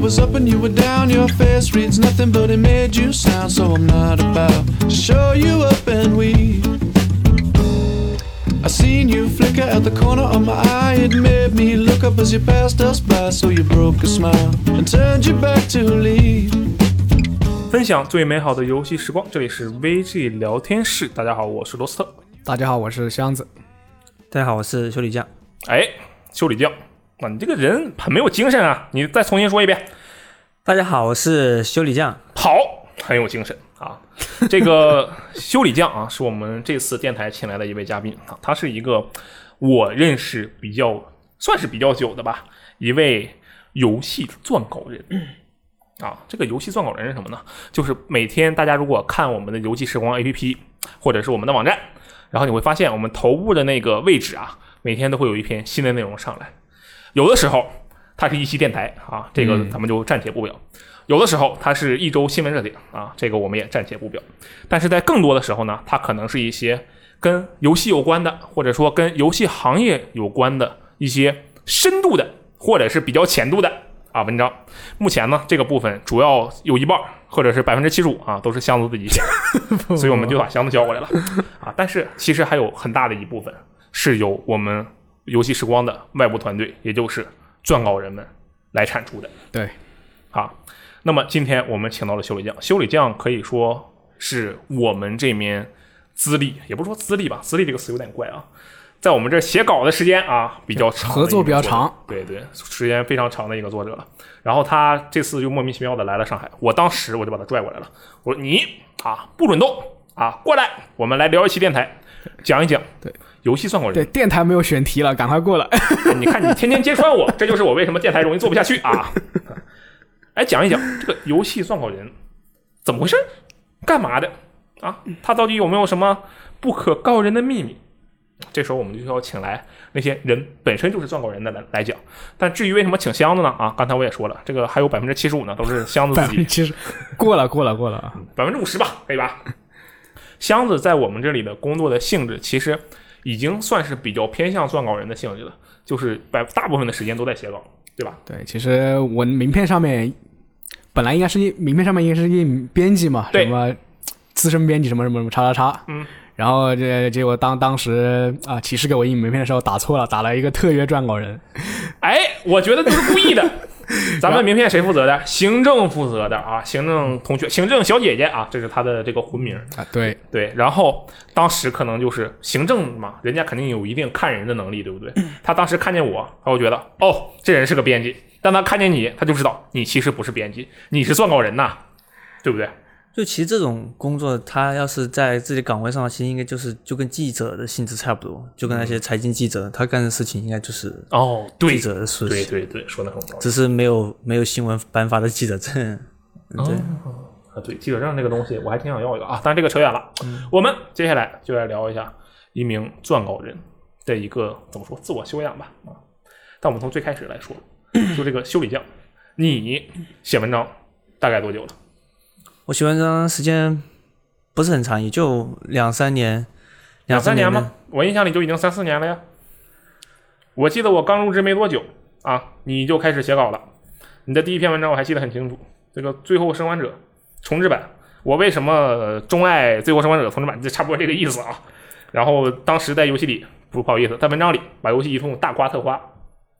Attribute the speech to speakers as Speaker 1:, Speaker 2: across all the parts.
Speaker 1: was up and you were down. Your face reads nothing but it made you sound. So I'm not about to show you up and we. I seen you flicker at the corner of my eye. It made me look up as you passed us by. So you broke a smile and turned your back to leave.
Speaker 2: 分享最美好的游戏时光，这里是 VG 聊天室。大家好，我是罗斯特。
Speaker 3: 大家好，我是箱子。
Speaker 4: 大家好，我是修理匠。
Speaker 2: 哎，修理匠，啊，你这个人很没有精神啊！你再重新说一遍，
Speaker 4: 大家好，我是修理匠。
Speaker 2: 好，很有精神啊！这个修理匠啊，是我们这次电台请来的一位嘉宾啊，他是一个我认识比较算是比较久的吧，一位游戏撰稿人。啊，这个游戏撰稿人是什么呢？就是每天大家如果看我们的游戏时光 APP 或者是我们的网站，然后你会发现我们头部的那个位置啊，每天都会有一篇新的内容上来。有的时候它是一期电台啊，这个咱们就暂且不表；有的时候它是一周新闻热点啊，这个我们也暂且不表。但是在更多的时候呢，它可能是一些跟游戏有关的，或者说跟游戏行业有关的一些深度的，或者是比较浅度的啊文章。目前呢，这个部分主要有一半儿或者是百分之七十五啊，都是箱子自己写的，所以我们就把箱子叫过来了啊。但是其实还有很大的一部分是由我们游戏时光的外部团队，也就是撰稿人们来产出的
Speaker 3: 对，
Speaker 2: 啊。那么今天我们请到了修理匠，修理匠可以说是我们这边资历，也不是说资历吧，资历这个词有点怪啊。在我们这儿写稿的时间啊，比较长，
Speaker 3: 合作比较长，
Speaker 2: 对对，时间非常长的一个作者了。然后他这次就莫名其妙的来了上海，我当时我就把他拽过来了，我说你啊不准动啊，过来，我们来聊一期电台，讲一讲
Speaker 3: 对
Speaker 2: 游戏算过
Speaker 3: 对，
Speaker 2: 人。
Speaker 3: 电台没有选题了，赶快过来。
Speaker 2: 你看你天天揭穿我，这就是我为什么电台容易做不下去啊。哎，讲一讲这个游戏算过人怎么回事，干嘛的啊？他到底有没有什么不可告人的秘密？这时候我们就要请来那些人本身就是撰稿人的来来讲。但至于为什么请箱子呢？啊，刚才我也说了，这个还有百分之七十五呢，都是箱子
Speaker 3: 百
Speaker 2: 自己
Speaker 3: 分 之七十，过了，过了，过了。啊
Speaker 2: 百分之五十吧，可以吧？箱子在我们这里的工作的性质，其实已经算是比较偏向撰稿人的性质了，就是百大部分的时间都在写稿，对吧？
Speaker 3: 对，其实我名片上面本来应该是一名片上面应该是印编辑嘛，
Speaker 2: 对
Speaker 3: 什么资深编辑什么什么什么叉叉叉，
Speaker 2: 嗯，
Speaker 3: 然后这结果当当时啊骑士给我印名片的时候打错了，打了一个特约撰稿人，
Speaker 2: 哎，我觉得就是故意的。咱们名片谁负责的？行政负责的啊，行政同学，行政小姐姐啊，这是她的这个魂名。
Speaker 3: 啊，对，
Speaker 2: 对，然后当时可能就是行政嘛，人家肯定有一定看人的能力，对不对？他当时看见我，他会觉得哦，这人是个编辑。但他看见你，他就知道你其实不是编辑，你是撰稿人呐，对不对？
Speaker 4: 就其实这种工作，他要是在自己岗位上，其实应该就是就跟记者的性质差不多，就跟那些财经记者他干的事情应该就是
Speaker 2: 哦，嗯对
Speaker 4: 记者的事
Speaker 2: 对
Speaker 4: 情，
Speaker 2: 对对，说的很好。
Speaker 4: 只是没有没有新闻颁发的记者证。
Speaker 2: 哦
Speaker 4: 对，
Speaker 2: 啊，对，记者证这个东西我还挺想要一个啊，但是这个扯远了。
Speaker 4: 嗯
Speaker 2: 我们接下来就来聊一下一名撰稿人的一个怎么说自我修养吧啊。但我们从最开始来说，就这个修理匠，你写文章大概多久了？
Speaker 4: 我写文章时间不是很长，也就两三年，
Speaker 2: 两三
Speaker 4: 三
Speaker 2: 年
Speaker 4: 的
Speaker 2: 吗？？我印象里就已经三四年了呀。我记得我刚入职没多久啊，你就开始写稿了。你的第一篇文章我还记得很清楚，这个《最后生还者》重置版。我为什么呃钟爱《最后生还者》重置版？这差不多这个意思啊。然后当时在游戏里，不不好意思，在文章里把游戏一通大夸特夸，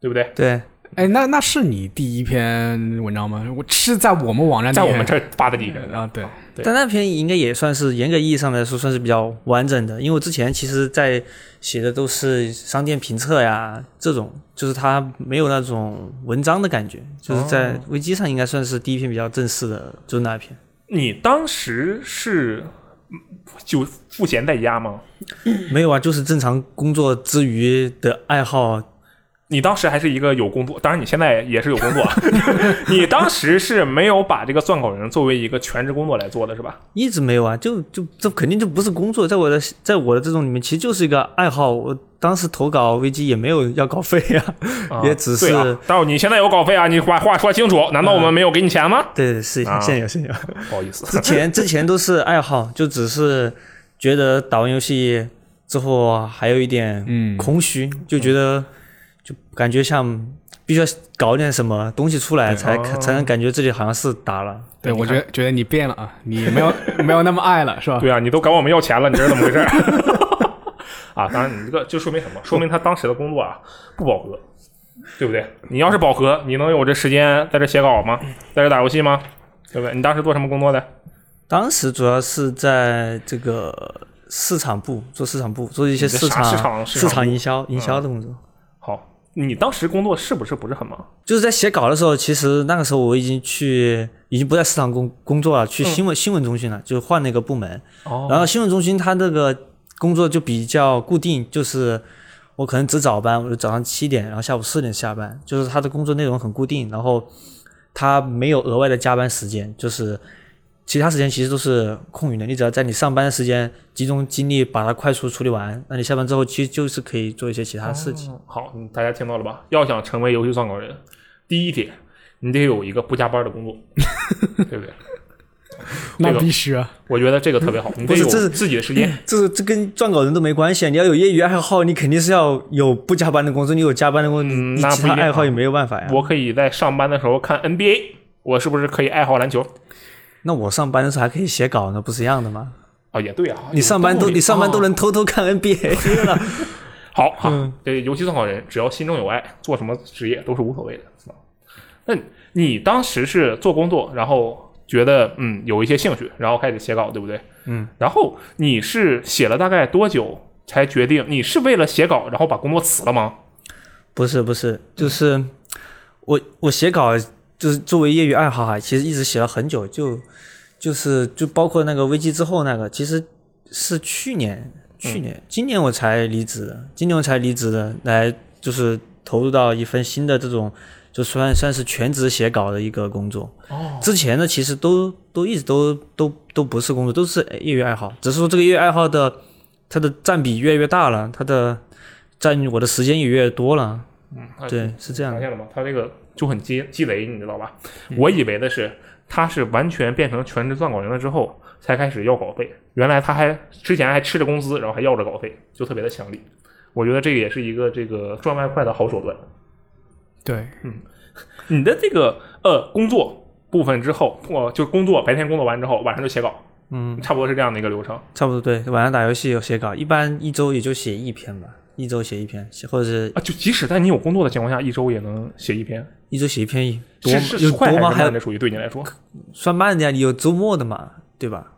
Speaker 2: 对不对？
Speaker 4: 对，
Speaker 3: 哎，那那是你第一篇文章吗？我是在我们网站，
Speaker 2: 在我们这儿发的第一篇文章。
Speaker 3: 啊，对，
Speaker 2: 对
Speaker 4: 但那篇应该也算是严格意义上来说算是比较完整的，因为我之前其实在写的都是商店评测呀这种，就是它没有那种文章的感觉，就是在危机上应该算是第一篇比较正式的，就是那篇。
Speaker 2: 你当时是嗯就赋闲在家吗？
Speaker 4: 没有啊，就是正常工作之余的爱好，
Speaker 2: 你当时还是一个有工作，当然你现在也是有工作。啊 你当时是没有把这个撰稿人作为一个全职工作来做的是吧？
Speaker 4: 一直没有啊，就就这肯定就不是工作，在我的在我的这种里面，其实就是一个爱好。我当时投稿危机也没有要稿费啊，
Speaker 2: 啊
Speaker 4: 也只
Speaker 2: 对
Speaker 4: 是
Speaker 2: 啊。但是你现在有稿费啊，你把话说清楚，难道我们没有给你钱吗？
Speaker 4: 对对是
Speaker 2: 啊
Speaker 4: 现有现有。
Speaker 2: 不好意思，
Speaker 4: 之前 之前都是爱好，就只是觉得打完游戏之后还有一点
Speaker 3: 嗯
Speaker 4: 空虚，就觉得就感觉像必须要搞点什么东西出来，才
Speaker 2: 哦
Speaker 4: 才能感觉自己好像是打了。
Speaker 3: 对，我觉得觉得你变了啊，你没有没有那么爱了，是吧？
Speaker 2: 对啊，你都管我们要钱了，你这是怎么回事儿？ 啊，当然，你这个就说明什么？说明他当时的工作啊不饱和，对不对？你要是饱和，你能有这时间在这写稿吗？在这打游戏吗？对不对？你当时做什么工作的？
Speaker 4: 当时主要是在这个市场部做市场部，做一些
Speaker 2: 你的
Speaker 4: 市
Speaker 2: 啥
Speaker 4: 场
Speaker 2: 市场市场
Speaker 4: 营销营销的工作。
Speaker 2: 好，你当时工作是不是不是很忙？
Speaker 4: 就是在写稿的时候，其实那个时候我已经去，已经不在市场工工作了，去新闻、新闻中心了，就换了一个部门。
Speaker 2: 哦，
Speaker 4: 然后新闻中心它这个工作就比较固定，就是我可能值早班，我就早上七点，然后下午四点下班，就是它的工作内容很固定，然后它没有额外的加班时间，就是其他时间其实都是空余的，你只要在你上班的时间集中精力把它快速处理完，那你下班之后其实就是可以做一些其他事情。
Speaker 2: 好，嗯大家听到了吧？要想成为游戏撰稿人，第一点，你得有一个不加班的 工作，对不对？
Speaker 3: 那
Speaker 2: 这个
Speaker 3: 必须啊！
Speaker 2: 我觉得这个特别好，你得
Speaker 4: 不是
Speaker 2: 有
Speaker 4: 这是
Speaker 2: 自己的时 间。
Speaker 4: 这这跟撰稿人都没关系，你要有业余爱好，你肯定是要有不加班的工作，你有加班的工作，
Speaker 2: 嗯
Speaker 4: 你
Speaker 2: 那
Speaker 4: 其
Speaker 2: 不
Speaker 4: 他
Speaker 2: 一定
Speaker 4: 爱好也没有办法呀。
Speaker 2: 我可以在上班的时候看 NBA，我是不是可以爱好篮球？
Speaker 4: 那我上班的时候还可以写稿呢，不是一样的吗？
Speaker 2: 啊，也对啊，
Speaker 4: 你上班都
Speaker 2: 有道理
Speaker 4: 你上班都
Speaker 2: 啊
Speaker 4: 能偷偷看 NBA 了，
Speaker 2: 好哈、这游戏撰稿人只要心中有爱，做什么职业都是无所谓的。啊那你当时是做工作，然后觉得嗯有一些兴趣，然后开始写稿，对不对？嗯。然后你是写了大概多久才决定？你是为了写稿，然后把工作辞了吗？
Speaker 4: 不是不是，就是我我写稿就是作为业余爱好哈，其实一直写了很久，就就是就包括那个危机之后那个，其实是去年去年、今年我才离职的，今年我才离职的，来就是投入到一份新的这种就算算是全职写稿的一个工作。
Speaker 2: 哦，
Speaker 4: 之前呢，其实都都一直都都都不是工作，都是业余爱好，只是说这个业余爱好的它的占比越来越大了，它的占我的时间也越来越多了。对，是这样
Speaker 2: 发
Speaker 4: 的。
Speaker 2: 现了吗？他这个就很鸡鸡贼，你知道吧？
Speaker 4: 嗯
Speaker 2: 我以为的是他是完全变成全职撰稿人了之后才开始要稿费，原来他还之前还吃着工资，然后还要着稿费，就特别的强力。我觉得这个也是一个这个赚外快的好手段。
Speaker 3: 对，
Speaker 2: 你的这个呃工作部分之后，我就工作白天工作完之后，晚上就写稿，
Speaker 4: 嗯，
Speaker 2: 差不多是这样的一个流程。
Speaker 4: 差不多对。晚上打游戏有写稿，一般一周也就写一篇吧，一周写一篇，写或者是
Speaker 2: 啊，就即使在你有工作的情况下，一周也能写一篇，
Speaker 4: 一周写一篇，多
Speaker 2: 是是
Speaker 4: 有
Speaker 2: 是快
Speaker 4: 多吗？还
Speaker 2: 还是慢
Speaker 4: 有
Speaker 2: 的？属于对你来说，
Speaker 4: 算慢的呀，你有周末的嘛，对吧？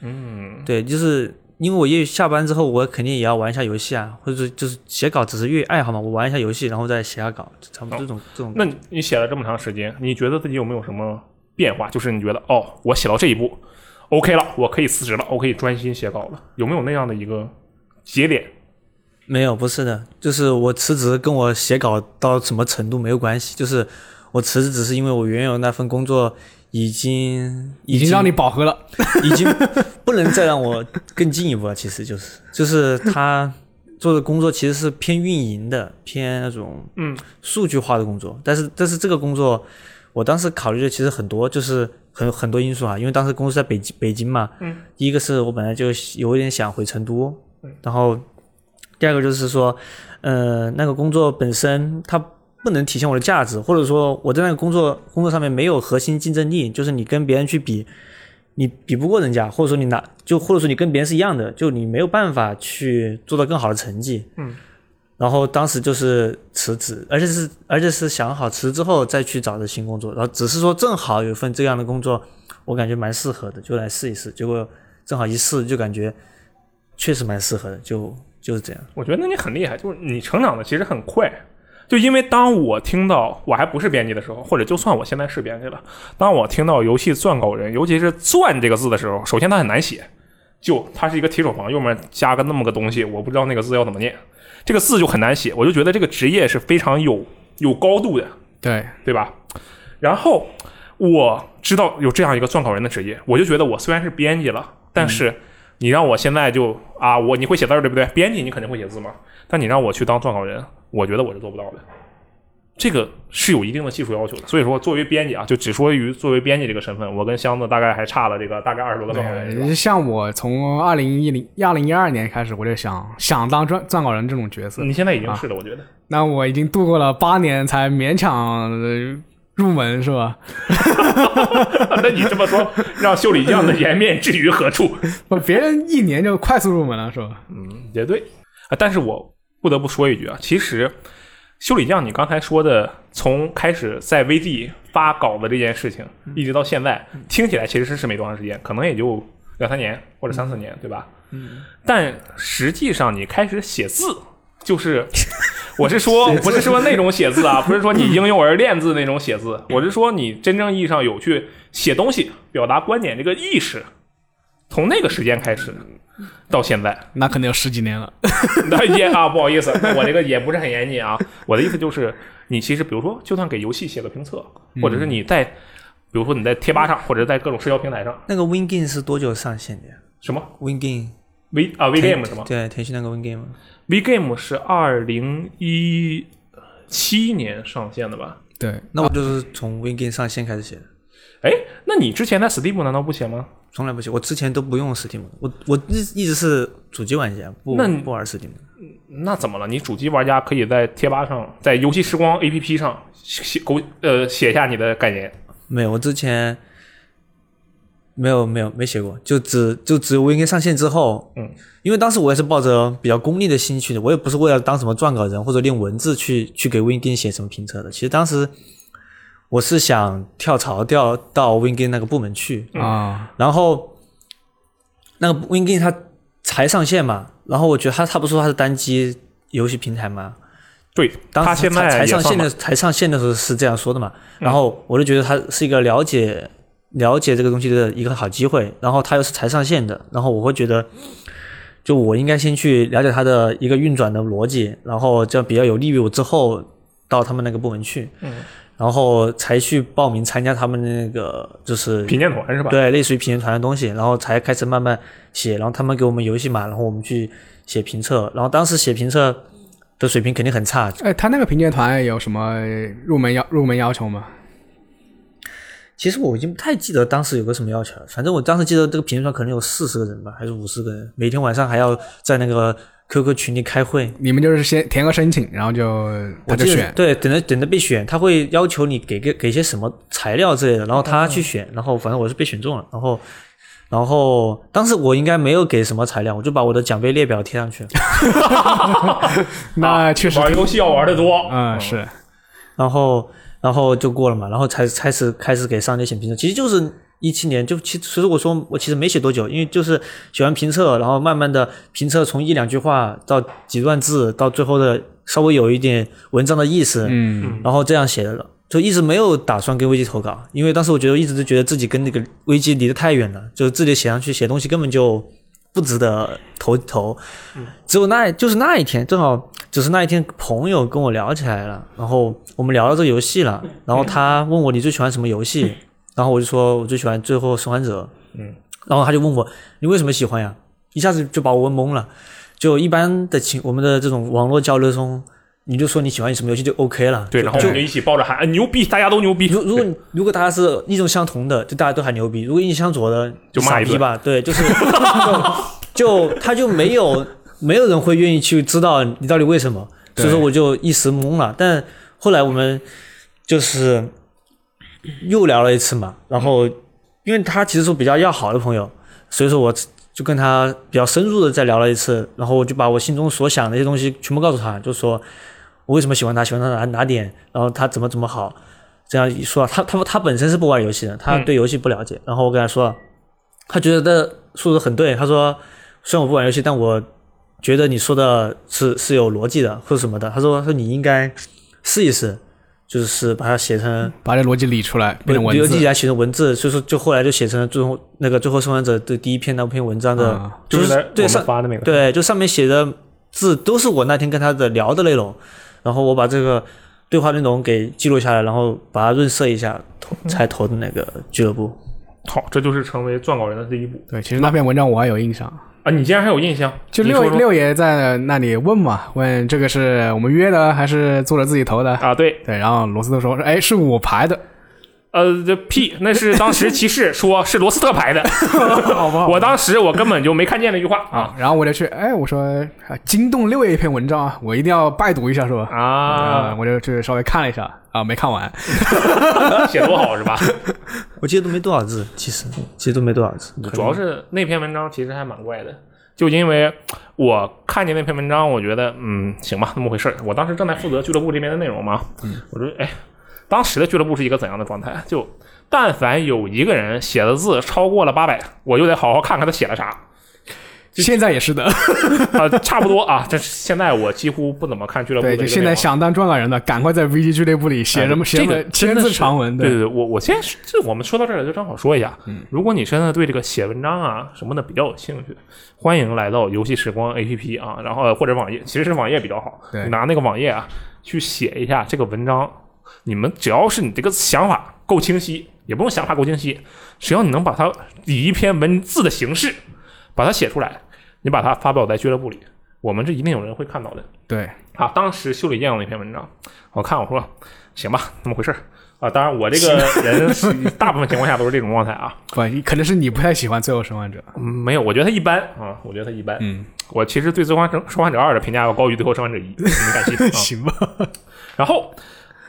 Speaker 2: 嗯，
Speaker 4: 对，就是因为我业余下班之后，我肯定也要玩一下游戏啊，或者是就是写稿只是业余爱好嘛，我玩一下游戏，然后再写下稿，差
Speaker 2: 哦
Speaker 4: 不多这种、这种。
Speaker 2: 那你你写了这么长时间，你觉得自己有没有什么变化？就是你觉得哦，我写到这一步，OK 了，我可以辞职了，我可以专心写稿了，有没有那样的一个节点？
Speaker 4: 没有，不是的，就是我辞职跟我写稿到什么程度没有关系，就是我辞职只是因为我原有那份工作已经
Speaker 3: 已经让你饱和了。
Speaker 4: 已经不能再让我更进一步了，其实就是就是他做的工作其实是偏运营的，偏那种
Speaker 2: 嗯
Speaker 4: 数据化的工作，但是但是这个工作我当时考虑的其实很多，就是很很多因素啊，因为当时公司在北京北京嘛，
Speaker 2: 嗯，
Speaker 4: 第一个是我本来就有一点想回成都，然后第二个就是说，呃，那个工作本身它不能体现我的价值，或者说我在那个工作工作上面没有核心竞争力，就是你跟别人去比，你比不过人家，或者说你拿就或者说你跟别人是一样的，就你没有办法去做到更好的成绩。
Speaker 2: 嗯。
Speaker 4: 然后当时就是辞职，而且是而且是想好辞职之后再去找的新工作，然后只是说正好有一份这样的工作，我感觉蛮适合的，就来试一试。结果正好一试就感觉确实蛮适合的，就就是这样。
Speaker 2: 我觉得你很厉害，就是你成长的其实很快。就因为当我听到我还不是编辑的时候，或者就算我现在是编辑了，当我听到游戏撰稿人，尤其是“撰”这个字的时候，首先它很难写，就它是一个提手旁，右面加个那么个东西，我不知道那个字要怎么念，这个字就很难写。我就觉得这个职业是非常有有高度的，
Speaker 3: 对，
Speaker 2: 对吧？然后我知道有这样一个撰稿人的职业，我就觉得我虽然是编辑了，但是你让我现在就啊，我你会写啊字儿对不对？编辑你肯定会写字嘛，但你让我去当撰稿人，我觉得我是做不到的。这个是有一定的技术要求的。所以说，作为编辑啊，就只说于作为编辑这个身份，我跟箱子大概还差了这个大概二十多个撰稿人，是吧？
Speaker 3: 呃像我从二零一零、二零一二年开始，我就想想当撰撰稿人这种角色。
Speaker 2: 你现在已经是了，我觉得。
Speaker 3: 那我已经度过了八年，才勉强呃入门，是吧？
Speaker 2: 那你这么说，让修理匠的颜面置于何处？
Speaker 3: 不，别人一年就快速入门了，是吧？
Speaker 2: 也对啊，但是我不得不说一句啊，其实修理匠，你刚才说的，从开始在 VG 发稿子这件事情，一直到现在，听起来其实是没多长时间，可能也就两三年或者三四年，对吧？嗯。但实际上，你开始写字， 就是我是说，不是说那种写字 啊，不是说你婴幼儿练字那种写字，我是说你真正意义上有去写东西、表达观点这个意识，从那个时间开始到现在。
Speaker 3: 那可能有十几年了。
Speaker 2: 那也啊，不好意思，我这个也不是很严谨啊。我的意思就是，你其实比如说，就算给游戏写个评测，
Speaker 4: 嗯
Speaker 2: 或者是你在，比如说你在贴吧上，或者在各种社交平台上，
Speaker 4: 那个 WinGame 是多久上线的呀
Speaker 2: 什么
Speaker 4: ？WinGame
Speaker 2: V 啊 V Game 什么
Speaker 4: 对，腾讯那个 WinGame
Speaker 2: V Game 是二零一七年上线的吧？
Speaker 3: 对，
Speaker 4: 那我就是从 WinGame 上线开始写的，
Speaker 2: 哎，那你之前在 Steam 难道不写吗？
Speaker 4: 从来不写。我之前都不用 Steam，我我一一直是主机玩家，不
Speaker 2: 那你
Speaker 4: 不玩 Steam。
Speaker 2: 那怎么了？你主机玩家可以在贴吧上，在游戏时光 A P P 上写狗呃写下你的感言。
Speaker 4: 没有，我之前没有没有没写过，就只就只有 WinGame 上线之后，
Speaker 2: 嗯，
Speaker 4: 因为当时我也是抱着比较功利的心去的，我也不是为了当什么撰稿人或者练文字去去给 WinGame 写什么评测的。其实当时我是想跳槽调到 WinGame 那个部门去，
Speaker 3: 啊，
Speaker 4: 然后那个 WinGame 它才上线嘛，然后我觉得它它不是说它是单机游戏平台嘛，
Speaker 2: 对，
Speaker 4: 当时
Speaker 2: 他现在
Speaker 4: 才才
Speaker 2: 也
Speaker 4: 上
Speaker 2: 放
Speaker 4: 线
Speaker 2: 了嗯
Speaker 4: 的才上线的时候是这样说的嘛，然后我就觉得它是一个了解了解这个东西的一个好机会，然后它又是才上线的，然后我会觉得。就我应该先去了解它的一个运转的逻辑，然后这样比较有利于我之后到他们那个部门去，嗯，然后才去报名参加他们那个就是
Speaker 2: 品鉴团是吧？
Speaker 4: 对，类似于评论团的东西，然后才开始慢慢写，然后他们给我们游戏码，然后我们去写评测，然后当时写评测的水平肯定很差，
Speaker 3: 哎，他那个评鉴团有什么入门要入门要求吗？
Speaker 4: 其实我已经不太记得当时有个什么要求了，反正我当时记得这个评论团可能有四十个人吧，还是五十个人，每天晚上还要在那个 QQ 群里开会。
Speaker 3: 你们就是先填个申请，然后就他
Speaker 4: 我
Speaker 3: 就
Speaker 4: 记得
Speaker 3: 选。
Speaker 4: 对，等着等着被选，他会要求你给个给些什么材料之类的，然后他去选，然后反正我是被选中了，然后然后当时我应该没有给什么材料，我就把我的奖杯列表贴上去了，
Speaker 3: 那确实，
Speaker 2: 玩游戏要玩的多，
Speaker 3: 嗯，是
Speaker 4: 然后然后就过了嘛，然后才开始开始给商界写评测，其实就是一七年，就其其实我说我其实没写多久，因为就是写完评测，然后慢慢的评测从一两句话到几段字，到最后的稍微有一点文章的意思，嗯，然后这样写的了。就一直没有打算跟危机投稿，因为当时我觉得一直都觉得自己跟那个危机离得太远了，就是自己写上去写东西根本就不值得投投。只有那，就是那一天，正好就是那一天，朋友跟我聊起来了，然后我们聊到这个游戏了，然后他问我你最喜欢什么游戏，然后我就说我最喜欢《最后生还者》，
Speaker 2: 嗯，
Speaker 4: 然后他就问我你为什么喜欢呀？一下子就把我问懵了。就一般的情，我们的这种网络交流中，你就说你喜欢什么游戏就 OK 了。
Speaker 2: 对，然后我们就一起抱着喊哎牛逼，大家都牛逼。
Speaker 4: 如如 果你如果大家是意见相同的，就大家都很牛逼；如果意见相左的，
Speaker 2: 就骂
Speaker 4: 傻
Speaker 2: 一顿
Speaker 4: 逼吧。对，就是 就就他就没有没有人会愿意去知道你到底为什么，所以说我就一时懵了。但后来我们就是又聊了一次嘛，然后因为他其实是比较要好的朋友，所以说我就跟他比较深入的再聊了一次，然后我就把我心中所想的一些东西全部告诉他，就说我为什么喜欢他，喜欢他哪哪点，然后他怎么怎么好，这样一说， 他他他本身是不玩游戏的，他对游戏不了解，然后我跟他说，他觉得说的很对，他说虽然我不玩游戏，但我觉得你说的是是有逻辑的或者什么的，他说他说你应该试一试，就是把它写成。
Speaker 3: 把这逻辑理出来，变成文
Speaker 4: 由自己
Speaker 3: 字。
Speaker 4: 来写成文字，所以说就后来就写成了最后那个最后生还者的第一篇那篇文章的，
Speaker 3: 嗯
Speaker 2: 就是在
Speaker 4: 对
Speaker 2: 我
Speaker 4: 上
Speaker 2: 们发的那个，
Speaker 4: 对，就上面写的字都是我那天跟他的聊的内容，然后我把这个对话内容给记录下来，然后把它润色一下，投才投的那个俱乐部。
Speaker 2: 好，这就是成为撰稿人的第一步。
Speaker 3: 对，其实那篇文章我还有印象，
Speaker 2: 啊，你竟然还有印象？
Speaker 3: 就
Speaker 2: 你
Speaker 3: 六
Speaker 2: 说说
Speaker 3: 六爷在那里问嘛，问这个是我们约的还是作者自己投的？
Speaker 2: 啊，对，
Speaker 3: 对，然后罗斯特说：“哎，是我排 的，
Speaker 2: 呃，这屁，那是当时骑士说是罗斯特 牌的，
Speaker 3: 好不好？”
Speaker 2: 我当时我根本就没看见那句话啊
Speaker 3: 然后我就去，哎，我说啊惊动六爷一篇文章啊，我一定要拜读一下，是吧？啊，
Speaker 2: 啊，
Speaker 3: 我就去稍微看了一下啊，没看完。嗯
Speaker 2: 写多好是吧？
Speaker 4: 我记得都没多少字，其实其实都没多少字，
Speaker 2: 主要是那篇文章其实还蛮怪的，就因为我看见那篇文章，我觉得嗯，行吧，那么回事儿。我当时正在负责俱乐部这边的内容嘛，
Speaker 3: 嗯
Speaker 2: 我说哎，当时的俱乐部是一个怎样的状态？啊就但凡有一个人写的字超过了八百，我就得好好看看他写了啥。
Speaker 3: 现在也是的，
Speaker 2: 啊，差不多啊，这是现在我几乎不怎么看俱乐部的
Speaker 3: 对，
Speaker 2: 这个内容。
Speaker 3: 就现在想当撰稿人的，赶快在 VG 俱乐部里写什么写
Speaker 2: 这
Speaker 3: 什
Speaker 2: 个
Speaker 3: 么千字长文，
Speaker 2: 对对，我我先是这我们说到这儿就正好说一下，如果你真的对这个写文章啊什么的比较有兴趣，欢迎来到游戏时光 APP 啊，然后呃或者网页，其实是网页比较好，
Speaker 3: 对
Speaker 2: 你拿那个网页啊去写一下这个文章，你们只要是你这个想法够清晰，也不用想法够清晰，只要你能把它以一篇文字的形式把它写出来，你把它发表在俱乐部里，我们这一定有人会看到的。
Speaker 3: 对，
Speaker 2: 啊，当时修理见过那篇文章，我看我说行吧，那么回事儿啊。当然，我这个人是大部分情况下都是这种状态啊，
Speaker 3: 不，可能是你不太喜欢《最后生还者，
Speaker 2: 嗯没有，我觉得他一般啊，我觉得他一般。嗯，我其实对《最后生生还者二》的评价要高于《最后生还者一》，你们敢信》啊？
Speaker 3: 行吧？
Speaker 2: 然后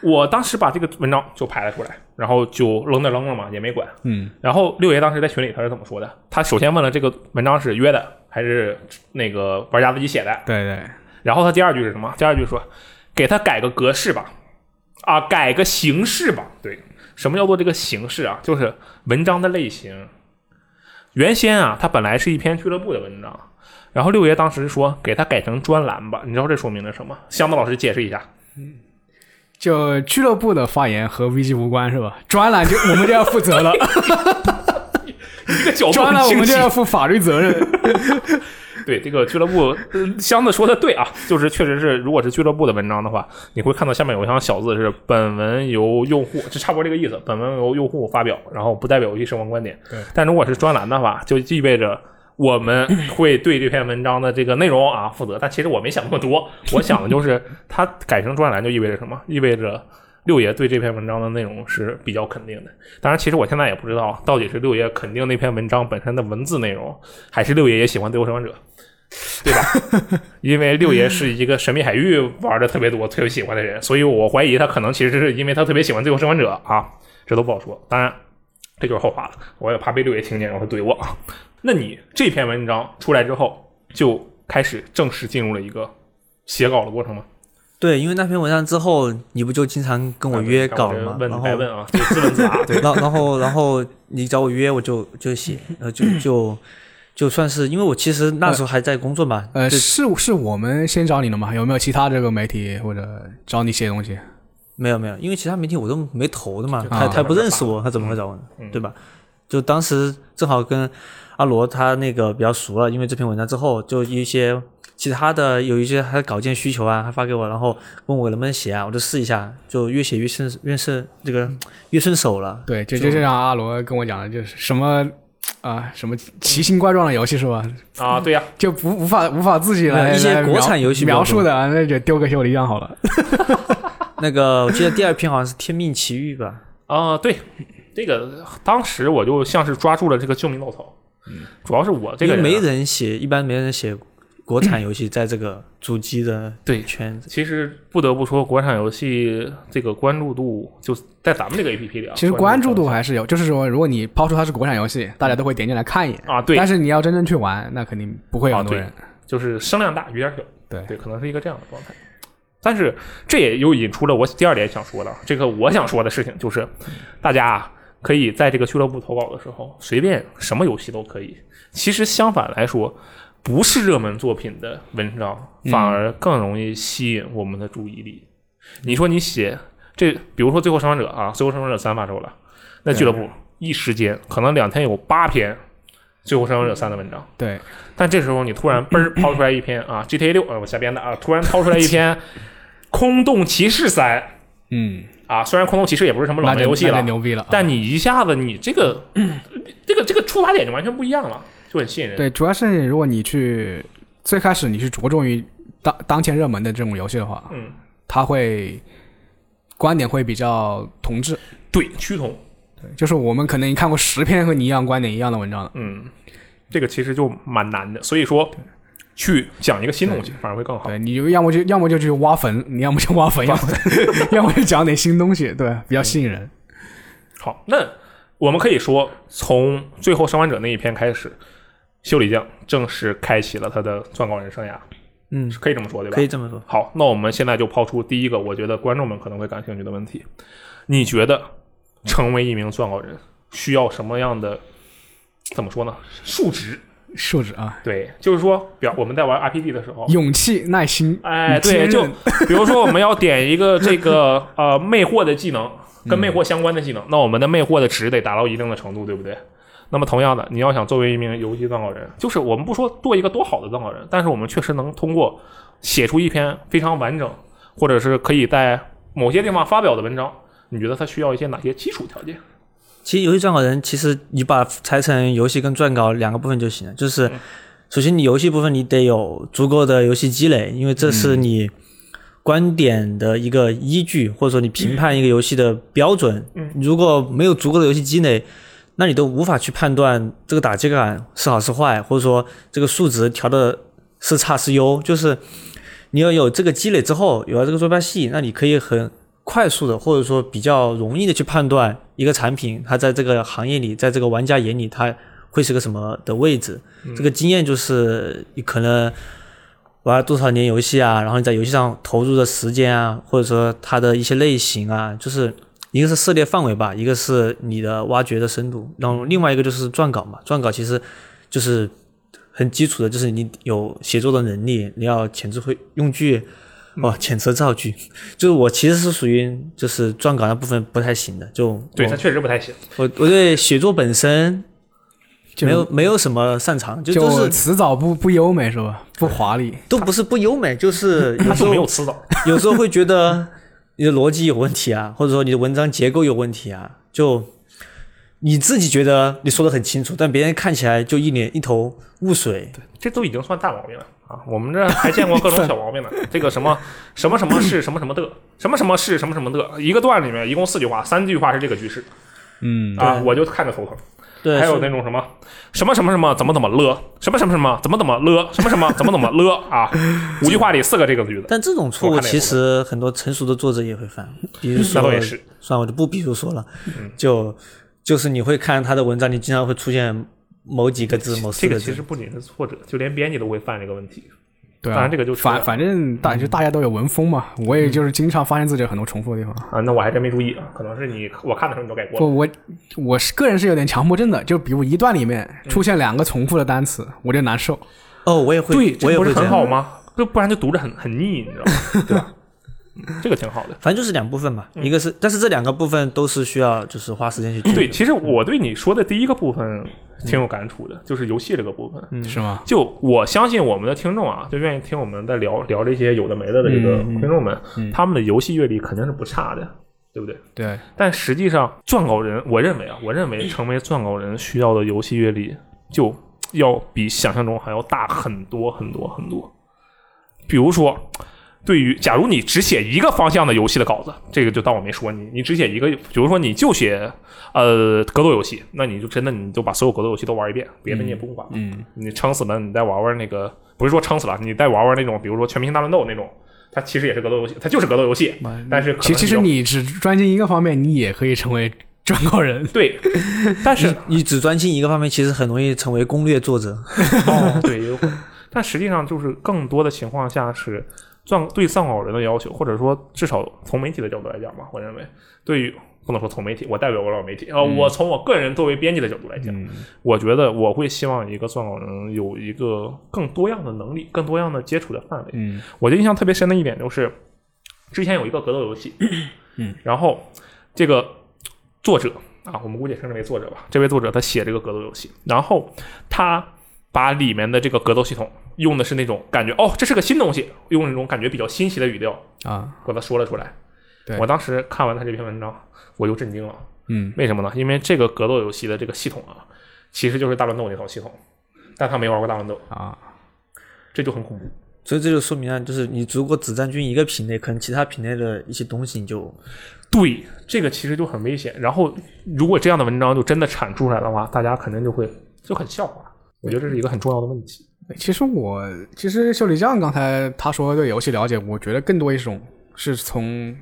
Speaker 2: 我当时把这个文章就排了出来，然后就扔那扔了嘛，也没管。
Speaker 3: 嗯，
Speaker 2: 然后六爷当时在群里他是怎么说的？他首先问了这个文章是约的还是那个玩家自己写的，
Speaker 3: 对对，
Speaker 2: 然后他第二句是什么？第二句说，给他改个格式吧，啊，改个形式吧。对，什么叫做这个形式啊？就是文章的类型。原先啊，它本来是一篇俱乐部的文章，然后六爷当时说给他改成专栏吧。你知道这说明了什么？箱子老师解释一下。
Speaker 3: 就俱乐部的发言和 VG 无关是吧？专 栏就我们就要负责了，
Speaker 2: 这个角度
Speaker 3: 专
Speaker 2: 很
Speaker 3: 栏我
Speaker 2: 清
Speaker 3: 们就
Speaker 2: 晰。
Speaker 3: 要负法律责 任。
Speaker 2: 对这个俱乐部，呃箱子说的对啊，就是确实是，如果是俱乐部的文章的话，你会看到下面有一行小字是“本文由用户”，就差不多这个意思。本文由用户发表，然后不代表游戏生活观点。
Speaker 3: 对
Speaker 2: 但如果是专栏的话，就意味着。我们会对这篇文章的这个内容啊负责，但其实我没想那么多，我想的就是它改成专栏就意味着什么？意味着六爷对这篇文章的内容是比较肯定的。当然，其实我现在也不知道到底是六爷肯定那篇文章本身的文字内容，还是六爷也喜欢《最后生还者》，对吧？因为六爷是一个神秘海域玩的特别多、特别喜欢的人，所以我怀疑他可能其实是因为他特别喜欢《最后生还者》啊，这都不好说。当然，这就是后话了，我也怕被六爷听见然后怼我啊。那你这篇文章出来之后，就开始正式进入了一个写稿的过程吗？
Speaker 4: 对，因为那篇文章之后，你不就经常跟我约稿了吗？
Speaker 2: 问
Speaker 4: 然
Speaker 2: 白
Speaker 4: 后
Speaker 2: 问啊，就自问自 答。
Speaker 4: 对，然后然后然后你找我约，我就就写，呃，就就就算是，因为我其实那时候还在工作嘛，
Speaker 3: 呃，
Speaker 4: 对
Speaker 3: 是是我们先找你的吗？有没有其他这个媒体或者找你写东西？
Speaker 4: 没有没有，因为其他媒体我都没投的嘛，
Speaker 2: 就
Speaker 4: 他
Speaker 3: 啊
Speaker 4: 他不认识我，他怎么会找我呢？
Speaker 2: 嗯
Speaker 4: 对吧？就当时正好跟阿罗他那个比较熟了，因为这篇文章之后，就一些其他的有一些他的稿件需求啊，他发给我，然后问我能不能写啊，我就试一下，就越写越顺越顺这个越顺手了。
Speaker 3: 对，就就像阿罗跟我讲的，就是什么啊、什么奇形怪状的游戏是吧？
Speaker 2: 啊，对呀、
Speaker 3: 就不无法无法自己来
Speaker 4: 嗯一些
Speaker 3: 来
Speaker 4: 国
Speaker 3: 描
Speaker 4: 产游戏比
Speaker 3: 描
Speaker 4: 较多啊
Speaker 3: 述的啊，那就丢个修理匠好了。
Speaker 4: 那个我记得第二篇好像是《天命奇遇》吧，
Speaker 2: 啊、对，这个当时我就像是抓住了这个救命稻草。主要是我这个
Speaker 4: 嗯因
Speaker 2: 人
Speaker 4: 为
Speaker 2: 啊、
Speaker 4: 没人写，一般没人写国 产游戏在这个主机的
Speaker 2: 对
Speaker 4: 圈子。
Speaker 2: 其实不得不说，国产游戏这个关注度就在咱们这个 APP 里啊，
Speaker 3: 其实关注度
Speaker 2: 还
Speaker 3: 还是有，就是说，如果你抛出它是国产游戏，大家都会点进来看一眼。
Speaker 2: 啊，对，
Speaker 3: 但是你要真正去玩，那肯定不会有很多人。
Speaker 2: 啊就是声量大，雨点小，
Speaker 3: 对
Speaker 2: 对，可能是一个这样的状态。但是这也又引出了我第二点想说的，这个我想说的事情就是，大家啊可以在这个俱乐部投稿的时候，随便什么游戏都可以。其实相反来说，不是热门作品的文章反而更容易吸引我们的注意力。你说你写这，比如说《最后生还者》啊，《最后生还者三》发售了，那俱乐部一时间可能两天有八篇《最后生还者三》的文章。
Speaker 3: 对，
Speaker 2: 但这时候你突然嘣儿抛出来一篇啊，GTA 六啊，我瞎编的啊，突然抛出来一篇《空洞骑士三
Speaker 3: 嗯，》
Speaker 2: 啊，虽然《空洞骑士》也不是什么
Speaker 3: 那
Speaker 2: 冷门
Speaker 3: 就
Speaker 2: 游戏
Speaker 3: 那
Speaker 2: 了
Speaker 3: 就，牛逼了啊。
Speaker 2: 但你一下子你这个这个这个出发点就完全不一样了。就很吸引人。
Speaker 3: 对，主要是如果你去最开始你是着重于当当前热门的这种游戏的话，
Speaker 2: 嗯，
Speaker 3: 它会观点会比较同质，
Speaker 2: 对，趋同，
Speaker 3: 就是我们可能看过十篇和你一样观点一样的文章了，
Speaker 2: 嗯，这个其实就蛮难的，所以说去讲一个新东西反而会更好。
Speaker 3: 对，你就要么就要么就去挖坟，你要么就挖坟，要么要么就讲点新东西，对，比较吸引人。
Speaker 2: 好，那我们可以说，从最后生还者那一篇开始，修理匠正式开启了他的撰稿人生涯，
Speaker 4: 嗯，
Speaker 2: 是可以这么说对吧？
Speaker 4: 可以。这么说。
Speaker 2: 好，那我们现在就抛出第一个，我觉得观众们可能会感兴趣的问题：你觉得成为一名撰稿人需要什么样的？怎么说呢？数值
Speaker 3: 素质啊，
Speaker 2: 对，就是说，比方我们在玩 RPG 的时候，
Speaker 3: 勇气、耐心，
Speaker 2: 哎，
Speaker 3: 与坚
Speaker 2: 对，
Speaker 3: 韧
Speaker 2: 就 比如说我们要点一个这 个呃魅惑的技能，跟魅惑相关的技能，那我们的魅惑的值得达到一定的程度，对不对？那么同样的，你要想作为一名游戏撰稿人，就是我们不说做一个多好的撰稿人，但是我们确实能通过写出一篇非常完整，或者是可以在某些地方发表的文章，你觉得它需要一些哪些基础条件？
Speaker 4: 其实游戏撰稿人，其实你把拆成游戏跟撰稿两个部分就行了。就是首先你游戏部分你得有足够的游戏积累，因为这是你观点的一个依据，或者说你评判一个游戏的标准。
Speaker 2: 嗯，
Speaker 4: 如果没有足够的游戏积累，那你都无法去判断这个打击感是好是坏，或者说这个数值调的是差是优，就是你要有这个积累之后，有了这个坐标系，那你可以很快速的，或者说比较容易的去判断一个产品它在这个行业里，在这个玩家眼里它会是个什么的位置。这个经验就是你可能玩了多少年游戏啊，然后你在游戏上投入的时间啊，或者说它的一些类型啊，就是。一个是涉猎范围吧，一个是你的挖掘的深度，然后另外一个就是撰稿嘛。撰稿其实就是很基础的，就是你有写作的能力，你要遣词会用句，哦，遣词造句。就是我其实是属于就是撰稿那部分不太行的，就
Speaker 2: 对，
Speaker 4: 我
Speaker 2: 它确实不太行。
Speaker 4: 我我对写作本身
Speaker 3: 就
Speaker 4: 没有没有什么擅长，就
Speaker 3: 就
Speaker 4: 就是
Speaker 3: 辞藻不不优美是吧？不华丽，
Speaker 4: 都不是不 优美，就是
Speaker 2: 它
Speaker 4: 有时
Speaker 2: 就没有
Speaker 4: 候
Speaker 2: 词藻，
Speaker 4: 有时候会觉得你的逻辑有问题啊，或者说你的文章结构有问题啊，就你自己觉得你说的很清楚，但别人看起来就一脸一头雾水。
Speaker 2: 这都已经算大毛病了啊！我们这还见过各种小毛 病呢。这个什么什么什么是什么什么的，什么什么是什么什么的，一个段里面一共四句话，三句话是这个句式
Speaker 3: 嗯，
Speaker 2: 啊，
Speaker 4: 对
Speaker 2: 我就看着头疼。
Speaker 4: 对，
Speaker 2: 还有
Speaker 4: 是
Speaker 2: 那种什么什么什么什么怎么怎么了，什么什么什么怎么怎么了，什么什么怎么怎么了 啊，五句话里四个这个句子，
Speaker 4: 但这种错
Speaker 2: 我
Speaker 4: 误
Speaker 2: 看了也
Speaker 4: 其实很多成熟的作者也会犯，比如说
Speaker 2: 那倒也是，嗯
Speaker 4: 算了，我就不比如说了，就就是你会看他的文章，你经常会出现某几个字、某四
Speaker 2: 这个
Speaker 4: 个
Speaker 2: 其
Speaker 4: 字
Speaker 2: 实，不仅是作者，就连编辑都会犯这个问题。
Speaker 3: 对啊，
Speaker 2: 当然这个就嗯出来
Speaker 3: 反
Speaker 2: 了
Speaker 3: 反正大就大家都有文风嘛，我也就是经常发现自己有很多重复的地方。
Speaker 2: 啊，那我还真没注意，可能是你我看的时候你都改
Speaker 4: 哦
Speaker 2: 过了。
Speaker 3: 不，我我是个人是有点强迫症的，就比如一段里面
Speaker 2: 嗯
Speaker 3: 出现两个重复的单词，我就难受。
Speaker 4: 哦，我也会，
Speaker 2: 对，
Speaker 4: 我
Speaker 2: 这
Speaker 4: 也
Speaker 2: 不是
Speaker 4: 会这
Speaker 2: 很
Speaker 4: 样
Speaker 2: 好吗？就不然就读着很很腻，你知道吗？对吧？ 嗯这个挺好的。
Speaker 4: 反正就是两部分嘛，一个是，但是这两个部分都是需要就是花时间去做的。
Speaker 2: 对，其实我对你说的第一个部分挺有感触的，就是游戏这个部分。
Speaker 3: 是吗？
Speaker 2: 就我相信我们的听众啊，就愿意听我们在聊聊这些有的没的的这个听众们，他们的游戏阅历肯定是不差的，对不对？
Speaker 3: 对，
Speaker 2: 但实际上，撰稿人，我认为啊，我认为
Speaker 3: 嗯
Speaker 2: 成为撰稿人需要的游戏阅历，就要比想象中还要大很多很多很多。比如说，对于假如你只写一个方向的游戏的稿子，这个就当我没说你，你只写一个，比如说你就写呃格斗游戏，那你就真的你就把所有格斗游戏都玩一遍，别的你也不用玩。嗯，你撑死了，你再玩玩那个，不是说撑死了，你再玩玩那种，比如说全明星大乱斗那种。它其实也是格斗游戏，它就是格斗游戏，但是可能
Speaker 3: 嗯其其
Speaker 2: 比
Speaker 3: 实
Speaker 2: 较
Speaker 3: 你只专精一个方面，你也可以成为 撰稿人。
Speaker 2: 对，但是
Speaker 4: 你只专心一个方面，其实很容易成为攻略作者。
Speaker 2: 哦，对，也有可能。但实际上，就是更多的情况下是撰对撰稿人的要求，或者说至少从媒体的角度来讲吧，我认为对于不能说从媒体，我代表不了媒体啊、呃我从我个人作为编辑的角度来讲，我觉得我会希望一个撰稿人有一个更多样的能力，更多样的接触的范围。
Speaker 3: 嗯，
Speaker 2: 我就印象特别深的一点就是，之前有一个格斗游戏，嗯，然后这个作者啊，我们姑且称之为作者吧，这位作者他写这个格斗游戏，然后他把里面的这个格斗系统用的是那种感觉哦，这是个新东西，用那种感觉比较新奇的语调
Speaker 3: 啊，
Speaker 2: 把它说了出来
Speaker 3: 对。
Speaker 2: 我当时看完他这篇文章，我就震惊了。
Speaker 3: 嗯，
Speaker 2: 为什么呢？因为这个格斗游戏的这个系统啊，其实就是大乱斗那套系统。但他没玩过大乱斗，
Speaker 3: 啊，
Speaker 2: 这就很恐怖。
Speaker 4: 所以这就说明了，就是你如果只占据一个品类，可能其他品类的一些东西你就
Speaker 2: 对，这个其实就很危险。然后，如果这样的文章就真的产出来的话，大家肯定就会就很笑话。我觉得这是一个很重要的问题。
Speaker 3: 对其实我其实修理匠刚才他说对游戏了解，我觉得更多一种是从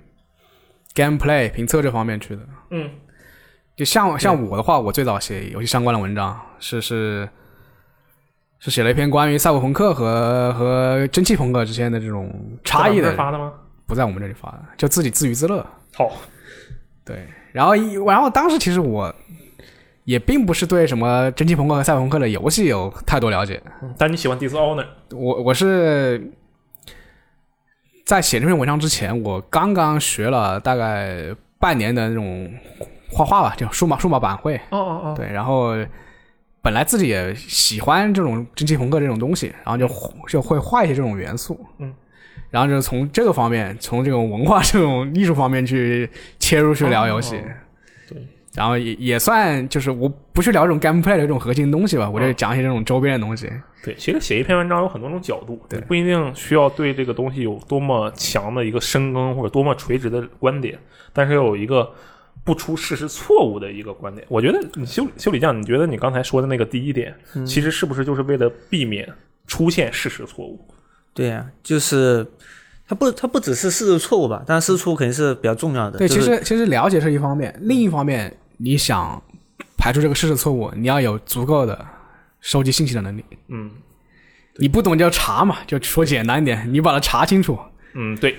Speaker 3: gameplay 评测这方面去的。
Speaker 2: 嗯，
Speaker 3: 就像像我的话，我最早写游戏相关的文章是是是写了一篇关于赛博朋克和和蒸汽朋克之间的这种差异
Speaker 2: 在哪
Speaker 3: 的
Speaker 2: 儿，发的吗？
Speaker 3: 不在我们这里发的，就自己自娱自乐。
Speaker 2: 好，
Speaker 3: 对，然后一然后当时其实我也并不是对什么蒸汽朋克和赛博朋克的游戏有太多了解，
Speaker 2: 嗯但你喜欢 Dishonor，
Speaker 3: 我我是在写这篇文章之前，我刚刚学了大概半年的那种画画吧，就数码数码板绘。
Speaker 2: 哦哦哦，
Speaker 3: 对，然后本来自己也喜欢这种蒸汽朋克这种东西，然后就就会画一些这种元素，
Speaker 2: 嗯，
Speaker 3: 然后就从这个方面，从这种文化 这种艺术方面去切入去聊游戏，
Speaker 2: 哦对，
Speaker 3: 然后也也算就是我不去聊这种 gameplay 的这种核心东西吧，
Speaker 2: 哦
Speaker 3: 我就讲一些这种周边的东西，
Speaker 2: 对，其实写一篇文章有很多种角度，
Speaker 3: 对
Speaker 2: 你不一定需要对这个东西有多么强的一个深耕或者多么垂直的观点，但是要有一个不出事实错误的一个观点。我觉得你修修理匠，你觉得你刚才说的那个第一点，
Speaker 3: 嗯
Speaker 2: 其实是不是就是为了避免出现事实错误？
Speaker 4: 对呀、就是它不它不只是试错错误吧，但是试错误肯定是比较重要的。
Speaker 3: 对，
Speaker 4: 就
Speaker 3: 其
Speaker 4: 是
Speaker 3: 实其实了解是一方面，另一方面你想排除这个事实错误，你要有足够的收集信息的能力。
Speaker 2: 嗯
Speaker 3: 你不懂就查嘛，就说简单点，你把它查清楚。
Speaker 2: 嗯，对，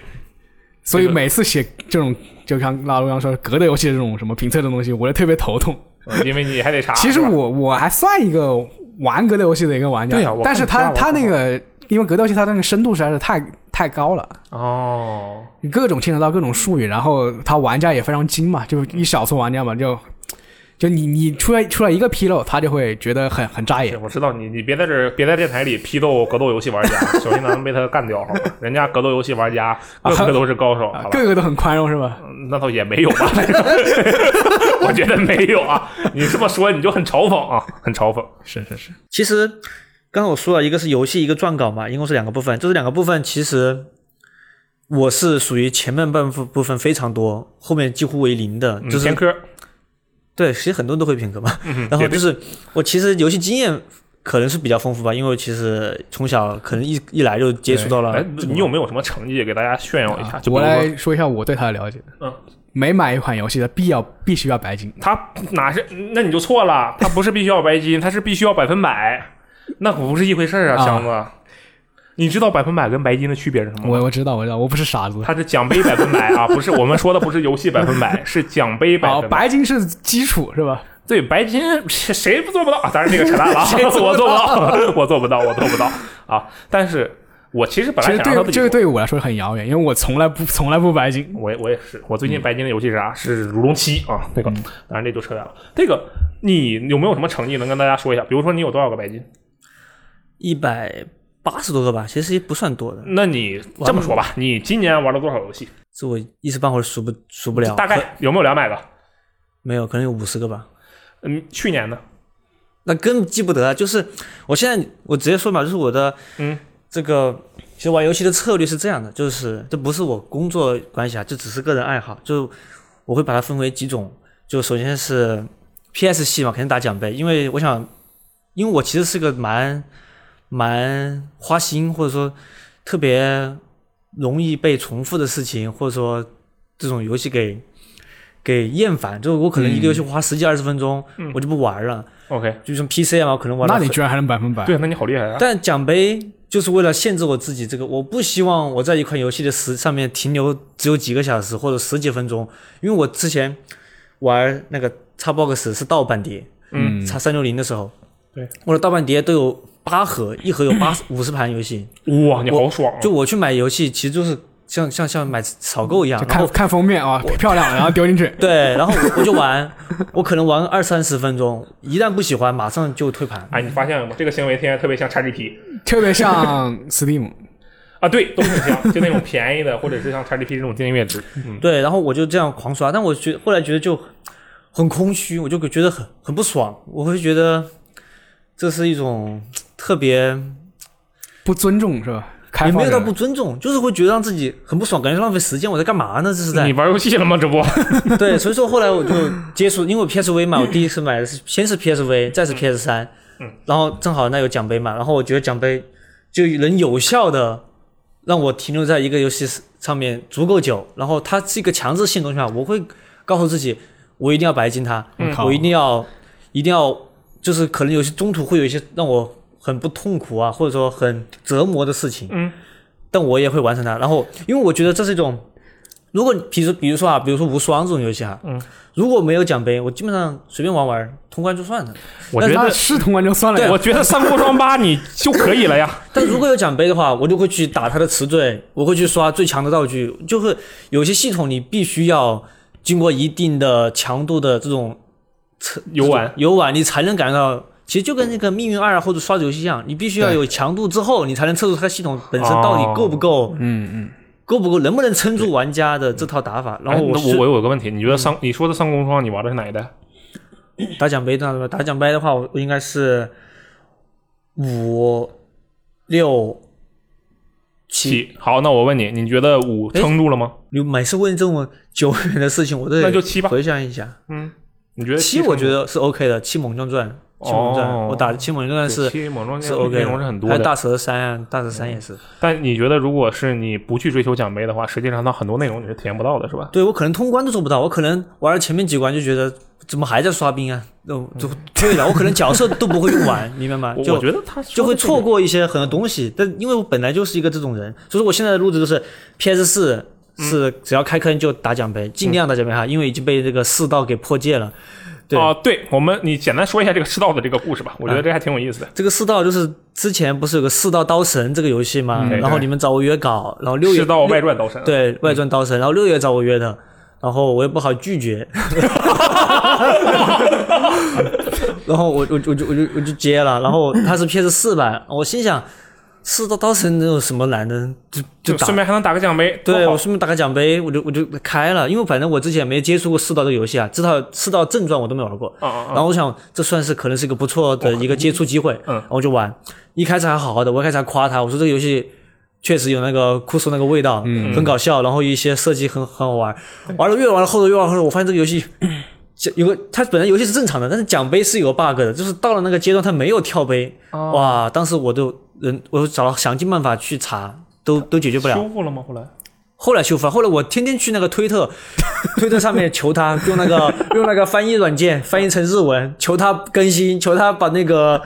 Speaker 3: 所以
Speaker 2: 这个
Speaker 3: 每次写这种，就像拉路刚说格斗游戏这种什么评测的东西，我就特别头痛。
Speaker 2: 呃因为你还得查。
Speaker 3: 其实
Speaker 2: 是吧
Speaker 3: 我我还算一个玩格斗游戏的一个玩家，
Speaker 2: 对啊我
Speaker 3: 但是
Speaker 2: 看你
Speaker 3: 他
Speaker 2: 家
Speaker 3: 他
Speaker 2: 玩
Speaker 3: 那个，因为格斗游戏它那个深度实在是太太高了，
Speaker 2: 哦，
Speaker 3: 各种牵扯到各种术语，然后他玩家也非常精嘛，就一小撮玩家嘛，就就你你出来出来一个纰漏，他就会觉得很很扎
Speaker 2: 对
Speaker 3: 眼。
Speaker 2: 我知道你，你别在这儿别在电台里批斗格斗游戏玩家， 小心咱们被他干掉，好吧？人家格斗游戏玩家
Speaker 3: 啊
Speaker 2: 个个都是高手，好吧？
Speaker 3: 个个都很宽容是吧？
Speaker 2: 嗯那倒也没有吧， 我觉得没有啊。你这么说你就很嘲讽啊，很嘲讽。
Speaker 3: 是是是，
Speaker 4: 其实刚才我说了一个是游戏，一个撰稿嘛，一共是两个部分。这两个部分其实我是属于前面半部部分非常多，后面几乎为零的，
Speaker 2: 嗯
Speaker 4: 就是
Speaker 2: 偏科，嗯
Speaker 4: 对，其实很多人都会品格嘛。然后
Speaker 2: 也对
Speaker 4: 就是我其实游戏经验可能是比较丰富吧，因为我其实从小可能一一来就接触到
Speaker 2: 哎
Speaker 4: 了。，
Speaker 2: 你有没有什么成绩给大家炫耀一
Speaker 4: 啊
Speaker 2: 下？就比
Speaker 3: 我
Speaker 2: 如说
Speaker 3: 来说一下我对他的了解。
Speaker 2: 嗯，
Speaker 3: 每买一款游戏，他必要必须要白金。
Speaker 2: 他哪是？那你就错了，他不是必须要白金，他是必须要百分百，那可不是一回事儿啊，
Speaker 3: 啊
Speaker 2: 箱子。你知道百分百跟白金的区别是什么吗？
Speaker 3: 我我知道我知道，我不是傻子。
Speaker 2: 它是奖杯百分百啊，不是我们说的不是游戏百分百，是奖杯百
Speaker 3: 哦，
Speaker 2: 分百。
Speaker 3: 白金是基础是吧？
Speaker 2: 对白金谁谁不做不到？当然这个扯淡了啊，我做不到，我做不到，我做不到啊！但是我其实本
Speaker 3: 其
Speaker 2: 来
Speaker 3: 实
Speaker 2: 想让他
Speaker 3: 对
Speaker 2: 自
Speaker 3: 这个
Speaker 2: 己做。
Speaker 3: 对于我来说很遥远，因为我从来不从来不白金。
Speaker 2: 我也我也是，我最近白金的游戏是啥？是《如龙七》啊，这个当然这就扯淡了。这个你有没有什么成绩能跟大家说一下？比如说你有多少个白金？
Speaker 4: 一百八十多个吧，其实也不算多的，
Speaker 2: 那你这么说吧，你今年玩了多少游戏？
Speaker 4: 这我一时半会儿数不数不了。
Speaker 2: 大
Speaker 4: 可
Speaker 2: 概有没有两百个？
Speaker 4: 没有，可能有五十个吧。
Speaker 2: 嗯，去年呢？
Speaker 4: 那更记不得啊，就是我现在我直接说嘛，就是我的
Speaker 2: 嗯，
Speaker 4: 这个其实玩游戏的策略是这样的，就是这不是我工作关系啊，这只是个人爱好，就我会把它分为几种，就首先是 PS 系嘛，肯定打奖杯，因为我想，因为我其实是个蛮蛮花心或者说特别容易被重复的事情，或者说这种游戏给。给厌烦，就是我可能一个游戏花十几二十分钟，我就不玩了。
Speaker 2: ？OK，
Speaker 4: 就像 PC 啊，我可能玩了
Speaker 3: 那
Speaker 4: 很。
Speaker 3: 你居然还能百分百？
Speaker 2: 对，那你好厉害啊！
Speaker 4: 但奖杯就是为了限制我自己，这个我不希望我在一款游戏的时上面停留只有几个小时或者十几分钟，因为我之前玩那个 Xbox 是盗版碟，
Speaker 2: 嗯
Speaker 4: ，X 三六零的时候，
Speaker 2: 对，
Speaker 4: 我的盗版碟都有八盒，一盒有八五十盘游戏，
Speaker 2: 哇，你好
Speaker 3: 哦
Speaker 2: 爽啊！
Speaker 4: 就我去买游戏，其实就是像像像买草购一样
Speaker 3: 就，
Speaker 4: 然后。
Speaker 3: 看看封面啊，漂亮，然后丢 进去
Speaker 4: 对，然后我我就玩，我可能玩二三十分钟，一旦不喜欢，马上就退盘。
Speaker 2: 哎，你发现了吗？这个行为现在特别像 XGP
Speaker 3: 特别像 Steam，
Speaker 2: 啊，对，都很像，就那种便宜的，或者是像 XGP 这种订阅制。嗯，
Speaker 4: 对，然后我就这样狂刷，但我觉后来觉得就很空虚，我就觉得很很不爽，我会觉得这是一种特别
Speaker 3: 不尊重是吧？开
Speaker 4: 也
Speaker 3: 放
Speaker 4: 没有到
Speaker 3: 人
Speaker 4: 不尊重，就是会觉得让自己很不爽，感觉浪费时间，我在干嘛呢？这是
Speaker 2: 你
Speaker 4: 在
Speaker 2: 玩游戏了吗？这 不，
Speaker 4: 对，所以说后来我就接触，因为我 PSV 嘛，我第一次买的是先是 PSV，再是 PS 三，然后正好那有奖杯嘛，然后我觉得奖杯就能有效的让我停留在一个游戏上面足够久，然后它是一个强制性的东西嘛，我会告诉自己，我一定要白金它，
Speaker 3: 好
Speaker 4: 我一定要一定要，就是可能有些中途会有一些让我很不痛苦啊，或者说很折磨的事情，
Speaker 2: 嗯，
Speaker 4: 但我也会完成它。然后，因为我觉得这是一种，如果你比如比如说啊，比如说无双这种游戏哈、嗯，如果没有奖杯，我基本上随便玩玩，通关就 算了。
Speaker 2: 我觉
Speaker 3: 那
Speaker 2: 得，
Speaker 3: 是通关就算了呀，
Speaker 2: 我觉得三国无双八你就可以了 呀。
Speaker 4: 但如果有奖杯的话，我就会去打他的词缀，我会去刷最强的道具，就会有些系统你必须要经过一定的强度的这种
Speaker 2: 游 玩，
Speaker 4: 游玩，你才能感觉到。其实就跟那个命运二啊或者刷子游戏一样，你必须要有强度之后，你才能测出它系统本身到底够不
Speaker 2: 哦
Speaker 4: 够，嗯嗯，够不够，能不能撑住玩家的这套打法。然后
Speaker 2: 哎那
Speaker 4: 是嗯
Speaker 2: 我我有个问题，你觉得三你说的三国无双你玩的是哪一代？
Speaker 4: 打奖杯的话，打奖杯的话，我应该是五六七。
Speaker 2: 七。好，那我问你，你觉得五
Speaker 4: 哎
Speaker 2: 撑住了吗？
Speaker 4: 你每次问这么久远的事情，我都得
Speaker 2: 那就七吧
Speaker 4: 回想一下，
Speaker 2: 嗯，你觉得
Speaker 4: 七
Speaker 2: 撑住
Speaker 4: 我觉得是 OK 的，七猛将传，七猛将传，
Speaker 2: 哦
Speaker 4: 我打的七猛将传
Speaker 2: 对
Speaker 4: 是
Speaker 2: 七猛装
Speaker 4: 是
Speaker 2: 内
Speaker 4: OK
Speaker 2: 内
Speaker 4: 的，
Speaker 2: 容是很多
Speaker 4: 还有
Speaker 2: 的，
Speaker 4: 大蛇三啊，大蛇三也是。
Speaker 2: 但你觉得如果是你不去追求奖杯的话，实际上它很多内容你是体验不到的，是吧？
Speaker 4: 对我可能通关都做不到，我可能玩了前面几关就觉得怎么还在刷兵啊，就就退了，我可能角色都不会用完，明白吗？
Speaker 2: 我
Speaker 4: 就
Speaker 2: 我觉得它
Speaker 4: 就会错
Speaker 2: 过。
Speaker 4: 过一些很多东西。但因为我本来就是一个这种人，所以说我现在的路子就是 PS 四
Speaker 2: 嗯
Speaker 4: 是只要开坑就打奖杯，尽量打奖杯哈，因为已经被这个世道给破戒了。对啊
Speaker 2: 啊，对我们，你简单说一下这个赤道的这个故事吧，我觉得这还挺有意思的。
Speaker 4: 这个世道就是之前不是有个《世道刀神》这个游戏吗？
Speaker 2: 嗯
Speaker 4: 然后你们找我约稿，然后六月
Speaker 2: 赤道外传刀 神，，
Speaker 4: 对外传刀神，然后六月找我约的，然后我也不好拒绝， 然后我我我就我就我就接了，然后他是 PS 四版，我心想四刀刀神能有什么难的，就
Speaker 2: 就
Speaker 4: 打
Speaker 2: 顺。便还能打个奖杯，
Speaker 4: 对，
Speaker 2: 多
Speaker 4: 我
Speaker 2: 好
Speaker 4: 顺便打个奖杯，我就我就开了，因为反正我之前没接触过四道这个游戏啊，至少四道正传我都没玩过。
Speaker 2: 啊啊啊
Speaker 4: 然后我想，这算是可能是一个不错的一个接触机会，
Speaker 2: 嗯
Speaker 4: 然后我就玩。一开始还好好的，我一开始还夸他，我说这个游戏确实有那个酷搜那个味道，
Speaker 2: 嗯
Speaker 4: 很搞笑，然后一些设计很很好玩。玩了越玩了后头越玩后头，我发现这个游 戏。这有个，它本来游戏是正常的，但是奖杯是有个 bug 的，就是到了那个阶段它没有跳杯，
Speaker 2: 哦
Speaker 4: 哇！当时我都人，我找了想尽办法去查，都都解决不了。
Speaker 2: 修复了吗？后来
Speaker 4: 后来修复了，后来我天天去那个推特，推特上面求他用那个用那个翻译软件翻译成日文，求他更新，求他把那个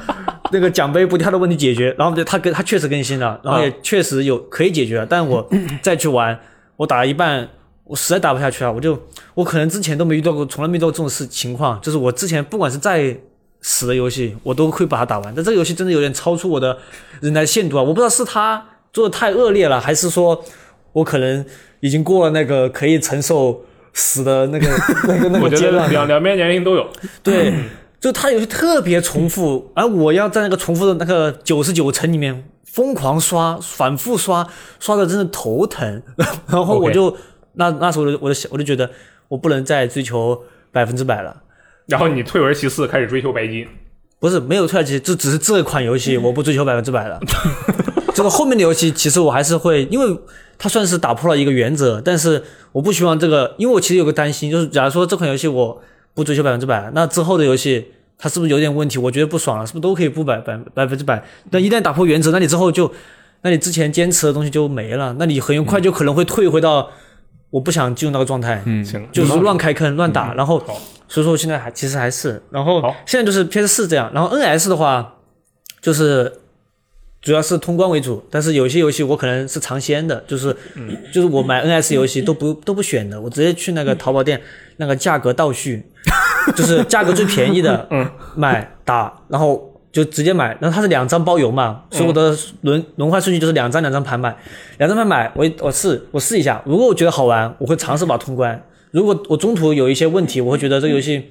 Speaker 4: 那个奖杯不跳的问题解决。然后他跟他确实更新了，然后
Speaker 2: 嗯
Speaker 4: 也确实有可以解决了。但我再去玩，我打了一半，我实在打不下去了，我就我可能之前都没遇到过，从来没遇到过这种事情况，就是我之前不管是再死的游戏，我都会把它打完。但这个游戏真的有点超出我的忍耐限度啊！我不知道是他做的太恶劣了，还是说我可能已经过了那个可以承受死的那个那个 那
Speaker 2: 我
Speaker 4: 个阶
Speaker 2: 觉得
Speaker 4: 段
Speaker 2: 两
Speaker 4: 了。
Speaker 2: 两边年龄都有，
Speaker 4: 对，就他有些特别重复，而嗯哎我要在那个重复的那个九十九层里面疯狂刷，反复刷，刷的真的头疼。 然后我
Speaker 2: OK
Speaker 4: 就那那时候我就我就想我就觉得我不能再追求百分之百了。
Speaker 2: 然后你退而其次，开始追求白金，
Speaker 4: 不是没有退机，就只是这款游戏我不追求百分之百了。 这个后面的游戏其实我还是会，因为它算是打破了一个原则，但是我不希望这个，因为我其实有个担心，就是假如说这款游戏我不追求百分之百，那之后的游戏它是不是有点问题？我觉得不爽了，是不是都可以不百百百分之百？但一旦打破原则，那你之后就，那你之前坚持的东西就没了，那你很快就可能会退回到我不想进入那个状态。嗯，
Speaker 2: 行，
Speaker 4: 就是乱开坑、乱打，然后
Speaker 2: 好
Speaker 4: 所以说我现在还其实还是，然后
Speaker 2: 好
Speaker 4: 现在就是 PS 四这样，然后 NS 的话就是主要是通关为主，但是有些游戏我可能是尝鲜的，就是、就是我买 NS 游戏都不都不选的，我直接去那个淘宝店那个价格倒序，就是价格最便 宜的，
Speaker 2: 嗯
Speaker 4: 买打，然后就直接买。然后它是两张包邮嘛，所以我
Speaker 2: 嗯
Speaker 4: 的轮轮换顺序就是两张两张盘买，两张盘买，我我试我试一下，如果我觉得好玩，我会尝试把它通关。如果我中途有一些问题，我会觉得这个游戏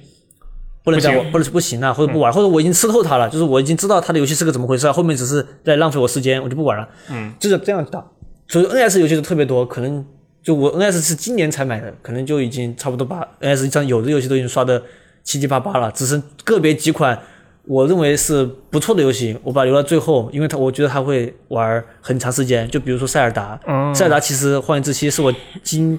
Speaker 4: 不能再
Speaker 2: 不行嗯
Speaker 4: 玩，不能不行啊了，或者不玩，或者我已经吃透它了，就是我已经知道它的游戏是个怎么回事，啊后面只是在浪费我时间，我就不玩了。嗯，就是这样打。所以 NS 游戏就特别多，可能就我 NS 是今年才买的，可能就已经差不多把 NS 上有的游戏都已经刷的七七八八了，只剩个别几款我认为是不错的游戏，我把它留到最后，因为它我觉得它会玩很长时间。就比如说塞尔达，
Speaker 2: 哦
Speaker 4: 塞尔达其实《荒野之息》是我今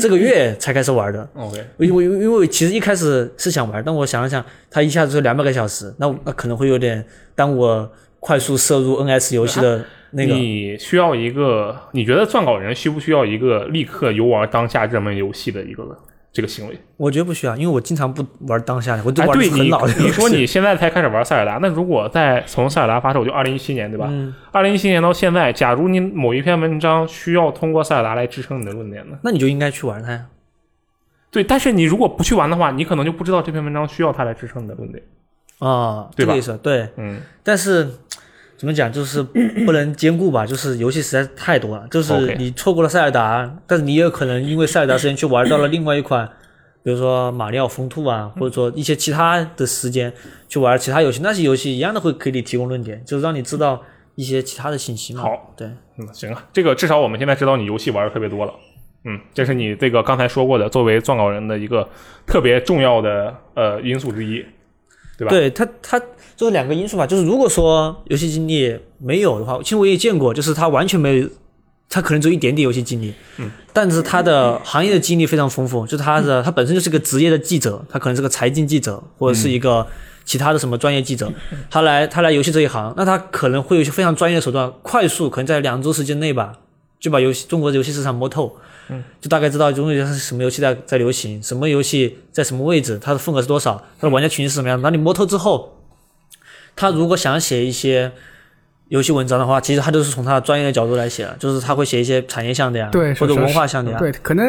Speaker 4: 这个月才开始玩的，
Speaker 2: OK，
Speaker 4: 因为因为我其实一开始是想玩，但我想了想，它一下子就两百个小时，那我那可能会有点当我快速摄入 NS 游戏的那个。
Speaker 2: 啊你需要一个，你觉得撰稿人需不需要一个立刻游玩当下热门游戏的一个这个行为？
Speaker 4: 我觉得不需要，因为我经常不玩当下的，我就
Speaker 2: 哎，
Speaker 4: 玩
Speaker 2: 对
Speaker 4: 的很
Speaker 2: 你
Speaker 4: 老的游戏、
Speaker 2: 你说你现在才开始玩塞尔达，那如果在从塞尔达发售就二零一七年对吧？
Speaker 4: 嗯
Speaker 2: 二零一七年到现在，假如你某一篇文章需要通过塞尔达来支撑你的论点呢？
Speaker 4: 那你就应该去玩它呀。
Speaker 2: 对，但是你如果不去玩的话，你可能就不知道这篇文章需要它来支撑你的论点。
Speaker 4: 啊，
Speaker 2: 对
Speaker 4: 这
Speaker 2: 吧
Speaker 4: 个意思，对。
Speaker 2: 嗯，
Speaker 4: 但是怎么讲，就是不能兼顾 吧，就是游戏实在是太多了，就是
Speaker 2: OK
Speaker 4: 你错过了塞尔达，但是你也有可能因为塞尔达时间去玩到了另外一 款，比如说马里奥风兔啊，或者说一些其他的时间去玩其他游戏，那些游戏一样的会给你提供论点，就是让你知道一些其他的信息嘛。
Speaker 2: 好，
Speaker 4: 对，
Speaker 2: 嗯，行啊，这个至少我们现在知道你游戏玩的特别多了。嗯，这是你这个刚才说过的，作为撰稿人的一个特别重要的呃因素之一。吧
Speaker 4: 对它它就是两个因素吧，就是如果说游戏经历没有的话，其实我也见过，就是他完全没有，他可能只有一点点游戏经历，嗯，但是他的行业的经历非常丰富，就他的他本身就是个职业的记者，他可能是个财经记者或者是一个其他的什么专业记者，他来他来游戏这一行，那他可能会有一些非常专业的手段，快速可能在两周时间内吧。就把游戏中国的游戏市场摸透，
Speaker 3: 嗯
Speaker 4: 就大概知道中国游戏是什么游戏在在流行，什么游戏在什么位置，它的份额是多少，它的玩家群是什么样。那你摸透之后，他如果想写一些游戏文章的话，其实他都是从他的专业的角度来写的，就是他会写一些产业项的呀，
Speaker 3: 对，
Speaker 4: 或者
Speaker 3: 是是
Speaker 4: 文化项的呀。
Speaker 3: 对，可能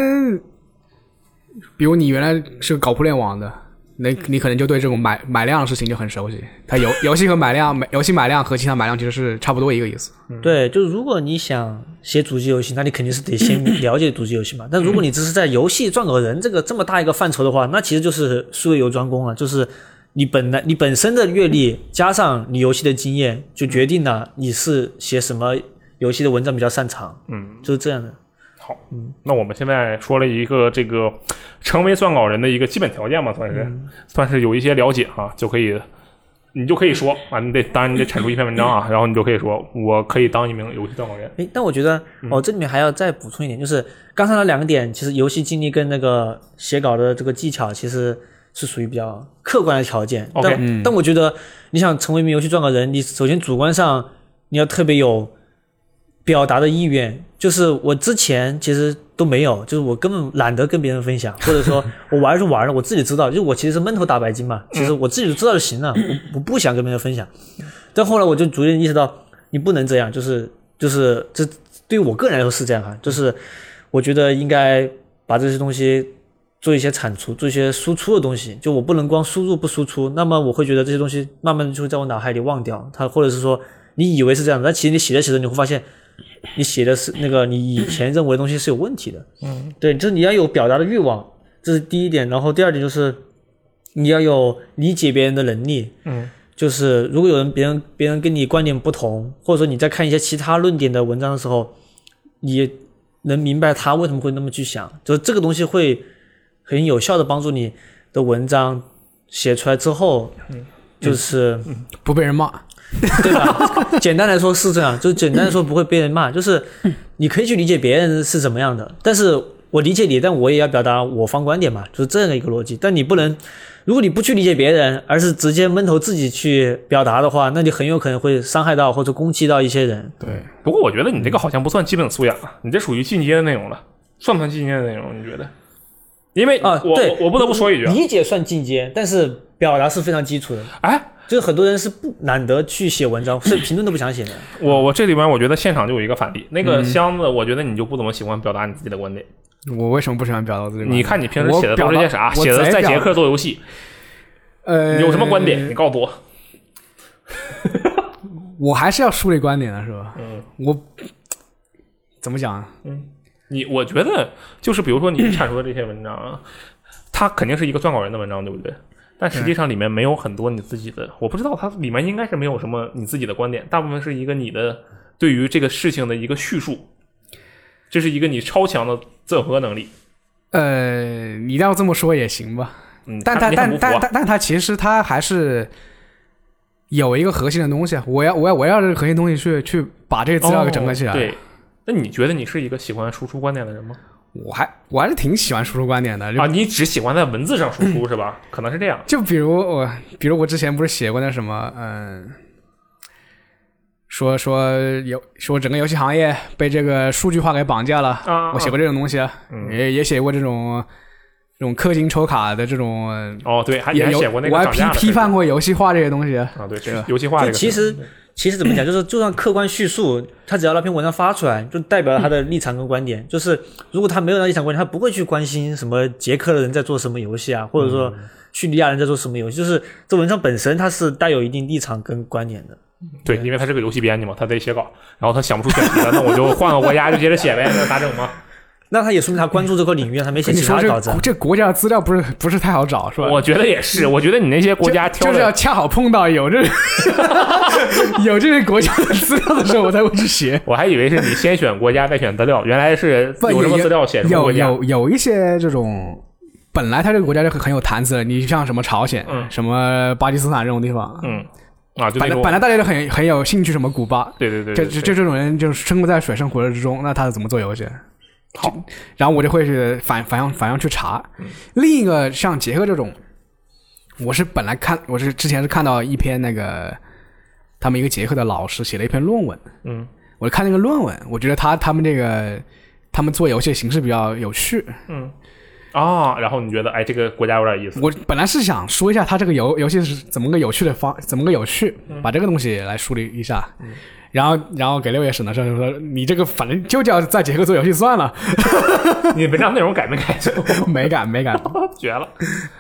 Speaker 3: 比如你原来是搞互联网的，那你可能就对这种买买量的事情就很熟悉。它游游戏和买量，买游戏买量和其他买量其实是差不多一个意思。
Speaker 4: 对，就如果你想写主机游戏，那你肯定是得先了解主机游戏嘛。但如果你只是在游戏撰稿人这个这么大一个范畴的话，那其实就是术业有专攻了，就是你本来你本身的阅历加上你游戏的经验，就决定了你是写什么游戏的文章比较擅长。嗯，就是这样的。
Speaker 2: 好，嗯，那我们现在说了一个这个成为撰稿人的一个基本条件嘛，算是、
Speaker 4: 嗯
Speaker 2: 算是有一些了解啊，就可以，你就可以说啊，你得当然你得产出一篇文章啊，然后你就可以说我可以当一名游戏撰稿人。
Speaker 4: 诶，但我觉得哦，这里面还要再补充一点，就是刚才那两个点，其实游戏经历跟那个写稿的这个技巧，其实是属于比较客观的条件。
Speaker 2: OK，
Speaker 4: 但、但我觉得你想成为一名游戏撰稿人，你首先主观上你要特别有表达的意愿，就是我之前其实都没有，就是我根本懒得跟别人分享，或者说我玩就玩了，我自己知道，就是我其实是闷头打白金嘛，其实我自己就知道就行了，我我不想跟别人分享。但后来我就逐渐意识到，你不能这样，就是就是这对于我个人来说是这样哈、啊就是我觉得应该把这些东西做一些产出，做一些输出的东西，就我不能光输入不输出，那么我会觉得这些东西慢慢就会在我脑海里忘掉它，或者是说你以为是这样的，但其实你写着写着你会发现。你写的是那个你以前认为的东西是有问题的，嗯，对，就是你要有表达的欲望，这是第一点，然后第二点就是你要有理解别人的能力，就是如果有人别人别人跟你观点不同，或者说你在看一些其他论点的文章的时候，你也能明白他为什么会那么去想，就是这个东西会很有效的帮助你的文章写出来之后，就是、
Speaker 3: 不被人骂，
Speaker 4: 对吧？ 简单来说是这样，就是简单来说不会被人骂，就是你可以去理解别人是怎么样的，但是我理解你，但我也要表达我方观点嘛，就是这样一个逻辑。但你不能，如果你不去理解别人，而是直接闷头自己去表达的话，那你很有可能会伤害到或者攻击到一些人。
Speaker 3: 对，
Speaker 2: 不过我觉得你这个好像不算基本素养啊，你这属于进阶的内容了，算不算进阶的内容？你觉得？因为
Speaker 4: 啊，
Speaker 2: 我、
Speaker 4: 对
Speaker 2: 我我不得不说一句啊，
Speaker 4: 理解算进阶，但是表达是非常基础的，
Speaker 2: 哎，
Speaker 4: 就是很多人是不懒得去写文章，所以评论都不想写的。
Speaker 2: 我我这里边我觉得现场就有一个反例，那
Speaker 3: 嗯
Speaker 2: 个箱子，我觉得你就不怎么喜欢表达你自己的观点。
Speaker 3: 我为什么不喜欢表达自己？
Speaker 2: 你看你平时
Speaker 3: 嗯我
Speaker 2: 写的
Speaker 3: 表
Speaker 2: 都是
Speaker 3: 达
Speaker 2: 些啥？
Speaker 3: 我
Speaker 2: 写的
Speaker 3: 贼
Speaker 2: 在
Speaker 3: 表
Speaker 2: 捷克做游戏，
Speaker 3: 呃
Speaker 2: 有什么观点？你告诉我。
Speaker 3: 我还是要梳理观点的是吧？嗯，我怎么讲啊？
Speaker 2: 你我觉得就是比如说你产出的这些文章啊，它肯定是一个撰稿人的文章，对不对？但实际上里面没有很多你自己的，我不知道它里面应该是没有什么你自己的观点，大部分是一个你的对于这个事情的一个叙述，这是一个你超强的整合能力。
Speaker 3: 呃，你要这么说也行吧。
Speaker 2: 嗯，
Speaker 3: 但
Speaker 2: 他
Speaker 3: 他
Speaker 2: 你很不服
Speaker 3: 但但
Speaker 2: 啊
Speaker 3: 但但他其实他还是有一个核心的东西，啊我要我要我要这个核心东西去去把这个资料给整合起来。
Speaker 2: 哦对，那你觉得你是一个喜欢输出观点的人吗？
Speaker 3: 我还我还是挺喜欢输出观点的，就
Speaker 2: 啊，你只喜欢在文字上输出是吧？可能是这样。
Speaker 3: 就比如我，比如我之前不是写过那什么，嗯，说说游说整个游戏行业被这个数据化给绑架了，
Speaker 2: 啊嗯
Speaker 3: 我写过这种东西，也也写过这种这种氪金抽卡的这种，
Speaker 2: 哦，对，还你
Speaker 3: 也
Speaker 2: 还
Speaker 3: 有
Speaker 2: 写过那个
Speaker 3: 我还
Speaker 2: 涨
Speaker 3: 批
Speaker 2: 价的事
Speaker 3: 批判过游戏化这些东西，
Speaker 2: 啊，对，
Speaker 3: 是吧
Speaker 2: 游戏化这
Speaker 4: 就
Speaker 2: 个
Speaker 4: 其
Speaker 2: 事
Speaker 4: 实其实怎么讲，就是就算客观叙述，他只要那篇文章发出来，就代表了他的立场跟观点。就是如果他没有那立场观点，他不会去关心什么捷克的人在做什么游戏啊，或者
Speaker 3: 嗯
Speaker 4: 说叙利亚人在做什么游戏。就是这文章本身它是带有一定立场跟观点的。
Speaker 2: 对，因为他是个游戏编辑嘛，他得写稿，然后他想不出选题了，那我就换个国家就接着写呗，那咋整嘛？
Speaker 4: 那他也说明他关注这个领域，他没 写
Speaker 3: 你
Speaker 4: 其
Speaker 3: 说
Speaker 4: 他
Speaker 3: 这
Speaker 4: 稿子啊。
Speaker 3: 这国家的资料不是不是太好找是吧？
Speaker 2: 我觉得也是，我觉得你那些国家
Speaker 3: 就
Speaker 2: 挑
Speaker 3: 就是要
Speaker 2: 的，
Speaker 3: 恰好碰到有这有这些国家的资料的时候，我才会去写。
Speaker 2: 我还以为是你先选国家再选资料，原来是
Speaker 3: 不
Speaker 2: 有什么
Speaker 3: 也
Speaker 2: 资料写什么
Speaker 3: 有
Speaker 2: 国家。
Speaker 3: 有有一些这种，本来它这个国家就很很有谈资的，你像什么朝鲜、
Speaker 2: 嗯
Speaker 3: 什么巴基斯坦这种地方，
Speaker 2: 嗯，啊，就那
Speaker 3: 本来
Speaker 2: 种
Speaker 3: 本，来大家就很很有兴趣，什么古巴，
Speaker 2: 对对对，
Speaker 3: 这
Speaker 2: 对对
Speaker 3: 这这这种人就是生活在水深火热之中，那他怎么做游戏？好，然后我就会去反反向反向去查。
Speaker 2: 嗯
Speaker 3: 另一个像杰克这种，我是本来看我是之前是看到一篇那个他们一个杰克的老师写了一篇论文，
Speaker 2: 嗯，
Speaker 3: 我看那个论文，我觉得他他们这个他们做游戏的形式比较有趣。
Speaker 2: 啊，然后你觉得哎，这个国家有点意思，
Speaker 3: 我本来是想说一下他这个游游戏是怎么个有趣的方，怎么个有趣，
Speaker 2: 嗯
Speaker 3: 把这个东西来梳理一下。然后，然后给六爷审的时候就说：“你这个反正就叫在杰克做游戏 算了，
Speaker 2: 你文章内容改没改？
Speaker 3: 没敢没敢。
Speaker 2: 绝了，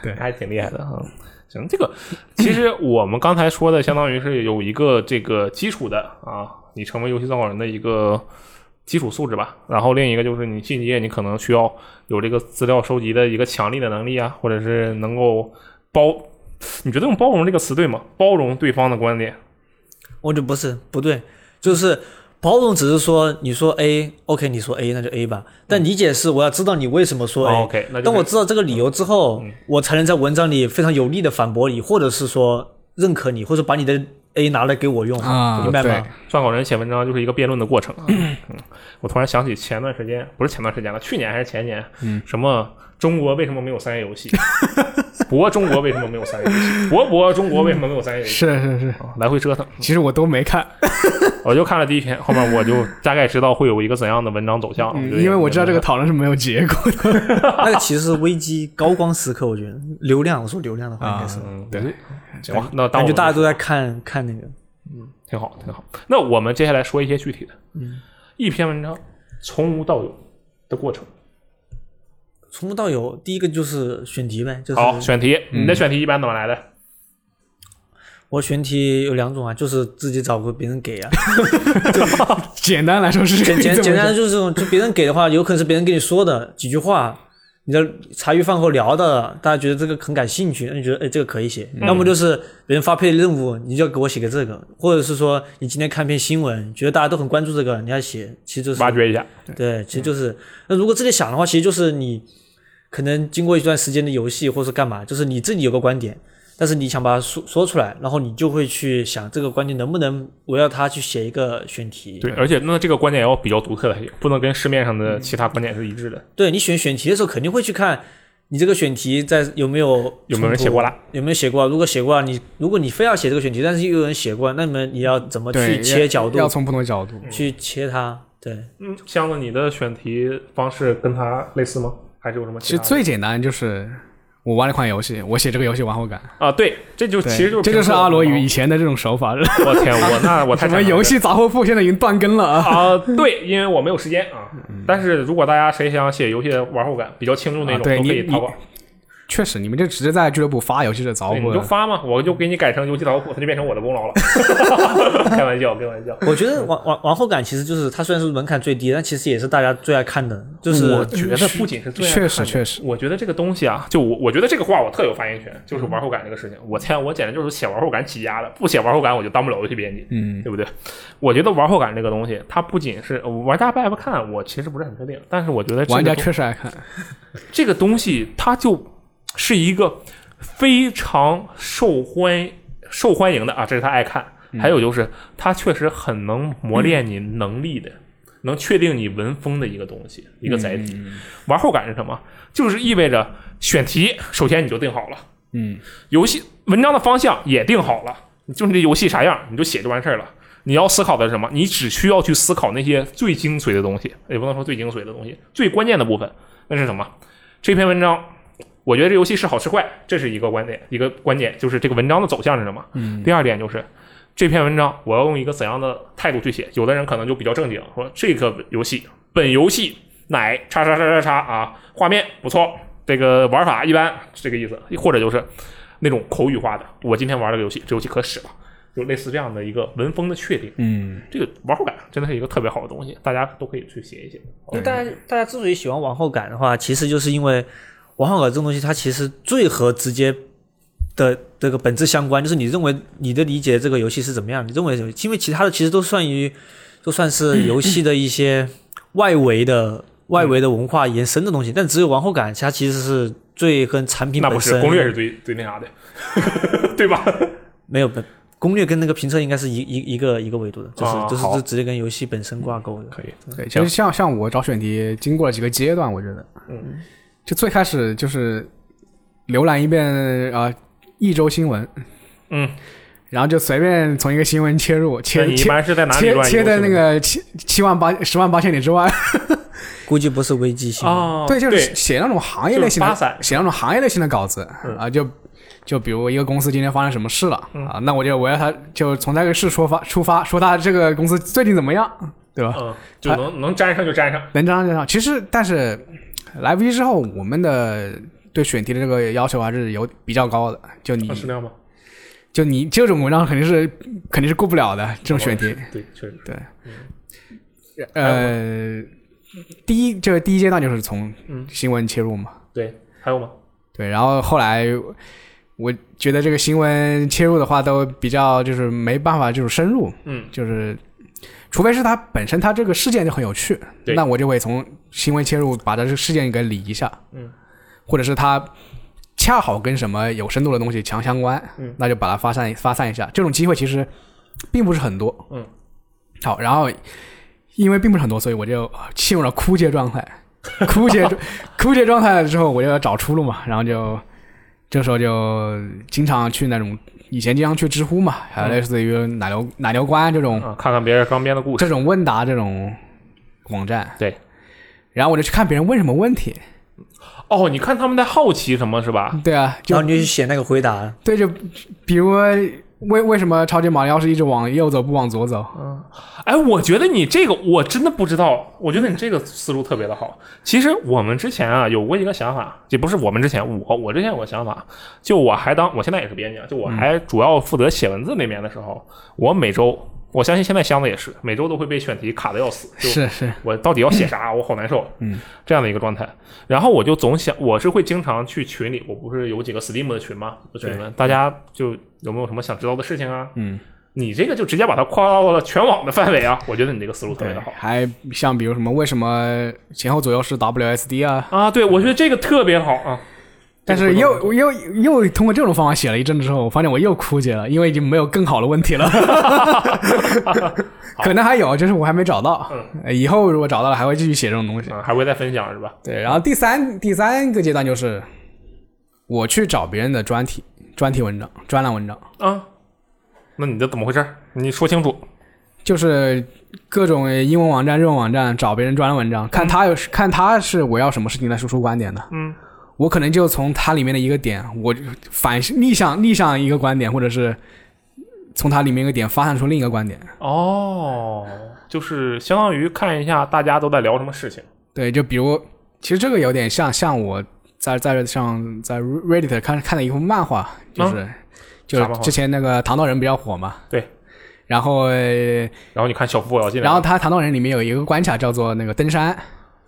Speaker 3: 对
Speaker 2: 还挺厉害的啊。 行，这个其实我们刚才说的，相当于是有一个这个基础的啊，你成为游戏撰稿人的一个基础素质吧。然后另一个就是你进阶，你可能需要有这个资料收集的一个强力的能力啊，或者是能够包。你觉得用“包容”这个词对吗？包容对方的观点，
Speaker 4: 我哦就不是不对，就是包容只是说你说 A，OK，、你说 A 那就 A 吧。但理解是我要知道你为什么说 A，、
Speaker 2: 嗯哦，OK，那就是嗯
Speaker 4: 当我知道这个理由之后，我才能在文章里非常有力的反驳你，或者是说认可你，或者把你的 A 拿来给我用，
Speaker 3: 啊
Speaker 4: 明白吗？
Speaker 2: 撰稿人写文章就是一个辩论的过程啊。嗯，我突然想起前段时间，不是前段时间了，去年还是前年，嗯，什么中国为什么没有三 A 游戏？博中国为什么没有三 A 游戏？博博中国为什么没有三 A 游”戏？
Speaker 3: 是是是，
Speaker 2: 啊来回折腾，
Speaker 3: 其实我都没看，
Speaker 2: 我就看了第一篇，后面我就大概知道会有一个怎样的文章走向，
Speaker 3: 嗯
Speaker 2: 就
Speaker 3: 因为我知道这个
Speaker 2: 也
Speaker 3: 讨论是没有结果的。
Speaker 4: 那个其实是危机高光时刻，我觉得流量，我说流量的话应该是，
Speaker 2: 嗯
Speaker 3: 对，
Speaker 2: 行吧。那当我
Speaker 4: 感觉
Speaker 2: 们
Speaker 4: 大家都在看看那个。
Speaker 2: 挺好，挺好。那我们接下来说一些具体的，嗯，一篇文章从无到有的过程。
Speaker 4: 从无到有，第一个就是选题呗，就是
Speaker 2: 好，选题，你的选题一般怎么来的？
Speaker 4: 我选题有两种啊，就是自己找个别人给啊，
Speaker 3: 简单来说是
Speaker 4: 简简
Speaker 3: 这么
Speaker 4: 简单的
Speaker 3: 说
Speaker 4: 就是这种，就别人给的话，有可能是别人跟你说的几句话，你在茶余饭后聊的，大家觉得这个很感兴趣，那你觉得哎这个可以写，要么就是别人发配任务，你就要给我写个这个，或者是说你今天看篇新闻，觉得大家都很关注这个，你要写，其实就是
Speaker 2: 挖掘一下，
Speaker 4: 对，其实就是那如果自己想的话，其实就是你可能经过一段时间的游戏或是干嘛，就是你自己有个观点，但是你想把它说说出来，然后你就会去想这个观点能不能围绕它去写一个选题。
Speaker 2: 对，而且那这个观点要比较独特才行，不能跟市面上的其他观点是一
Speaker 3: 嗯
Speaker 2: 致的。
Speaker 4: 对你选选题的时候，肯定会去看你这个选题在有没有
Speaker 2: 有没有人
Speaker 4: 冲
Speaker 2: 写
Speaker 4: 突
Speaker 2: 过啦？
Speaker 4: 有没有写过啊？如果写过啊，你如果你非要写这个选题，但是又有人写过啊，那么你要怎么
Speaker 3: 对
Speaker 4: 去切角
Speaker 3: 要
Speaker 4: 度，
Speaker 3: 从不同的角度。
Speaker 4: 去切它？对，
Speaker 2: 嗯，箱子，你的选题方式跟它类似吗？还是有什么
Speaker 3: 其
Speaker 2: 其
Speaker 3: 实
Speaker 2: 他的？
Speaker 3: 最简单就是我玩了一款游戏，我写这个游戏玩后感，
Speaker 2: 啊，对，这就
Speaker 3: 对
Speaker 2: 其实就是
Speaker 3: 这就
Speaker 2: 评
Speaker 3: 是
Speaker 2: 测
Speaker 3: 阿罗
Speaker 2: 嘛
Speaker 3: 与以前的这种 手法了。
Speaker 2: 哦我天， 我那我太
Speaker 3: 什么
Speaker 2: 擅长
Speaker 3: 游
Speaker 2: 了
Speaker 3: 戏杂货铺现在已经断更了啊！
Speaker 2: 啊？对，因为我没有时间啊。但是如果大家谁想写游戏的玩后感比较轻重那
Speaker 3: 嗯啊
Speaker 2: 种，
Speaker 3: 对
Speaker 2: 都可
Speaker 3: 你
Speaker 2: 以
Speaker 3: 你
Speaker 2: 淘宝，
Speaker 3: 确实，你们就直接在俱乐部发游戏的杂货
Speaker 2: 对
Speaker 3: 铺
Speaker 2: 你就发嘛，我就给你改成游戏淘宝，它就变成我的功劳 了。 开玩笑，开玩笑。
Speaker 4: 我觉得往往往后感其实就是它虽然是门槛最低，但其实也是大家最爱看的，就是
Speaker 2: 我觉得不仅是啊嗯最爱
Speaker 3: 嗯确实
Speaker 2: 看的
Speaker 3: 确实
Speaker 2: 我觉得这个东西啊，就我我觉得这个话我特有发言权，就是玩后感这个事情。我天，我简直就是写玩后感起家的，不写玩后感我就当不了游戏编辑，嗯，对不对？我觉得玩后感这个东西，它不仅是呃玩家不爱不看，我其实不是很确定，但是我觉得这
Speaker 3: 玩
Speaker 2: 个
Speaker 3: 家
Speaker 2: 东嗯
Speaker 3: 确实爱看，
Speaker 2: 这个东西，它就是一个非常受欢受欢迎的啊，这是他爱看。还有就是他确实很能磨练你能力的，能确定你文风的一个东西，一个载体。玩后感是什么？就是意味着选题首先你就定好了，
Speaker 3: 嗯，
Speaker 2: 游戏文章的方向也定好了，就是这游戏啥样你就写就完事儿了。你要思考的是什么？你只需要去思考那些最精髓的东西，也不能说最精髓的东西，最关键的部分，那是什么？这篇文章，我觉得这游戏是好是坏，这是一个观点，一个观点就是这个文章的走向是什么。嗯、第二点就是这篇文章我要用一个怎样的态度去写？有的人可能就比较正经，说这个游戏本游戏乃叉叉叉叉叉啊，画面不错，这个玩法一般，是这个意思，或者就是那种口语化的，我今天玩这个游戏，这游戏可使了，就类似这样的一个文风的确定。
Speaker 3: 嗯，
Speaker 2: 这个玩后感真的是一个特别好的东西，大家都可以去写一写。
Speaker 4: 就哦
Speaker 2: 嗯
Speaker 4: 大家大家之所以喜欢往后感的话，其实就是因为往后感这种东西，它其实最和直接的这个本质相关，就是你认为你的理解这个游戏是怎么样，你认为什么？因为其他的其实都算于都算
Speaker 2: 嗯
Speaker 4: 是游戏的一些外围的外围的文化延伸的东西，但只有往后感，它其实是最跟产品
Speaker 2: 那
Speaker 4: 本
Speaker 2: 不
Speaker 4: 身
Speaker 2: 是攻略是最最那啥的， 对吧？
Speaker 4: 没有本攻略跟那个评测应该是一一一个一个维度的，就是
Speaker 2: 啊
Speaker 4: 就是
Speaker 2: 好
Speaker 4: 就直接跟游戏本身挂钩的。
Speaker 2: 可以，
Speaker 3: 对，其实像像我找选题，经过了几个阶段，我觉得，
Speaker 2: 嗯，
Speaker 3: 就最开始就是浏览一遍啊一周新闻，
Speaker 2: 嗯，
Speaker 3: 然后就随便从一个新闻切入，
Speaker 2: 那
Speaker 3: 切
Speaker 2: 你一
Speaker 3: 切
Speaker 2: 般是在哪里
Speaker 3: 切
Speaker 2: 乱
Speaker 3: 切
Speaker 2: 游
Speaker 3: 在
Speaker 2: 戏
Speaker 3: 那
Speaker 2: 呢
Speaker 3: 个七七万八十万八千里之外，
Speaker 4: 估计不是危机性
Speaker 2: 哦，
Speaker 3: 对，就
Speaker 2: 对
Speaker 3: 是写那种行业类
Speaker 2: 就是
Speaker 3: 型
Speaker 2: 发
Speaker 3: 的
Speaker 2: 散，
Speaker 3: 写那种行业类型的稿子
Speaker 2: 嗯
Speaker 3: 啊，就就比如一个公司今天发生什么事了啊，那我就我要他就从那个事出发出发，说他这个公司最近怎么样，对吧？
Speaker 2: 嗯，就能能粘上就粘上，
Speaker 3: 能这样就上。其实，但是来 V 之后，我们的对选题的这个要求还是有比较高的。就你
Speaker 2: 啊，是那样吗？
Speaker 3: 就你这种文章肯定是肯定是过不了的这种选题。
Speaker 2: 对，确实，嗯
Speaker 3: 对，呃，第一就是第一阶段就是从
Speaker 2: 嗯
Speaker 3: 新闻切入嘛，
Speaker 2: 对，还有吗？
Speaker 3: 对，然后后来。我觉得这个新闻切入的话，都比较就是没办法，就是深入，
Speaker 2: 嗯，
Speaker 3: 就是除非是它本身它这个事件就很有趣，
Speaker 2: 对
Speaker 3: 那我就会从新闻切入，把它这个事件给理一下，
Speaker 2: 嗯，
Speaker 3: 或者是它恰好跟什么有深度的东西强相关，
Speaker 2: 嗯
Speaker 3: 那就把它发散发散一下。这种机会其实并不是很多，
Speaker 2: 嗯，
Speaker 3: 好，然后因为并不是很多，所以我就陷入了枯竭状态， 枯竭枯竭状态了之后，我就要找出路嘛，然后就这时候就经常去那种。以前经常去知乎嘛，还有类似于奶牛奶牛关这种
Speaker 2: 啊，看看别人刚编的故事，
Speaker 3: 这种问答这种网站，
Speaker 2: 对。
Speaker 3: 然后我就去看别人问什么问题，
Speaker 2: 哦，你看他们在好奇什么是吧？
Speaker 3: 对啊，
Speaker 4: 然
Speaker 3: 就
Speaker 4: 后你就去写那个回答，
Speaker 3: 对，就比如为为什么超级马里奥是一直往右走不往左走？
Speaker 2: 哎，我觉得你这个我真的不知道，我觉得你这个思路特别的好。其实我们之前啊有过一个想法，也不是我们之前，我我之前有个想法，就我还当我现在也是编辑，啊，就我还主要负责写文字那边的时候，我每周我相信现在箱子也是每周都会被选题卡的要死，就是
Speaker 3: 是，
Speaker 2: 我到底要写啥？我好难受，嗯，这样的一个状态。然后我就总想，我是会经常去群里，我不是有几个 Steam 的群吗？群里面大家就有没有什么想知道的事情啊？
Speaker 3: 嗯，
Speaker 2: 你这个就直接把它跨到了全网的范围啊！我觉得你这个思路特别
Speaker 3: 对
Speaker 2: 的好，
Speaker 3: 还像比如什么为什么前后左右是 WSD 啊？
Speaker 2: 啊！对，我觉得这个特别好啊。
Speaker 3: 但是又又又通过这种方法写了一阵之后，我发现我又枯竭了，因为已经没有更好的问题了。 可能还有，就是我还没找到。
Speaker 2: 嗯
Speaker 3: 以后如果找到了，还会继续写这种东西。
Speaker 2: 嗯，还会再分享是吧？
Speaker 3: 对，然后第三第三个阶段就是我去找别人的专题、专题文章、专栏文章，
Speaker 2: 啊，那你这怎么回事？你说清楚。
Speaker 3: 就是各种英文网站、日文网站找别人专栏文章，看他有、看他是围绕什么事情来输出观点的。
Speaker 2: 嗯，
Speaker 3: 我可能就从它里面的一个点，我反逆向逆向一个观点，或者是从它里面一个点发散出另一个观点。
Speaker 2: 哦，就是相当于看一下大家都在聊什么事情。
Speaker 3: 对，就比如，其实这个有点像像我在在上在 Reddit 看看的一幅漫画，就是、
Speaker 2: 嗯啥
Speaker 3: 就是
Speaker 2: 漫画
Speaker 3: 之前那个《唐道人》比较火嘛。
Speaker 2: 对。
Speaker 3: 然后，呃
Speaker 2: 然后你看小夫我要进来了，
Speaker 3: 然后他《唐道人》里面有一个关卡叫做那个登山，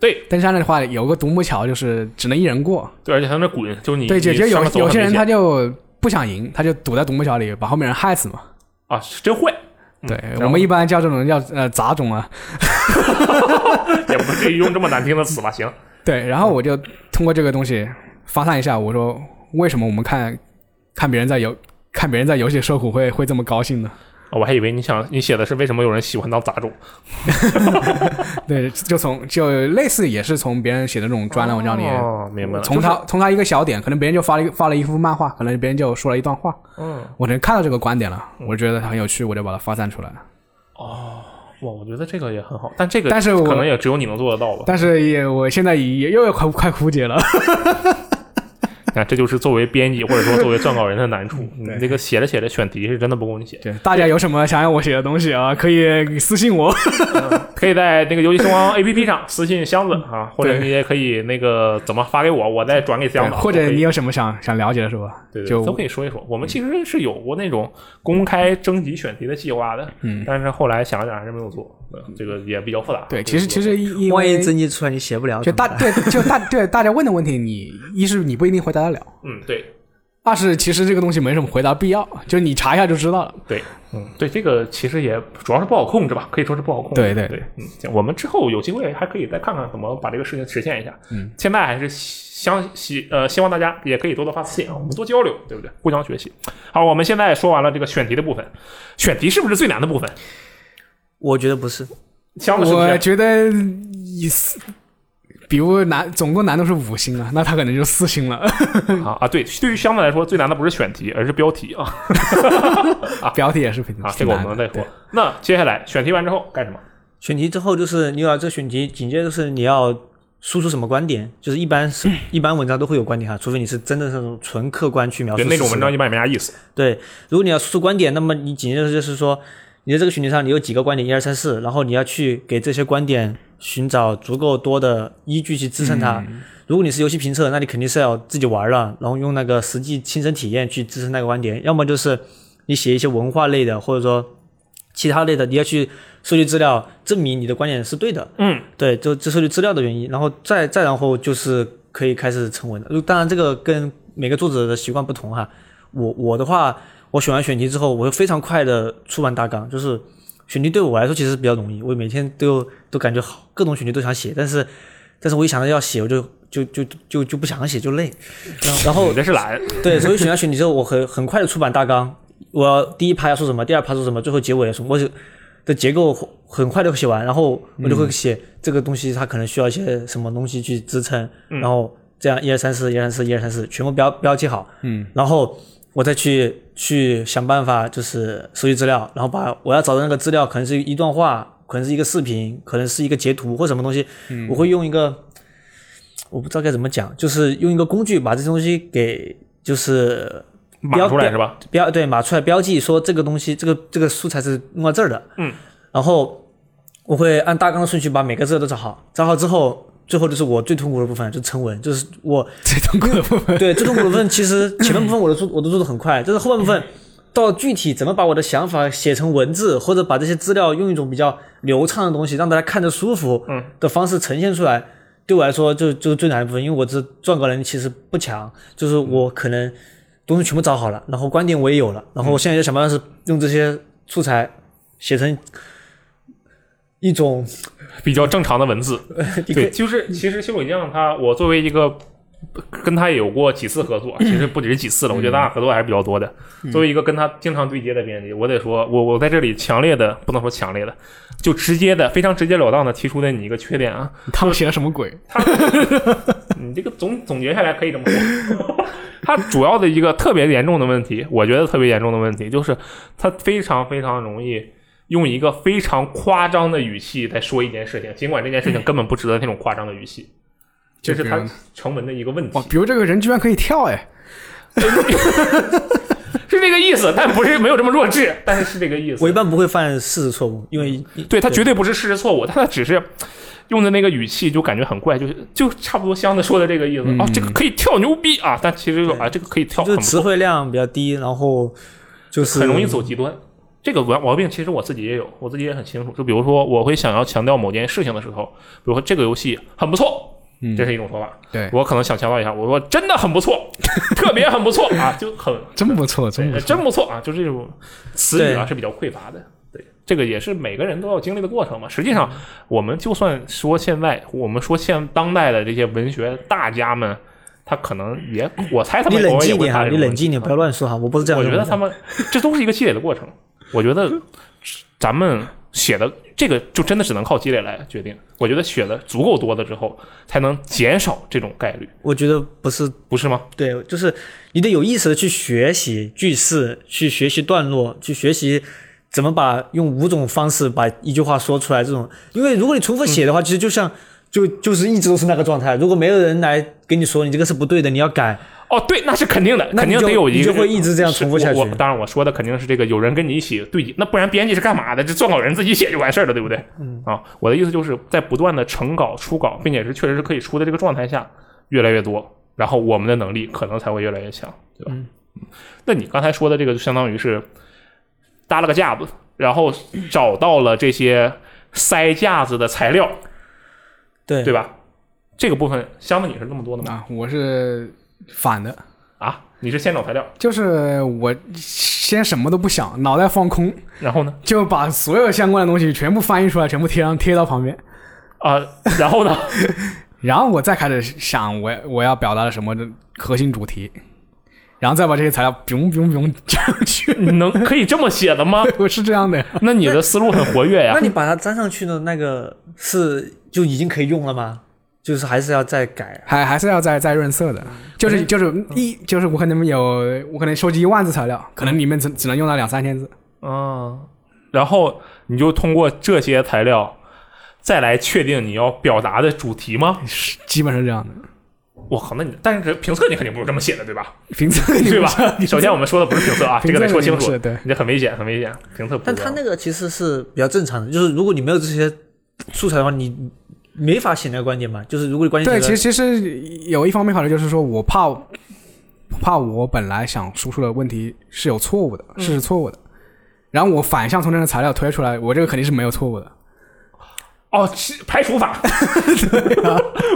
Speaker 2: 对
Speaker 3: 登山的话有个独木桥，就是只能一人过。
Speaker 2: 对，而且他那滚，就是你
Speaker 3: 对，就
Speaker 2: 你
Speaker 3: 就
Speaker 2: 上
Speaker 3: 有
Speaker 2: 面走
Speaker 3: 有
Speaker 2: 很
Speaker 3: 些
Speaker 2: 危
Speaker 3: 人
Speaker 2: 险
Speaker 3: 他就不想赢，他就堵在独木桥里，把后面人害死嘛。
Speaker 2: 啊，是真会。嗯
Speaker 3: 对
Speaker 2: 然后
Speaker 3: 我们一般叫这种叫呃杂种啊，
Speaker 2: 也不至于用这么难听的词吧？行，
Speaker 3: 对，然后我就通过这个东西发散一下，我说为什么我们看看别人在游看别人在游戏受苦会会这么高兴呢？
Speaker 2: 哦我还以为你想你写的是为什么有人喜欢当杂种，
Speaker 3: 对，就从就类似也是从别人写的那种专栏文章里，
Speaker 2: 哦，明白了，
Speaker 3: 从他从他一个小点，可能别人就发了一个发了一幅漫画，可能别人就说了一段话，
Speaker 2: 嗯，
Speaker 3: 我能看到这个观点了，我觉得很有趣，我就把它发散出来。
Speaker 2: 哇，我觉得这个也很好，但这个
Speaker 3: 但是我
Speaker 2: 可能也只有你能做得 到吧。
Speaker 3: 但是也我现在也又要快快枯 竭了，
Speaker 2: 那这就是作为编辑或者说作为撰稿人的难
Speaker 3: 嗯
Speaker 2: 处，你这个写着写着选题是真的不够你写。
Speaker 3: 对，大家有什么想要我写的东西啊，可以私信我。
Speaker 2: 可以在那个游戏时光 APP 上私信箱子啊，或者你也可以那个怎么发给我，我再转给箱子，
Speaker 3: 或
Speaker 2: 都
Speaker 3: 者
Speaker 2: 可以
Speaker 3: 你有什么想想了解的是吧？
Speaker 2: 对对
Speaker 3: 就
Speaker 2: 都可以说一说。我们其实是有过那种公开征集选题的计划的，嗯，但是后来想了想还是没有做，嗯这个也比较复杂。
Speaker 3: 对，其实其实因
Speaker 4: 万一
Speaker 3: 为
Speaker 4: 征集出来你写不了，
Speaker 3: 就
Speaker 4: 怎么
Speaker 3: 大
Speaker 4: 办
Speaker 3: 对就大对大家问的问题，你一是你不一定回答得了，
Speaker 2: 嗯，对
Speaker 3: 二是其实这个东西没什么回答必要，就你查一下就知道了。
Speaker 2: 对，嗯对，这个其实也主要是不好控制吧，可以说是不好控制。
Speaker 3: 对对
Speaker 2: 对，嗯，行我们之后有机会还可以再看看怎么把这个事情实现一下。嗯，现在还是相希呃希望大家也可以多多发私信啊，我们多交流，对不对？互相学习。好，我们现在说完了这个选题的部分，选题是不是最难的部分？
Speaker 4: 我觉得不是，
Speaker 2: 箱子是不
Speaker 3: 我
Speaker 2: 是？
Speaker 3: 觉得以四，比如难，总共难度是五星啊，那他可能就四星了。
Speaker 2: 啊啊，对，对于箱子来说最难的不是选题，而是标题啊
Speaker 3: 标题也是挺
Speaker 2: 啊，这
Speaker 3: 挺
Speaker 2: 个我
Speaker 3: 难
Speaker 2: 们
Speaker 3: 的
Speaker 2: 再说。那接下来选题完之后干什么？
Speaker 4: 选题之后就是你要这选题，紧接着就是你要输出什么观点，就是一般 是一般文章都会有观点哈，除非你是真的是那种纯客观去描述
Speaker 2: 对，那种
Speaker 4: 事实
Speaker 2: 文
Speaker 4: 的
Speaker 2: 章一般也没啥意思。
Speaker 4: 对，如果你要输出观点，那么你紧接着就是说，你在这个选题上你有几个观点，一二三四，然后你要去给这些观点寻找足够多的依据去支撑它。
Speaker 3: 嗯
Speaker 4: 如果你是游戏评测，那你肯定是要自己玩了，然后用那个实际亲身体验去支撑那个观点；要么就是你写一些文化类的，或者说其他类的，你要去收集资料，证明你的观点是对的。
Speaker 2: 嗯，
Speaker 4: 对，就这是对资料的原因，然后再再然后就是可以开始成文了。当然，这个跟每个作者的习惯不同哈。我我的话，我选完选题之后，我会非常快的出完大纲，就是选题对我来说其实比较容易，我每天都都感觉好，各种选题都想写，但是但是我一想到要写，我就就就就就不想写，就累。然后然后
Speaker 2: 你这是懒，
Speaker 4: 对，所以选完选题之后，我很很快的出版大纲，我要第一趴要说什么，第二趴说什么，最后结尾要说什么，我就的结构很快就写完，然后我就会写这个东西它可能需要一些什么东西去支撑，然后这样一二三四一二三四一二三四全部标标记好，嗯，然后我再去去想办法就是收集资料，然后把我要找的那个资料可能是一段话，可能是一个视频，可能是一个截图或什么东西，我会用一个。我不知道该怎么讲，就是用一个工具把这些东西给就是
Speaker 2: 码
Speaker 4: 标
Speaker 2: 出来是吧？
Speaker 4: 标对码出来标记说这个东西这个这个素材是用到这儿的，
Speaker 2: 嗯，
Speaker 4: 然后我会按大纲的顺序把每个字都找好，找好之后。最后就是我最痛苦的部分，就是成文，就是我
Speaker 3: 最痛苦的部分。
Speaker 4: 对最痛苦的部分，其实前半部分我都做我都做的很快，但是后半部分到具体怎么把我的想法写成文字，或者把这些资料用一种比较流畅的东西，让大家看着舒服
Speaker 2: 嗯
Speaker 4: 的方式呈现出来，对我来说就就是最难的部分，因为我这撰稿能力其实不强，就是
Speaker 2: 嗯
Speaker 4: 我可能东西全部找好了，然后观点我也有了，
Speaker 2: 嗯
Speaker 4: 然后我现在就想办法是用这些素材写成一种
Speaker 2: 比较正常的文 字。对，就是其实修水匠他，我作为一个跟他有过几次合 作，其实不止几
Speaker 3: 嗯
Speaker 2: 次了，我觉得咱俩合作还是比较多的。作为一个跟他经常对接的编辑，我得说，我我在这里强烈的不能说强烈的，就直接的非常直截了当的提出了你一个缺点啊，
Speaker 3: 他们写的什么鬼？
Speaker 2: 你这个总总结下来可以这么说。 它主要的一个特别严重的问题，我觉得特别严重的问题就是，它非常非常容易用一个非常夸张的语气在说一件事情，尽管这件事情根本不值得那种夸张的语气，这是
Speaker 3: 就比
Speaker 2: 它
Speaker 3: 如
Speaker 2: 成文的一个问题
Speaker 3: 哇，，比如这个人居然可以跳哎！
Speaker 2: 是这个意思，但不是没有这么弱智，但是是这个意
Speaker 4: 我
Speaker 2: 思。
Speaker 4: 一般不会犯事实错误，因为
Speaker 2: 嗯对，它绝对不是事实错误，但它只是。用的那个语气就感觉很怪，就是就差不多箱子说的这个意
Speaker 3: 嗯
Speaker 2: 思、啊，这个可以跳牛逼啊，但其实就啊，这个可以跳，
Speaker 4: 就
Speaker 2: 很
Speaker 4: 是
Speaker 2: 不
Speaker 4: 词汇量比较低，然后就是
Speaker 2: 很容易走极端。这个毛毛病其实我自己也有，我自己也很清楚。就比如说，我会想要强调某件事情的时候，比如说这个游戏很不错，
Speaker 4: 嗯
Speaker 2: 这是一种说法。
Speaker 3: 对
Speaker 2: 我可能想强调一下，我说真的很不 错，特别很不错啊，就很
Speaker 3: 真不错，真不
Speaker 2: 呃
Speaker 3: 错。
Speaker 2: 真不错啊，就是这种词语啊是比较匮乏的。对，这个也是每个人都要经历的过程嘛。实际上，我们就算说现在，我们说现当代的这些文学大家们，他可能也，我猜他
Speaker 4: 你
Speaker 2: 们
Speaker 4: 冷
Speaker 2: 偶尔也
Speaker 4: 静一
Speaker 2: 会
Speaker 4: 点
Speaker 2: 发
Speaker 4: 哈，
Speaker 2: 这
Speaker 4: 你
Speaker 2: 种啊
Speaker 4: 冷
Speaker 2: 问
Speaker 4: 静一
Speaker 2: 题
Speaker 4: 点，不要乱说哈，我不是这样
Speaker 2: 我
Speaker 4: 认
Speaker 2: 觉
Speaker 4: 为的。
Speaker 2: 得他们这都是一个积累的过程。我觉得咱们写的这个就真的只能靠积累来决定。我觉得写的足够多的之后，才能减少这种概率，
Speaker 4: 我觉得不是
Speaker 2: 不是吗？
Speaker 4: 对，就是你得有意识的去学习句式，去学习段落，去学习怎么把用五种方式把一句话说出来。这种，因为如果你重复写
Speaker 2: 嗯
Speaker 4: 的话，其实就像就就是一直都是那个状态。如果没有人来跟你说你这个是不对的，你要改，
Speaker 2: 哦，对，那是肯定的，
Speaker 4: 那
Speaker 2: 肯
Speaker 4: 你
Speaker 2: 定
Speaker 4: 就
Speaker 2: 得有一
Speaker 4: 你
Speaker 2: 个，
Speaker 4: 就会一直这样重复下去
Speaker 2: 是我我当然，我说的肯定是这个，有人跟你一起对，那不然编辑是干嘛的？这撰稿人自己写就完事儿了，对不对？嗯啊，我的意思就是在不断的成稿、出稿，并且是确实是可以出的这个状态下，越来越多，然后我们的能力可能才会越来越强，对吧？嗯、那你刚才说的这个，就相当于是搭了个架子，然后找到了这些塞架子的材料，
Speaker 4: 对
Speaker 2: 对吧？这个部分，箱子你是这么多的吗？
Speaker 3: 啊，我是反的，
Speaker 2: 啊，你是先找材料，
Speaker 3: 就是我先什么都不想，脑袋放空，
Speaker 2: 然后呢？
Speaker 3: 就把所有相关的东西全部翻译出来，全部贴上贴到旁边，
Speaker 2: 啊、然后呢？
Speaker 3: 然后我再开始想我我要表达的什么的核心主题，然后再把这些材料 biu biu biu 加上去，
Speaker 2: 能可以这么写的 吗？
Speaker 3: 我是这样的呀。
Speaker 2: 那你的思路很活跃呀
Speaker 4: 那。你把它粘上去的那个是就已经可以用了吗？就是还是要再改。 啊
Speaker 3: 还还是要再再润色的，嗯就是就是一就是我可能有我可能收集一万字材料，可能里面只只能用到两三千字，
Speaker 2: 嗯，然后你就通过这些材料，再来确定你要表达的主题吗？
Speaker 3: 是基本是这样的。
Speaker 2: 我靠，那你但是评测你肯定不是这么写的，对吧？
Speaker 3: 评测你
Speaker 2: 对
Speaker 3: 不
Speaker 2: 吧
Speaker 3: 知道？
Speaker 2: 首先我们说的不是评测啊，这
Speaker 3: 评
Speaker 2: 个
Speaker 3: 测
Speaker 2: 得说清
Speaker 3: 你不
Speaker 2: 楚
Speaker 3: 是，对
Speaker 2: 你这很危险，很危险。评测不啊
Speaker 4: 但
Speaker 2: 知
Speaker 4: 它
Speaker 2: 道
Speaker 4: 那个其实是比较正常的，就是如果你没有这些素材的话，你没法写那个观点嘛。就是如果你观
Speaker 3: 对，
Speaker 4: 点写
Speaker 3: 其
Speaker 4: 得
Speaker 3: 实其实有一方面考虑就是说我怕怕我本来想输出的问题是有错误的，是错误的，然后我反向从这个材料推出来，我这个肯定是没有错误的。
Speaker 2: 哦，是排除 法。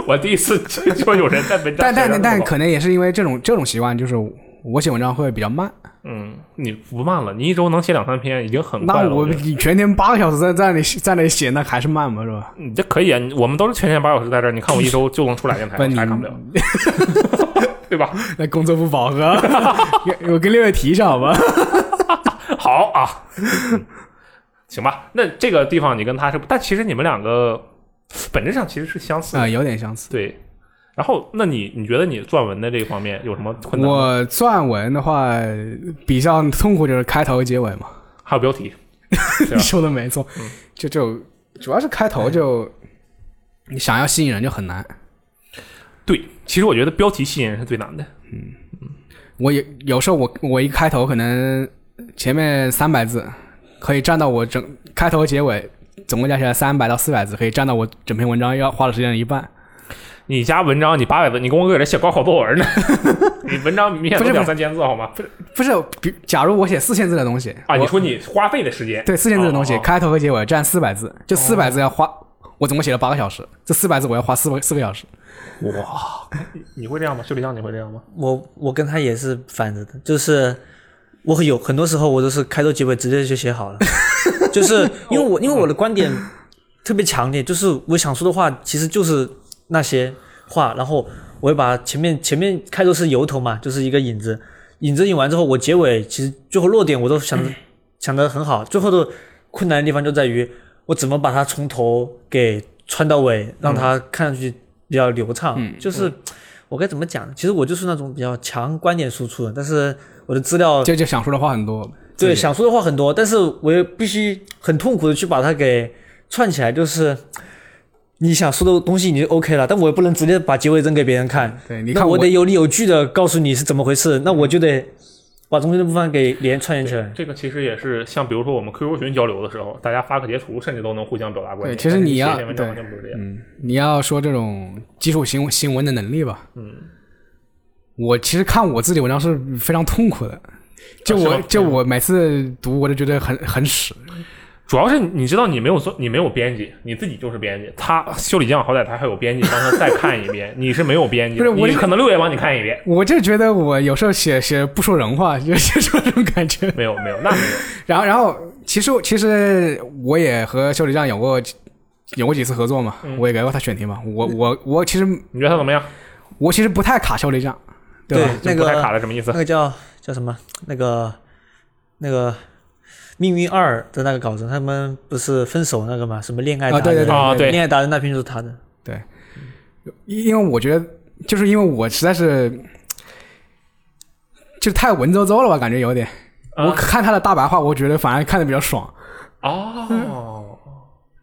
Speaker 2: 我第一次听说有人在文章
Speaker 3: 啊但
Speaker 2: 写
Speaker 3: 但
Speaker 2: 上
Speaker 3: 但
Speaker 2: 这个
Speaker 3: 可能也是因为这种这种习惯，就是我写文章会比较慢，
Speaker 2: 嗯，你不慢了，你一周能写两三篇已经很嗯快
Speaker 3: 那
Speaker 2: 了。我觉得
Speaker 3: 你全天八个小时在在那里在那里写，那还是慢嘛，是吧？
Speaker 2: 你这可以啊，你我们都是全天八小时在这儿，你看我一周就能出俩电台，
Speaker 3: 不
Speaker 2: 我
Speaker 3: 你
Speaker 2: 啥也干不了， 对吧？
Speaker 3: 那工作不饱和， 我我跟六月提一下好吧？
Speaker 2: 好啊， 行吧，那这个地方你跟他是，但其实你们两个本质上其实是相似
Speaker 3: 啊、
Speaker 2: 的，
Speaker 3: 有点相似。
Speaker 2: 对。然后，那你你觉得你撰文的这方面有什么困难吗？
Speaker 3: 我撰文的话比较痛苦就是开头结尾嘛，
Speaker 2: 还有标题，对吧嗯
Speaker 3: 你说的没错，就就主要是开头就
Speaker 2: 哎
Speaker 3: 你想要吸引人就很难。
Speaker 2: 对，其实我觉得标题吸引人是最难的。
Speaker 3: 我有有时候我我一开头可能前面三百字可以占到我整开头结尾总共加起来三百到四百字，可以占到我整篇文章要花的时间的一半。
Speaker 2: 你家文章你八百字，你跟我搁这写高考作 文呢？你文章明显
Speaker 3: 不
Speaker 2: 都
Speaker 3: 是
Speaker 2: 两
Speaker 3: 不
Speaker 2: 三千字好吗？
Speaker 3: 不是，比假如我写四千字的东西
Speaker 2: 啊，
Speaker 3: 我
Speaker 2: 你说你花费的时间，
Speaker 3: 对，四千字的东西，
Speaker 2: 哦哦哦哦
Speaker 3: 开头和结尾占四百字，这四百字要花，我总共写了八个小时，这四百字我要花四个四个小时。
Speaker 2: 哇，你你会这样吗？修理匠，你会这样吗？
Speaker 4: 我我跟他也是反着的，就是我有很多时候我都是开头结尾直接就写好了，就是因为我因为我的观点特别强烈，就是我想说的话其实就是那些话，然后我会把前面前面开头是由头嘛，就是一个引子，引子引完之后，我结尾其实最后落点我都想得、想的很好，最后的困难的地方就在于我怎么把它从头给穿到尾，让它看上去比较流畅，就是。我该怎么讲呢？其实我就是那种比较强观点输出的，但是我的资料
Speaker 3: 这就想说的话很多，
Speaker 4: 对
Speaker 3: 自己
Speaker 4: 想说的话很多，但是我也必须很痛苦的去把它给串起来。就是你想说的东西你就 OK 了，但我也不能直接把结尾扔给别人看。
Speaker 3: 对你
Speaker 4: 那
Speaker 3: 看
Speaker 4: 我
Speaker 3: 我
Speaker 4: 得有理有据的告诉你是怎么回事，那我就得把中间的部分给连串联起来。
Speaker 2: 这个其实也是像比如说我们 QQ 群交流的时候，大家发个截图，甚至都能互相表达观点。
Speaker 3: 对其实
Speaker 2: 但是
Speaker 3: 你要
Speaker 2: 写一篇文章
Speaker 3: 对
Speaker 2: 完全不是这样。
Speaker 3: 嗯，你要说这种基础新闻新闻的能力吧，嗯，我其实看我自己文章是非常痛苦的，就
Speaker 2: 啊是
Speaker 3: 我、
Speaker 2: 吗
Speaker 3: 就我每次读我都觉得很很屎，
Speaker 2: 主要是你知道你没有做，你没有编辑，你自己就是编辑。他修理匠好歹他还有编辑，让他再看一遍。 你是没有编辑的，
Speaker 3: 不是我
Speaker 2: 你
Speaker 3: 是
Speaker 2: 可能六也帮你看一遍。
Speaker 3: 我就觉得我有时候写写不说人话， 就是这种感觉。
Speaker 2: 没有没有，那没有。
Speaker 3: 然后，然后，其实其实我也和修理匠有过有过几次合作嘛，我也给过他选题嘛。我我我其实
Speaker 2: 你觉得他怎么样？
Speaker 3: 我其实不太卡修理匠，对吧？
Speaker 4: 那
Speaker 2: 就不太卡
Speaker 4: 个
Speaker 2: 了，什么意思
Speaker 4: 那？个叫叫什么？那个那个《命运二》的那个稿子，他们不是分手那个嘛？什么恋爱达
Speaker 3: 啊
Speaker 4: 人？
Speaker 3: 对对对
Speaker 2: 啊对
Speaker 4: 恋爱达人那篇就是他的。
Speaker 3: 嗯因为我觉得，就是因为我实在是，就太文绉绉了吧，感觉有点。我
Speaker 2: 啊
Speaker 3: 看他的大白话，我觉得反而看的比较爽。
Speaker 2: 哦，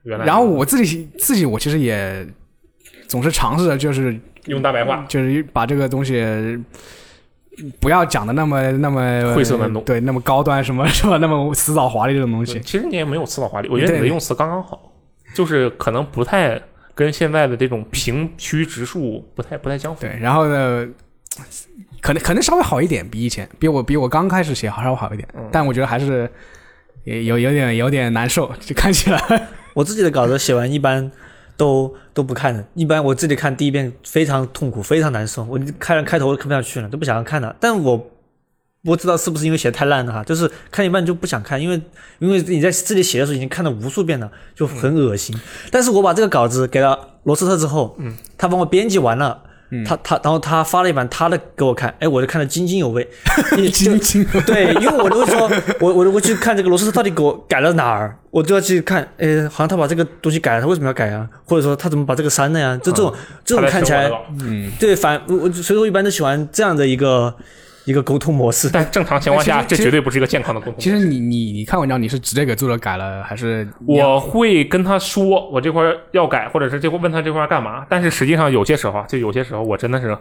Speaker 2: 原来。
Speaker 3: 嗯然后我自己自己，我其实也总是尝试着，就是
Speaker 2: 用大白话，
Speaker 3: 就是把这个东西不要讲的那么那么
Speaker 2: 晦涩难懂
Speaker 3: 对，那么高端什么什么，那么死早华丽这种东西。
Speaker 2: 其实你也没有词藻华丽，我觉得
Speaker 3: 嗯对
Speaker 2: 你的用词刚刚好，就是可能不太跟现在的这种平区直述不太不太相符。
Speaker 3: 对，然后呢，可能可能稍微好一点，比以前，比我比我刚开始写好稍微好一点，
Speaker 2: 嗯
Speaker 3: 但我觉得还是也有有点有点难受，就看起来
Speaker 4: 我自己的稿子写完一般都都不看的，一般我自己看第一遍非常痛苦，非常难受，我看开头都看不下去了，都不想看了。但我不知道是不是因为写得太烂了哈，就是看一半就不想看，因为因为你在自己写的时候已经看了无数遍了，就很恶心。但是我把这个稿子给了罗斯特之后，嗯，他帮我编辑完了。他他，然后他发了一版他的给我看，哎，我就看得津津有味，你
Speaker 3: 津
Speaker 4: 就
Speaker 3: 津有
Speaker 4: 对，因为我就会说，我我我去看这个罗斯特到底给我改了哪儿，我就要去看，诶，好像他把这个东西改了，他为什么要改啊？或者说他怎么把这个删了呀？就这种、这种
Speaker 2: 嗯他在
Speaker 4: 看起
Speaker 2: 说我
Speaker 4: 来
Speaker 2: 的，稿
Speaker 4: 对，反我我所以说一般都喜欢这样的一个一个沟通模式。
Speaker 2: 但正常情况下，
Speaker 3: 哎其
Speaker 2: 这
Speaker 3: 实
Speaker 2: 绝对不是一个健康的沟通。
Speaker 3: 其实你你你看文章，你是直接给作者改了，还是你要
Speaker 2: 我会跟他说我这块儿要改，或者是这块问他这块儿干嘛。但是实际上有些时候啊，就有些时候我真的是，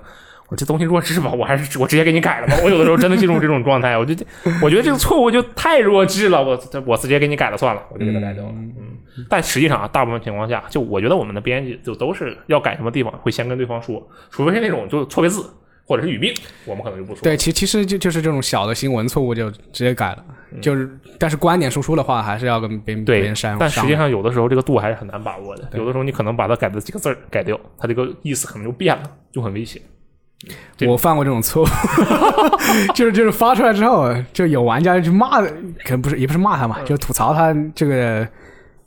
Speaker 2: 我这东西弱智吧，我还是我直接给你改了吧。我有的时候真的进入这种状态，我就我觉得这个错误就太弱智了，我我直接给你改了算了，我就给他改掉了。嗯，但实际上啊，大部分情况下，就我觉得我们的编辑就都是要改什么地方会先跟对方说，除非是那种就错别字或者是语病，我们可能就不说。
Speaker 3: 对，其其实就就是这种小的新闻错误就直接改了，就是但是观点输出的话，还是要跟别人别
Speaker 2: 嗯对
Speaker 3: 人删。
Speaker 2: 但实
Speaker 3: 商
Speaker 2: 际
Speaker 3: 量
Speaker 2: 上有的时候这个度还是很难把握的，有的时候你可能把它改的几个字儿改掉，它这个意思可能就变了，就很危险。这
Speaker 3: 我犯过这种错误， 就是就是发出来之后，就有玩家就骂，可能不是也不是骂他
Speaker 2: 嗯
Speaker 3: 嘛，就吐槽他这个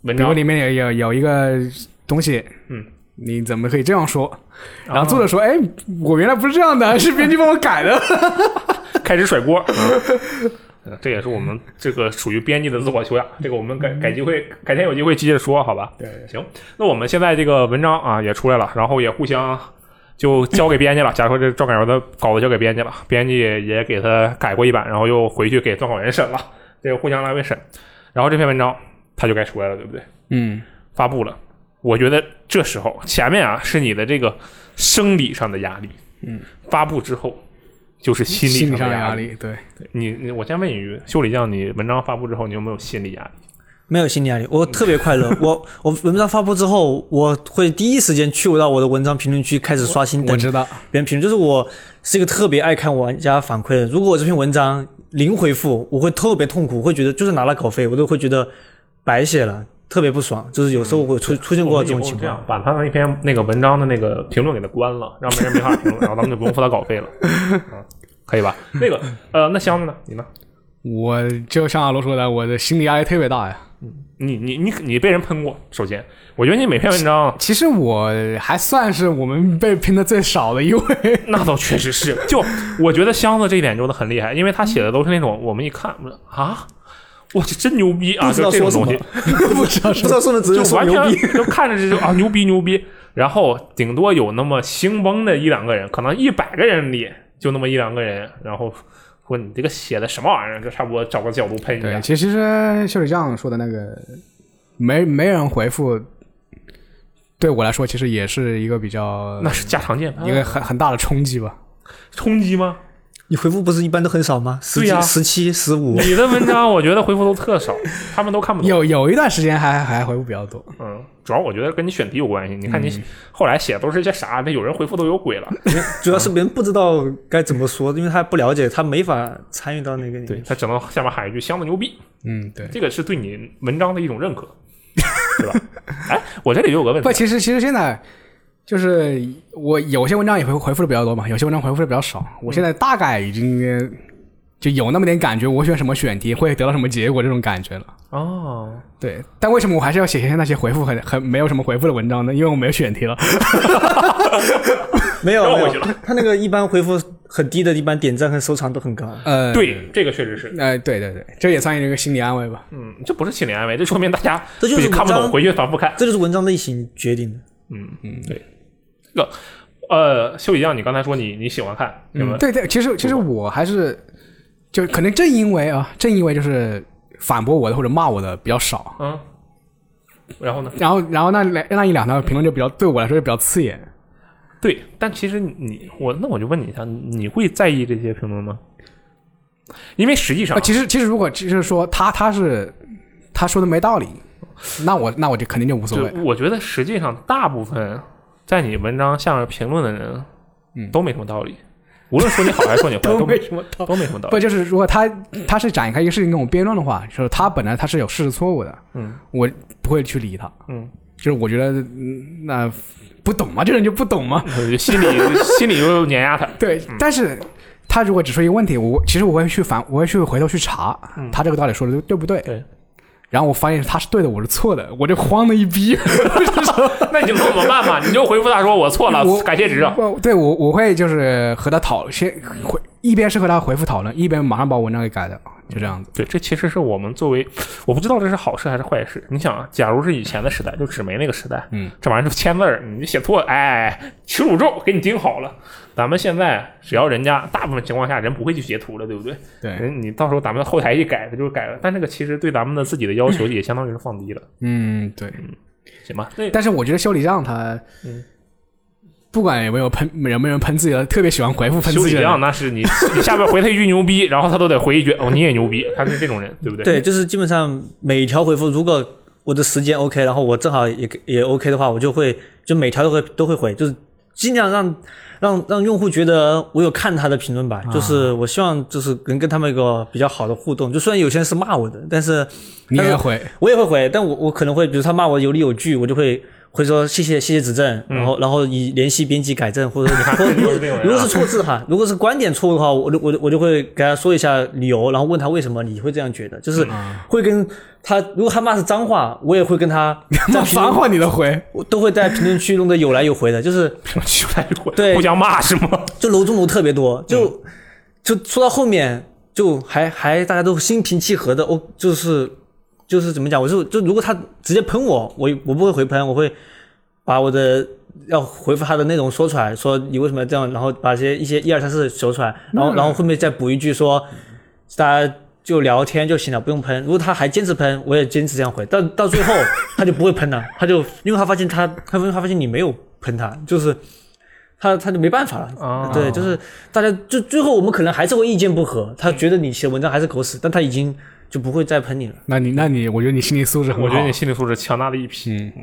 Speaker 2: 文
Speaker 3: 比如
Speaker 2: 章
Speaker 3: 里面有有有一个东西，
Speaker 2: 嗯，
Speaker 3: 你怎么可以这样说？然后作者说，哎，我原来不是这样的，是编辑帮我改的。
Speaker 2: 开始甩锅，嗯这也是我们这个属于编辑的自我修养。这个我们改改机会，改天有机会接着说，好吧？对，行。那我们现在这个文章啊也出来了，然后也互相就交给编辑了。 假如说这撰稿人的稿子交给编辑了，编辑也给他改过一版，然后又回去给撰稿人审了，这个互相来回审。然后这篇文章它就该出来了，对不对？
Speaker 3: 嗯，
Speaker 2: 发布了，我觉得这时候前面啊是你的这个生理上的压力，
Speaker 3: 嗯，
Speaker 2: 发布之后就是心
Speaker 3: 心
Speaker 2: 理
Speaker 3: 理
Speaker 2: 上
Speaker 3: 上
Speaker 2: 的
Speaker 3: 的
Speaker 2: 压
Speaker 3: 压
Speaker 2: 力。
Speaker 3: 力，对，
Speaker 2: 你你，我先问一句，修理匠，你文章发布之后，你有没有心理压力？
Speaker 4: 没有心理压力，我特别 快乐。我我文章发布之后，我会第一时间去到我的文章评论区开始刷新，
Speaker 3: 我
Speaker 4: 等
Speaker 3: 知道，
Speaker 4: 别人评论，就是我是一个特别爱看玩家反馈的。如果我这篇文章零回复，我会特别痛苦，我会觉得就是拿了稿费，我都会觉得白写了，特别不爽。就是有时候我出出现哦过这种情
Speaker 2: 这样
Speaker 4: 况。
Speaker 2: 把他那篇那个文章的那个评论给他关了，让别人没法评论，然后咱们就不用付他稿费 了，嗯，可以吧？那个呃，那箱子呢？你呢？
Speaker 3: 我就像阿罗说的，我的心理压力特别大呀。
Speaker 2: 你你你你被人喷过？首先，我觉得你每篇文章
Speaker 3: 其实我还算是我们被拼的最少的一位，
Speaker 2: 那倒确实是，就我觉得箱子这一点真的很厉害，因为他写的都是那种我们一看我说啊，我这真牛逼啊，
Speaker 4: 不知
Speaker 2: 就
Speaker 4: 道
Speaker 2: 这种
Speaker 4: 说什
Speaker 2: 东
Speaker 4: 么
Speaker 2: 西，，
Speaker 4: 不知道不知道说的只
Speaker 2: 就
Speaker 4: 有说
Speaker 2: 完
Speaker 4: 牛逼。
Speaker 2: 全 就看着这就啊牛逼牛逼，然后顶多有那么兴崩的一两个人，可能一百个人里就那么一两个人，然后说你这个写的什么玩意儿，就差不多找个角度喷一
Speaker 3: 对，
Speaker 2: 下。
Speaker 3: 其实其实修理匠说的那个，没没人回复，对我来说其实也是一个比较
Speaker 2: 那是家常便饭，
Speaker 3: 一个很很大的冲击吧。
Speaker 2: 冲击吗？
Speaker 4: 你回复不是一般都很少吗？十
Speaker 2: 对呀
Speaker 4: 几、十七、十五，
Speaker 2: 你的文章我觉得回复都特少，他们都看不懂。
Speaker 3: 有有一段时间还还回复比较多，
Speaker 2: 嗯，主要我觉得跟你选题有关系。你看你后来写的都是一些啥？那有人回复都有鬼了。
Speaker 4: 主要是别人不知道该怎么说，因为他不了解，他没法参与到那个里面。
Speaker 2: 对他只能下面喊一句“箱子牛逼
Speaker 3: 嗯，对”，。
Speaker 2: 这个是对你文章的一种认可，对吧？哎，我这里就有个问
Speaker 3: 不，
Speaker 2: 题，
Speaker 3: 其实其实现在就是我有些文章也回回复的比较多嘛，有些文章回复的比较少。我现在大概已经就有那么点感觉，我选什么选题会得到什么结果这种感觉了。
Speaker 2: 哦，
Speaker 3: 对，但为什么我还是要 写些那些回复很很没有什么回复的文章呢？因为我没有选题了。
Speaker 4: 没有
Speaker 2: 绕
Speaker 4: 没
Speaker 2: 回
Speaker 4: 有
Speaker 2: 去了。
Speaker 4: 他那个一般回复很低的，一般点赞和收藏都很高。
Speaker 3: 呃，，
Speaker 2: 对，这个确实是，
Speaker 3: 呃，对对对，这也算是一个心理安慰吧。
Speaker 2: 嗯，这不是心理安慰，这说明大家
Speaker 4: 这就是
Speaker 2: 自己看不
Speaker 4: 文
Speaker 2: 懂，
Speaker 4: 章
Speaker 2: 回去反复看。
Speaker 4: 这就是文章类型决定的。
Speaker 2: 嗯嗯，对，这个呃，修理匠，你刚才说你你喜欢看，对吧？
Speaker 3: 嗯对对，其实其实我还是，就可能正因为啊，正因为就是反驳我的或者骂我的比较少，
Speaker 2: 嗯，然后呢？
Speaker 3: 然后然后那两那一两条评论就比较对我来说就比较刺眼。
Speaker 2: 对，但其实你我那我就问你一下，你会在意这些评论吗？因为实际上
Speaker 3: 啊，，其实其实如果只是说他他是他说的没道理，那我那我就肯定就无所
Speaker 2: 就
Speaker 3: 谓。
Speaker 2: 我觉得实际上大部分在你文章下面评论的人，嗯，都没什么道理。无论说你好还是说你坏，都没
Speaker 3: 什么道
Speaker 2: 都没什么道
Speaker 3: 不
Speaker 2: 理。
Speaker 3: 就是如果他他是展开一个事情跟我辩论的话，就是他本来他是有事实错误的，
Speaker 2: 嗯，
Speaker 3: 我不会去理他。
Speaker 2: 嗯，
Speaker 3: 就是我觉得嗯那不懂嘛，这人就不懂嘛。
Speaker 2: 我就心里心里又碾压他。
Speaker 3: 对，但是他如果只说一个问题，我其实我会去反，我会去回头去查、他这个到底说的对对不对。
Speaker 2: 嗯对。
Speaker 3: 然后我发现他是对的，我是错的，我就慌的一逼。
Speaker 2: 那你能怎么办嘛？你就回复他说我错了
Speaker 3: 我，
Speaker 2: 感谢指正。
Speaker 3: 我对我我会就是和他讨先回，一边是和他回复讨论，一边马上把文章给改掉，就这样子。
Speaker 2: 对，这其实是我们作为，我不知道这是好事还是坏事。你想，啊，假如是以前的时代，就纸媒那个时代，
Speaker 3: 嗯，
Speaker 2: 这玩意儿就签字儿，你写错，哎，耻辱咒给你盯好了。咱们现在只要人家大部分情况下人不会去截图了，对不对？
Speaker 3: 对，
Speaker 2: 人你到时候咱们后台一改，它就改了。但这个其实对咱们的自己的要求也相当于是放低了，
Speaker 3: 嗯对。
Speaker 2: 行吧？那
Speaker 3: 但是我觉得修理匠他，
Speaker 2: 嗯
Speaker 3: 不管有没有喷有没有人喷自己的，特别喜欢回复喷
Speaker 2: 修
Speaker 3: 自己
Speaker 2: 理
Speaker 3: 的人
Speaker 2: 匠。那 是你，你下边回他一句牛逼，然后他都得回一句哦你也牛逼，他是这种人，对不对？
Speaker 4: 对，就是基本上每条回复，如果我的时间 OK，然后我正好也也 OK 的话，我就会就每条都会都会回，就是尽量让让让用户觉得我有看他的评论吧。
Speaker 2: 啊
Speaker 4: 就是我希望就是能跟他们有个比较好的互动。就虽然有些人是骂我的，但是
Speaker 3: 你
Speaker 4: 但
Speaker 3: 也
Speaker 4: 是
Speaker 3: 回，
Speaker 4: 我也会回，但我我可能会，比如他骂我有理有据，我就会会说谢谢谢谢指正，
Speaker 2: 嗯
Speaker 4: 然后然后以联系编辑改正， 或者或者
Speaker 2: 就是这种人啊
Speaker 4: 如果是错字哈， 如果是观点错误的话，我就我就我就会给他说一下理由，然后问他为什么你会这样觉得，就是
Speaker 2: 嗯
Speaker 4: 会跟他，如果他骂是脏话，我也会 跟他在
Speaker 3: 那
Speaker 4: 评论
Speaker 3: 反话你都回，
Speaker 4: 我都会在评论区弄得有来有回的，就是
Speaker 2: 修来就
Speaker 4: 对
Speaker 2: 互相骂是吗？
Speaker 4: 就楼中楼特别多，就、就说到后面就还还大家都心平气和的，哦，就是就是怎么讲，我就就如果他直接喷我，我我不会回喷，我会把我的要回复他的内容说出来，说你为什么这样，然后把这些一些一二三四说出来，然后然后后面再补一句说大家。就聊天就行了，不用喷。如果他还坚持喷，我也坚持这样回。到到最后，他就不会喷了，他就因为他发现他，他因为他发现你没有喷他，就是他他就没办法了。
Speaker 2: 啊
Speaker 4: 对，就是大家就最后我们可能还是会意见不合，他觉得你写文章还是狗屎，但他已经就不会再喷你了。
Speaker 3: 那你那你，我觉得你心理素质很好。
Speaker 2: 我觉得你心理素质强大的一批。嗯，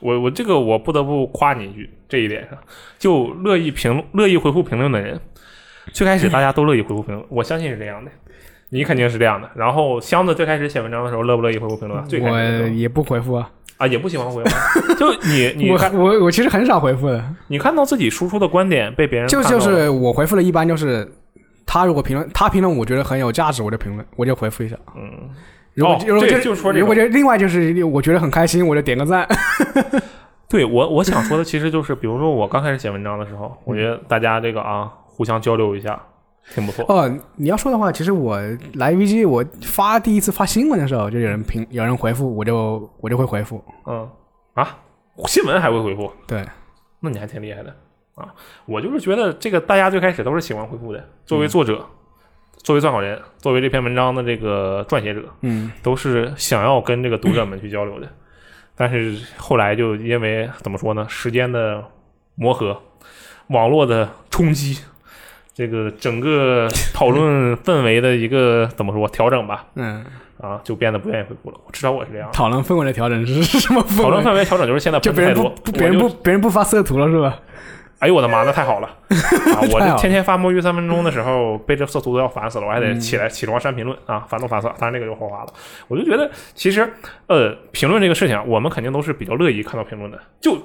Speaker 2: 我我这个我不得不夸你一句，这一点上，就乐意评乐意回复评论的人，最开始大家都乐意回复评论，我相信是这样的，你肯定是这样的。然后箱子最开始写文章的时候，乐不乐意回复评论啊？最开始的
Speaker 3: 我
Speaker 2: 时候
Speaker 3: 也不回复啊，
Speaker 2: 啊，也不喜欢回复。就 你你
Speaker 3: 我
Speaker 2: 看
Speaker 3: 我我其实很少回复的，
Speaker 2: 你看到自己输出的观点被别人
Speaker 3: 就
Speaker 2: 看到
Speaker 3: 就
Speaker 2: 了
Speaker 3: 是我回复了一般就是他如果评论他评论我觉得很有价值，我就评论我就回复一下。
Speaker 2: 嗯，
Speaker 3: 如果
Speaker 2: 哦
Speaker 3: 如果
Speaker 2: 对
Speaker 3: 就
Speaker 2: 就是说这
Speaker 3: 如果
Speaker 2: 种
Speaker 3: 就另外就是我觉得很开心，我就点个赞。
Speaker 2: 对我我想说的其实就是，比如说我刚开始写文章的时候，我觉得大家这个啊互相交流一下挺不错。
Speaker 3: 哦，你要说的话，其实我来 VG 我发第一次发新闻的时候，就有人评有人回复，我就我就会回复。
Speaker 2: 嗯啊，新闻还会回复，
Speaker 3: 对，
Speaker 2: 那你还挺厉害的啊！我就是觉得这个大家最开始都是喜欢回复的，作为作者，
Speaker 3: 嗯
Speaker 2: 作为撰稿人，作为这篇文章的这个撰写者，
Speaker 3: 嗯，
Speaker 2: 都是想要跟这个读者们去交流 的。但是后来就因为怎么说呢，时间的磨合，网络的冲击，这个整个讨论氛围的一个怎么说调整吧，
Speaker 3: 嗯，
Speaker 2: 啊，就变得不愿意回复了。至少我是这样的。
Speaker 3: 讨论氛围的调整是是什么氛围？
Speaker 2: 讨论氛围调整就是现在
Speaker 3: 就
Speaker 2: 不
Speaker 3: 别
Speaker 2: 太
Speaker 3: 人
Speaker 2: 多
Speaker 3: 不，不别人
Speaker 2: 我就
Speaker 3: 不别人不发色图了是吧？
Speaker 2: 哎呦我的 妈，那太好了！啊，我这
Speaker 3: 太好了
Speaker 2: 天天发摸鱼三分钟的时候，被这色图都要烦死了，我还
Speaker 3: 嗯
Speaker 2: 得起来起床删评论啊，烦都烦死了。当然这个就后话了，我就觉得其实呃，评论这个事情啊，我们肯定都是比较乐意看到评论的，就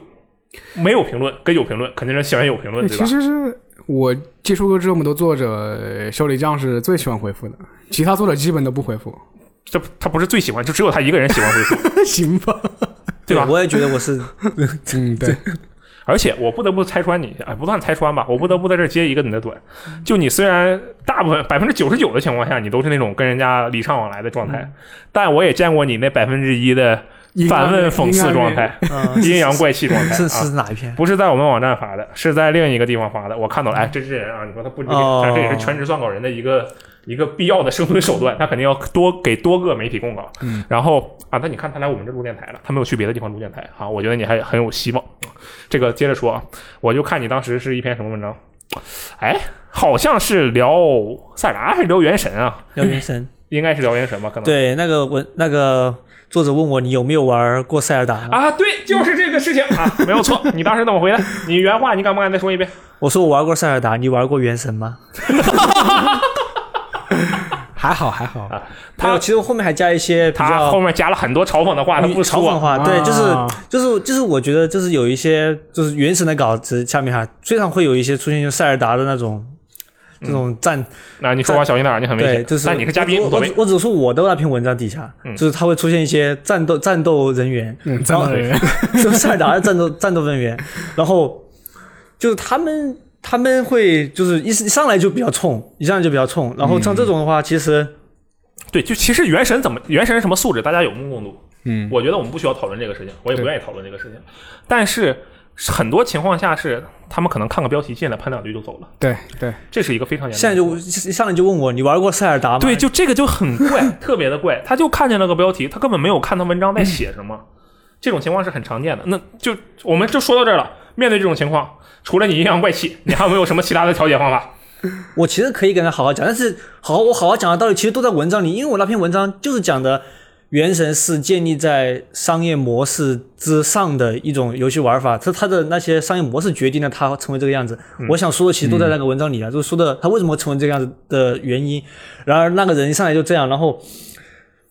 Speaker 2: 没有评论跟有评论，肯定是喜欢有评论，对
Speaker 3: 其
Speaker 2: 吧？
Speaker 3: 实是我接触过这么多作者，修理匠是最喜欢回复的，其他作者基本都不回复。
Speaker 2: 这他不是最喜欢，就只有他一个人喜欢回复，
Speaker 3: 行吧？
Speaker 2: 对吧？
Speaker 4: 我也觉得我是
Speaker 3: 嗯，对，
Speaker 2: 而且我不得不拆穿你，哎，不算拆穿吧，我不得不在这儿接一个你的短。
Speaker 3: 嗯
Speaker 2: 就你虽然大部分百分之九十九的情况下，你都是那种跟人家礼尚往来的状态，
Speaker 3: 嗯
Speaker 2: 但我也见过你那百分之一的
Speaker 3: 阴暗
Speaker 2: 反
Speaker 3: 面
Speaker 2: 问、讽刺状态、
Speaker 4: 嗯，
Speaker 2: 阴阳怪气状态
Speaker 4: 是
Speaker 2: 啊
Speaker 4: 是哪一篇？
Speaker 2: 不是在我们网站发的，是在另一个地方发的。我看到了，哎，这这人啊，你说他不知，
Speaker 4: 哦
Speaker 2: 这也是全职撰稿人的一个一个必要的生存手段，他肯定要多给多个媒体供稿。嗯，然后啊，那你看他来我们这录电台了，他没有去别的地方录电台啊，我觉得你还很有希望。这个接着说啊，我就看你当时是一篇什么文章，哎，好像是聊塞尔达还是聊原神啊？
Speaker 4: 聊原神。
Speaker 2: 应该是聊原神吧？可能
Speaker 4: 对，那个文那个作者问我你有没有玩过塞尔达，
Speaker 2: 啊，对，就是这个事情啊，没有 错。你当时怎么回的？你原话你敢不敢再说一遍？
Speaker 4: 我说我玩过塞尔达，你玩过原神吗？
Speaker 3: 还好还好，
Speaker 2: 他
Speaker 4: 没有其实我后面还加一些比
Speaker 2: 他
Speaker 4: 较
Speaker 2: 后面加了很多嘲讽的话，他不
Speaker 4: 嘲讽
Speaker 2: 说。
Speaker 4: 话，对，就是
Speaker 3: 啊
Speaker 4: 就是就是，我觉得就是有一些就是原神的稿子下面哈，经常会有一些出现就塞尔达的那种这种站，
Speaker 2: 那你说话小心点儿，你很危
Speaker 4: 对，
Speaker 2: 险。
Speaker 4: 就是
Speaker 2: 但你是嘉宾
Speaker 4: 我
Speaker 2: 无所
Speaker 4: 我
Speaker 2: 谓嗯
Speaker 4: 只。我只说我的那篇文章底下，就是它会出现一些战斗战斗人员，
Speaker 3: 嗯，真的人
Speaker 4: 就是塞尔达的战斗战斗人员，然后就是他们他们会就是一一上来就比较冲，一上来就比较冲，然后像
Speaker 2: 嗯
Speaker 4: 这种的话，其实
Speaker 2: 对，就其实原神怎么原神是什么素质，大家有目共睹。
Speaker 3: 嗯，
Speaker 2: 我觉得我们不需要讨论这个事情，我也不愿意讨论这个事情。但是很多情况下是他们可能看个标题进来喷两句就走了，
Speaker 3: 对对，
Speaker 2: 这是一个非常严重的
Speaker 4: 现在就一上来就问我你玩过塞尔达吗？
Speaker 2: 对，就这个就很怪，啊 特别的怪。他就看见了个标题，他根本没有看他文章在写什么。这种情况是很常见的。那就我们就说到这儿了。面对这种情况，除了你阴阳怪气，你还有没有什么其他的调解方法？
Speaker 4: 我其实可以跟他好好讲，但是好好我好好讲的道理其实都在文章里，因为我那篇文章就是讲的《原神》是建立在商业模式之上的一种游戏玩法，它它的那些商业模式决定了它成为这个样子。
Speaker 2: 嗯
Speaker 4: 我想说的其实都在那个文章里啊，就是说的它为什么成为这个样子的原因。然而那个人一上来就这样，然后，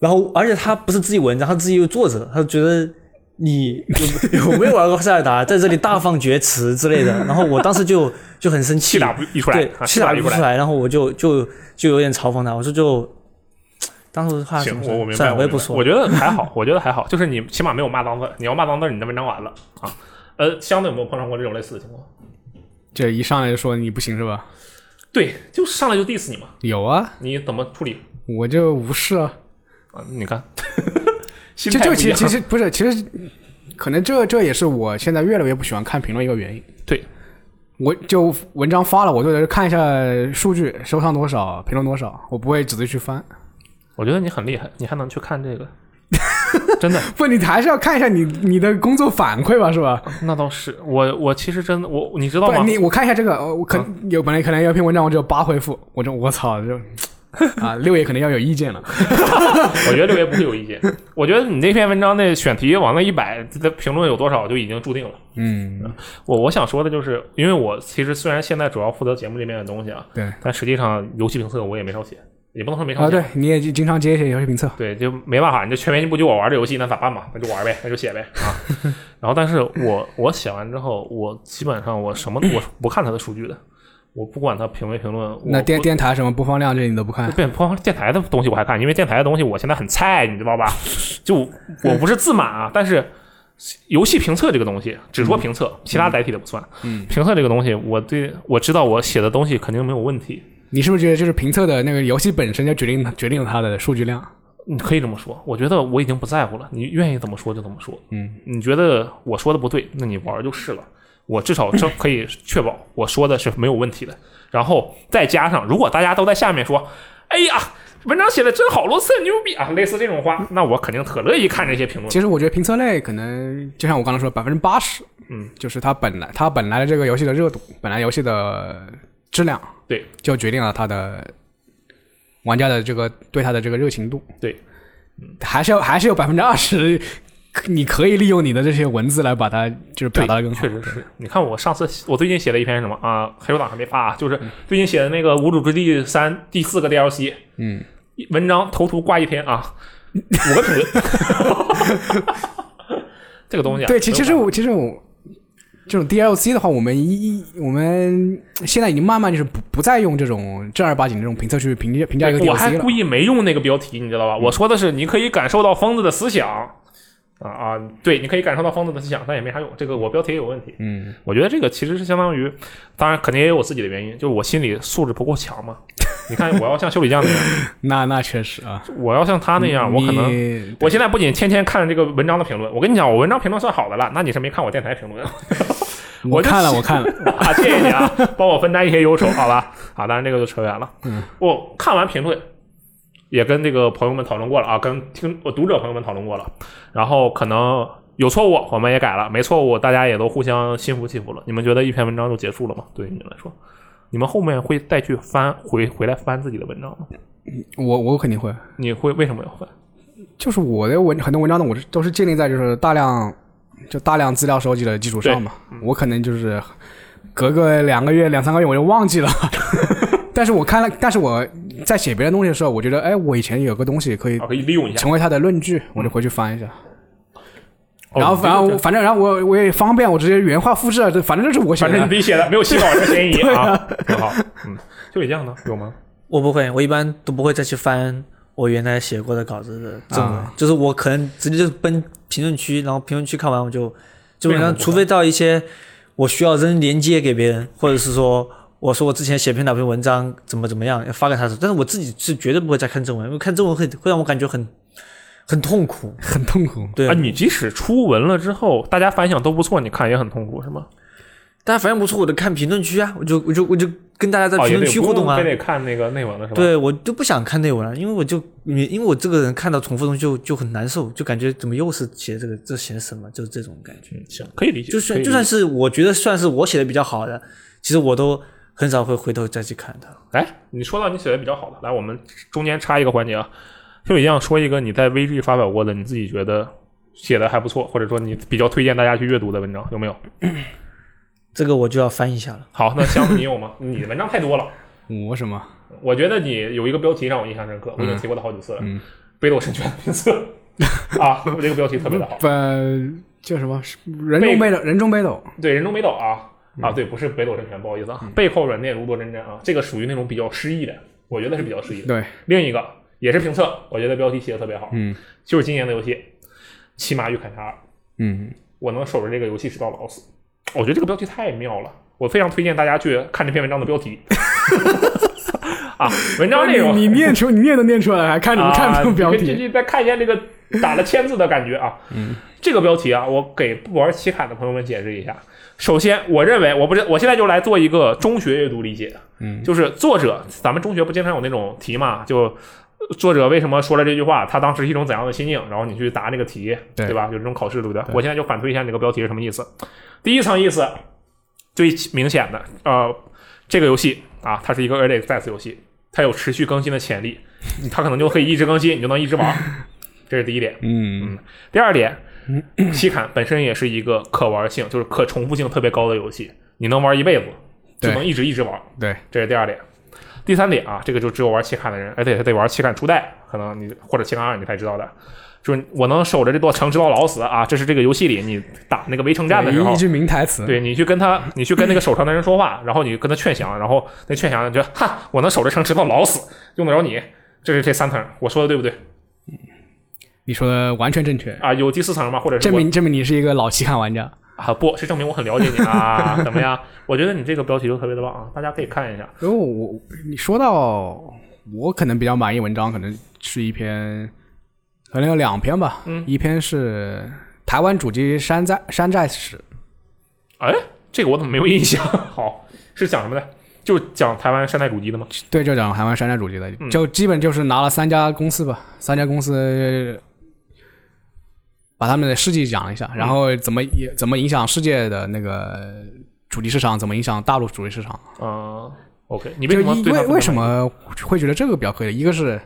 Speaker 4: 然后而且他不是自己文章，他自己有作者，他觉得。你有 有没有玩过塞尔达？在这里大放厥词之类的，然后我当时就就很生
Speaker 2: 气
Speaker 4: 气，
Speaker 2: 打不一出来
Speaker 4: 对，，
Speaker 2: 啊
Speaker 4: 气
Speaker 2: 气
Speaker 4: 打
Speaker 2: 打
Speaker 4: 不
Speaker 2: 一出来
Speaker 4: 出。来，然后我就就就有点嘲讽他，我说就，当时话怎
Speaker 2: 行
Speaker 4: 么，
Speaker 2: 我
Speaker 4: 说
Speaker 2: 我明
Speaker 4: 啊算
Speaker 2: 白，
Speaker 4: 了，我也
Speaker 2: 明
Speaker 4: 不
Speaker 2: 白
Speaker 4: 说，
Speaker 2: 我觉得还好，我觉得还好，就是你起码没有骂脏字儿。你要骂脏字儿，你的文章完了啊。呃，相对有没有碰上过这种类似的情况？
Speaker 3: 这一上来就说你不行是吧？
Speaker 2: 对，就上来就 diss 你嘛，
Speaker 3: 有啊，
Speaker 2: 你怎么处理
Speaker 3: 我就无视啊。
Speaker 2: 啊？你看，心
Speaker 3: 就
Speaker 2: 态
Speaker 3: 就
Speaker 2: 不
Speaker 3: 其
Speaker 2: 一
Speaker 3: 实
Speaker 2: 样
Speaker 3: 其实不是，其实可能这这也是我现在越来越不喜欢看评论一个原因。
Speaker 2: 对，
Speaker 3: 我就文章发了，我就在这看一下数据，收藏多少，评论多少，我不会仔细去翻。
Speaker 2: 我觉得你很厉害，你还能去看这个， 真的。
Speaker 3: 不，你还是要看一下你你的工作反馈吧，是吧？
Speaker 2: 那倒是，我我其实真的我你知道吗嗯
Speaker 3: 不，？你我看一下这个，呃我可、有本来可能有篇文章我只有八回复，我就我操 就啊六爷可能要有意见了。
Speaker 2: 我觉得六爷不会有意 见。我觉得你那篇文章那选题往那一摆，这评论有多少就已经注定了。
Speaker 3: 嗯，
Speaker 2: 我我想说的就是，因为我其实虽然现在主要负责节目这边的东西啊，
Speaker 3: 对
Speaker 2: 但实际上游戏评测我也没少写，也不能说没少
Speaker 3: 啊
Speaker 2: 写。
Speaker 3: 对，你也经常接一些游戏评测，
Speaker 2: 对，就没办法，你这全员不就我玩这游戏，那咋办嘛？那就玩呗，那就写呗啊。然后，但是我我写完之后，我基本上我什么我不看他的数据的，我不管他评没评论。我
Speaker 3: 那电
Speaker 2: 不
Speaker 3: 电台什么播放量这些你都不看？
Speaker 2: 对，不光电台的东西我还看，因为电台的东西我现在很菜，你知道吧？就我不是自满啊，但是游戏评测这个东西，只说评测，其他载体的不算。
Speaker 3: 嗯
Speaker 2: 评测这个东西，我对我知道我写的东西肯定没有问题，
Speaker 3: 你是不是觉得就是评测的那个游戏本身就决定决定了它的数据量？
Speaker 2: 你可以这么说。我觉得我已经不在乎了，你愿意怎么说就怎么说。
Speaker 3: 嗯，
Speaker 2: 你觉得我说的不对，那你玩儿就是了。我至少这可以确保我说的是没有问题的。然后再加上，如果大家都在下面说：“哎呀，文章写的真好，罗斯很牛逼啊！”类似这种话，那我肯定特乐意看这些评论。
Speaker 3: 其实我觉得评测类可能就像我刚才说，百分之八十，
Speaker 2: 嗯，
Speaker 3: 就是它本来它本来的这个游戏的热度，本来游戏的呃质量，
Speaker 2: 对，
Speaker 3: 就决定了它的玩家的这个对它的这个热情度，
Speaker 2: 对，
Speaker 3: 还是要还是有百分之二十，你可以利用你的这些文字来把它就是表达的更好，
Speaker 2: 确实是。你看我上次我最近写了一篇什么啊？黑手党还没发啊，就是最近写的那个《无主之地三》第四个 DLC，
Speaker 3: 嗯，
Speaker 2: 一文章头图挂一篇啊，五个图。 这个东西啊，
Speaker 3: 对，其
Speaker 2: 没有
Speaker 3: 其实
Speaker 2: 办法
Speaker 3: 我其实我这种 DLC 的话，我们一一我们现在已经慢慢就是不不再用这种正儿八经这种评测去评价评价一个
Speaker 2: 我还
Speaker 3: DLC
Speaker 2: 故
Speaker 3: 了。嗯
Speaker 2: 意没用那个标题，你知道吧？我说的是你可以感受到疯子的思想，啊啊，对，你可以感受到方子的思想，但也没啥用。这个我标题也有问题。
Speaker 3: 嗯，
Speaker 2: 我觉得这个其实是相当于，当然肯定也有我自己的原因，就是我心理素质不够强嘛。你看，我要像修理匠那样，
Speaker 3: 那那确实啊，
Speaker 2: 我要像他那样，我可能
Speaker 3: 你
Speaker 2: 我现在不仅天天看这个文章的评论，我跟你讲，我文章评论算好的了，那你是没看我电台评论
Speaker 3: 我
Speaker 2: 我就
Speaker 3: 看了我看了，
Speaker 2: 啊，谢谢你啊，帮我分担一些忧愁，好吧？啊，当然这个就扯远了。嗯，我看完评论，也跟这个朋友们讨论过了啊，跟听我读者朋友们讨论过了，然后可能有错误，我们也改了；没错误，大家也都互相心服气服了。你们觉得一篇文章就结束了吗？对于你们来说，你们后面会再去翻回回来翻自己的文章吗？
Speaker 3: 我我肯定会，
Speaker 2: 你会为什么要翻？
Speaker 3: 就是我的文很多文章呢，我是都是建立在就是大量就大量资料收集的基础上嘛，我可能就是隔个两个月两三个月我就忘记了， 但是我看了，但是我在写别的东西的时候，我觉得哎，我以前有个东西可以
Speaker 2: 啊，可以利用一下。
Speaker 3: 成为他的论据，我就回去翻一下。然后
Speaker 2: 哦
Speaker 3: 反正我反正然后我我也方便，我直接原话复制啊了，这反正就是我写
Speaker 2: 反正你
Speaker 3: 的
Speaker 2: 自。己写的，没有洗稿的嫌疑啊，挺好。嗯，就你这样呢，有吗？
Speaker 4: 我不会，我一般都不会再去翻我原来写过的稿子的正文，
Speaker 3: 啊
Speaker 4: 就是我可能直接就奔评论区，然后评论区看完我就基本
Speaker 2: 为什么
Speaker 4: 上，
Speaker 2: 不会
Speaker 4: 除非到一些我需要扔链接给别人，或者是说我说我之前写篇哪篇文章怎么怎么样要发给他的时候，但是我自己是绝对不会再看正文，因为看正文会会让我感觉很很痛苦。
Speaker 3: 很痛苦。
Speaker 4: 对，
Speaker 2: 啊，你即使出文了之后，大家反响都不错，你看也很痛苦是吗？
Speaker 4: 大家反应不错，我就看评论区啊，我就我就我就跟大家在
Speaker 2: 哦，
Speaker 4: 评
Speaker 2: 也
Speaker 4: 论
Speaker 2: 得
Speaker 4: 区
Speaker 2: 不
Speaker 4: 互动
Speaker 2: 用
Speaker 4: 啊。
Speaker 2: 非得看那个内文了是吧？，
Speaker 4: 对我就不想看内文了，因为我就因为我这个人看到重复的东西就就很难受，就感觉怎么又是写这个这写什么，就是这种感觉。
Speaker 2: 嗯行，可以理解。
Speaker 4: 就
Speaker 2: 可以
Speaker 4: 算
Speaker 2: 理
Speaker 4: 就
Speaker 2: 解
Speaker 4: 算是我觉得算是我写的比较好的，其实我都很少会回头再去看它。
Speaker 2: 哎，你说到你写的比较好的，来，我们中间插一个环节啊，就一样说一个你在 VG 发表过的，你自己觉得写的还不错，或者说你比较推荐大家去阅读的文章，有没有？
Speaker 4: 这个我就要翻一下了。
Speaker 2: 好，那箱子你有吗？你的文章太多了，
Speaker 3: 我什么？
Speaker 2: 我觉得你有一个标题让我印象深刻，
Speaker 3: 嗯
Speaker 2: 我已经提过它好几次了，北斗神拳的名字啊，我这个标题特别的好。
Speaker 3: 呃，叫什么？人中北斗，人中北斗。
Speaker 2: 对，人中北斗啊
Speaker 3: 嗯
Speaker 2: 啊，对，不是北斗神拳，不好意思啊，背靠软垫如坐针毡啊，这个属于那种比较诗意的，我觉得是比较诗意的。
Speaker 3: 对，
Speaker 2: 另一个也是评测，我觉得标题写的特别好，
Speaker 3: 嗯
Speaker 2: 就是今年的游戏《骑马与砍杀二》，
Speaker 3: 嗯，
Speaker 2: 我能守着这个游戏直到老死。我觉得这个标题太妙了，我非常推荐大家去看这篇文章的标题。 啊，文章内容
Speaker 3: 嗯你你念出你念都念出来了，还看你
Speaker 2: 啊，
Speaker 3: 看不懂标
Speaker 2: 你
Speaker 3: 题？
Speaker 2: 你再看一下这个打了签字的感觉啊。嗯，这个标题啊，我给不玩棋卡的朋友们解释一下。首先，我认为我不是，我现在就来做一个中学阅读理解。嗯，就是作者，咱们中学不经常有那种题嘛，就。作者为什么说了这句话？他当时是一种怎样的心境？然后你去答那个题，
Speaker 3: 对
Speaker 2: 吧？有这种考试，对不对？我现在就反推一下你这个标题是什么意思。第一层意思最明显的，呃，这个游戏啊，它是一个 early access 游戏，它有持续更新的潜力，它可能就可以一直更新，你就能一直 玩。这是第一点。
Speaker 3: 嗯
Speaker 2: 第二点，西坎本身也是一个可玩性，就是可重复性特别高的游戏，你能玩一辈子，就
Speaker 3: 对
Speaker 2: 能一直一直玩。
Speaker 3: 对，
Speaker 2: 这是第二点。第三点啊，这个就只有玩七砍的人，而且还得玩七砍初代，可能你或者七砍二你才知道的。就是我能守着这座城直到老死啊！这是这个游戏里你打那个围城战的时候
Speaker 3: 一一句名台词。
Speaker 2: 对你去跟他，你去跟那个守城的人说话，然后你跟他劝降，然后那劝降的觉得哈，我能守着城直到老死，用得着你。这是这三层，我说的对不对
Speaker 3: 你说的完全正确，
Speaker 2: 啊？有第四层吗？或者是
Speaker 3: 证
Speaker 2: 我
Speaker 3: 明证明你是一个老棋看玩家。
Speaker 2: 啊不是证明我很了解你啊？ 怎么样？我觉得你这个标题就特别的棒啊，大家可以看一下。
Speaker 3: 然后我你说到我可能比较满意文章，可能是一篇，可能有两篇吧。嗯，一篇是台湾主机山寨山寨史，
Speaker 2: 哎，这个我怎么没有印象？ 好，是讲什么的？就是讲台湾山寨主机的吗？
Speaker 3: 对，就讲台湾山寨主机的，就基本就是拿了三家公司吧，三家公司呃把他们的事迹讲一下，然后怎么也怎么影响世界的那个主机市场，怎么影响大陆主机市场。
Speaker 2: 嗯、o k 你为
Speaker 3: 就
Speaker 2: 什么
Speaker 3: 一
Speaker 2: 对它
Speaker 3: 为
Speaker 2: 不
Speaker 3: 为
Speaker 2: 那
Speaker 3: 什么会觉得这个比较可以？一个是，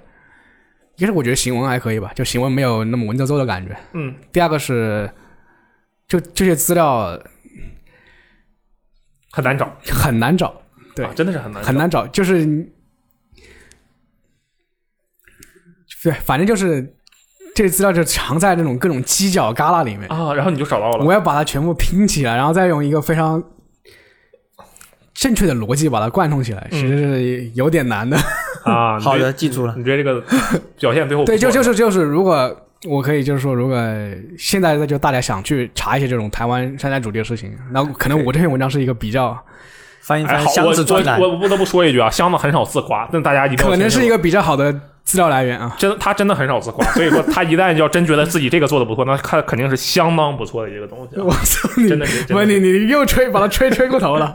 Speaker 3: 一个是我觉得行文还可以吧，就行文没有那么文绉绉的感觉。
Speaker 2: 嗯，
Speaker 3: 第二个是，就这些资料
Speaker 2: 很难找？
Speaker 3: 很难找，对
Speaker 2: 啊，真的是很难找，
Speaker 3: 很难找，就是你，对，反正就是这资料就藏在那种各种犄角旮旯里面。
Speaker 2: 啊。然后你就找到了
Speaker 3: 我要把它全部拼起来，然后再用一个非常正确的逻辑把它贯通起来，其实是有点难的。
Speaker 2: 啊。你
Speaker 4: 好
Speaker 2: 对嗯
Speaker 4: 的，，记住了。
Speaker 2: 你对这个表现最后
Speaker 3: 对，
Speaker 2: 不错
Speaker 3: 就就是就是，如果我可以就是说，如果现在就大家想去查一些这种台湾山寨主题的事情，那可能我这篇文章是一个比 较，
Speaker 4: 翻一
Speaker 2: 哎，
Speaker 4: 翻
Speaker 2: 好，
Speaker 4: 箱
Speaker 2: 我
Speaker 4: 子专栏
Speaker 2: 我，我不得不说一句啊，箱子很少自夸，但大家一定要
Speaker 3: 可能是一
Speaker 2: 个
Speaker 3: 个比较好的资料来源啊。
Speaker 2: 真的，他真的很少自夸，所以说他一旦要真觉得自己这个做的不错，那他肯定是相当不错的一个东西啊
Speaker 3: 我。操你！
Speaker 2: 真的是真
Speaker 3: 不
Speaker 2: 的
Speaker 3: 是你
Speaker 2: 是
Speaker 3: 你又吹把他吹吹过头 了。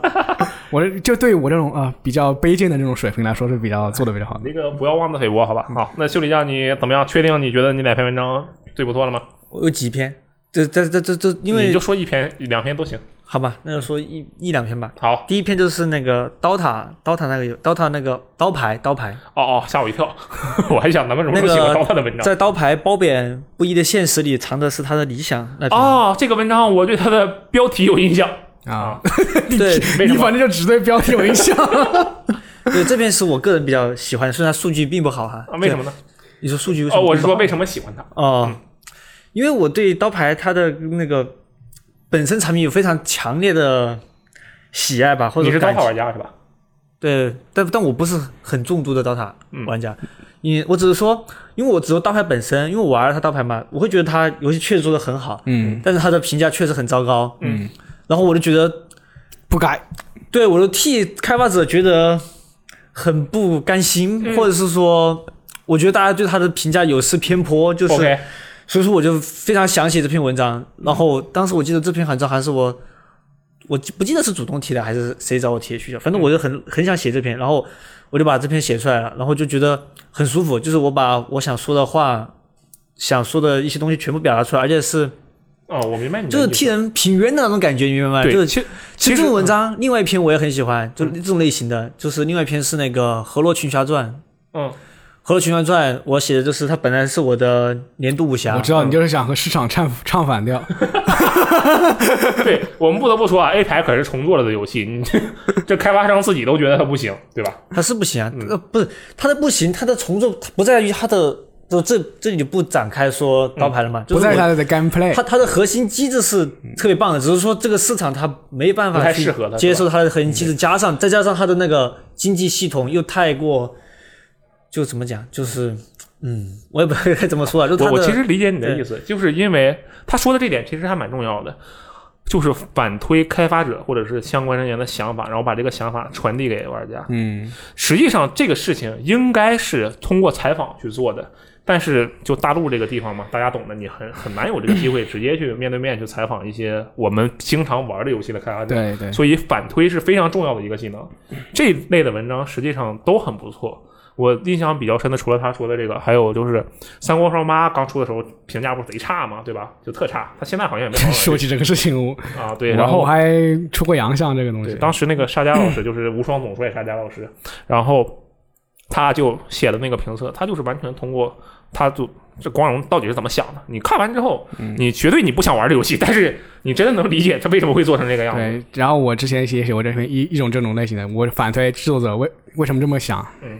Speaker 3: 我就对我这种啊、比较卑贱的这种水平来说是比较做的比较好的。
Speaker 2: 那个不要妄自菲薄，好吧？好，那修理匠你怎么样？确定你觉得你哪篇文章最不错了吗？
Speaker 4: 我有几篇，这这这这这，
Speaker 2: 你
Speaker 4: 因为
Speaker 2: 就说一篇、两篇都行。
Speaker 4: 好吧，那就说一一两篇吧。
Speaker 2: 好，
Speaker 4: 第一篇就是那个刀塔，刀塔那个有刀塔那个刀牌，刀牌
Speaker 2: 哦哦，吓我一跳， 我还想咱们什么
Speaker 4: 那
Speaker 2: 时候写过刀
Speaker 4: 个
Speaker 2: 塔的文章？
Speaker 4: 在刀牌褒贬不一的现实里藏的是他的理想。那篇，
Speaker 2: 哦，这个文章我对它的标题有印象
Speaker 3: 啊，
Speaker 4: 对
Speaker 2: 为什
Speaker 3: 你
Speaker 2: 么
Speaker 3: 反正就只对标题有 印象。
Speaker 4: 对，这篇是我个人比较喜欢的，虽然数据并不好哈。
Speaker 2: 啊？为什么
Speaker 4: 对？
Speaker 2: 呢？
Speaker 4: 你说数据为什
Speaker 2: 哦，
Speaker 4: 么？
Speaker 2: 我是说为嗯什么喜欢它？
Speaker 4: 哦，因为我对刀牌它的那个本身产品有非常强烈的喜爱吧，或者
Speaker 2: 你是刀
Speaker 4: 感
Speaker 2: 塔
Speaker 4: 情
Speaker 2: 玩家是吧？
Speaker 4: 对，但但我不是很重度的刀塔
Speaker 2: 嗯
Speaker 4: 玩家，你我只是说，因为我只有刀牌本身，因为我玩了他刀牌嘛，我会觉得他游戏确实做的很好，
Speaker 3: 嗯，
Speaker 4: 但是他的评价确实很糟糕，嗯，然后我就觉得，
Speaker 3: 不该。
Speaker 4: 对我就替开发者觉得很不甘心，或者是说，我觉得大家对他的评价有失偏颇，就是
Speaker 2: OK，
Speaker 4: 所以说我就非常想写这篇文章，然后当时我记得这篇文章还是我，我记不记得是主动提的还是谁找我提的需求，反正我就很很想写这篇，然后我就把这篇写出来了，然后就觉得很舒服，就是我把我想说的话，想说的一些东西全部表达出来，而且是
Speaker 2: 哦，我明白你的
Speaker 4: 就是
Speaker 2: 意思
Speaker 4: 替人平冤的那种感觉，你明白吗？就
Speaker 2: 对，
Speaker 4: 是
Speaker 2: 其
Speaker 4: 其
Speaker 2: 其
Speaker 4: 实
Speaker 2: 实
Speaker 4: 这种文章，另外一篇我也很喜欢，就这种类型的，就是另外一篇是那个《河洛群侠传》，《
Speaker 2: 嗯，
Speaker 4: 河洛群侠传》我写的就是它本来是我的年度武
Speaker 2: 啊
Speaker 4: 侠，
Speaker 3: 我知
Speaker 2: 嗯
Speaker 3: 道你就是想和市场唱唱反调。
Speaker 2: 对我们不得不说啊，A 牌可是重做了的游戏，你这开发商自己都觉得它不行，对吧？
Speaker 4: 他是不行啊，呃，不是他的不行，他的重做它不在于他的，就这这里就不展开说刀牌了嘛，就
Speaker 3: 不
Speaker 4: 是
Speaker 3: 再是他
Speaker 4: 我
Speaker 3: 的
Speaker 2: 哎
Speaker 3: gameplay，
Speaker 4: 他他的核心机制是特别棒的，只是说这个市场它没办
Speaker 2: 不
Speaker 4: 法
Speaker 2: 太
Speaker 4: 去
Speaker 2: 适合它
Speaker 4: 接
Speaker 2: 是吧嗯
Speaker 4: 受它的核心机制，加上再加上它的那个经济系统又太过，就怎么讲，就是嗯，我也不知道该怎么说啊，就
Speaker 2: 我
Speaker 4: 他
Speaker 2: 我其
Speaker 4: 的
Speaker 2: 实理解你的意思，就是因为他说的这点其实还蛮重要的，就是反推开发者或者是相关人员的想法，然后把这个想法传递给玩家。
Speaker 3: 嗯，
Speaker 2: 实际上这个事情应该是通过采访去做的，但是就大陆这个地方嘛，大家懂的，你很很难有这个机会直接去面对面去采访一些我们经常玩的游戏的开发者。
Speaker 3: 对 对，
Speaker 2: 所以反推是非常重要的一个技能。这一类的文章实际上都很不错。我印象比较深的，除了他说的这个，还有就是《三国双妈》刚出的时候评价不是贼差嘛，对吧？就特差。他现在好像也没好
Speaker 3: 说起这个事情，我
Speaker 2: 啊，对。然
Speaker 3: 我
Speaker 2: 后
Speaker 3: 还出过洋相这个东
Speaker 2: 对，
Speaker 3: 西。
Speaker 2: 当时那个沙家老师就是无双总帅沙家老师，然后他就写的那个评测，他就是完全通过他就这光荣到底是怎么想的？你看完之后，
Speaker 3: 嗯
Speaker 2: 你绝对你不想玩这游戏，但是你真的能理解他为什么会做成这个样子。
Speaker 3: 对，然后我之前也写过这篇一一种这种类型的，我反推制作者为为什么这么想，
Speaker 2: 嗯，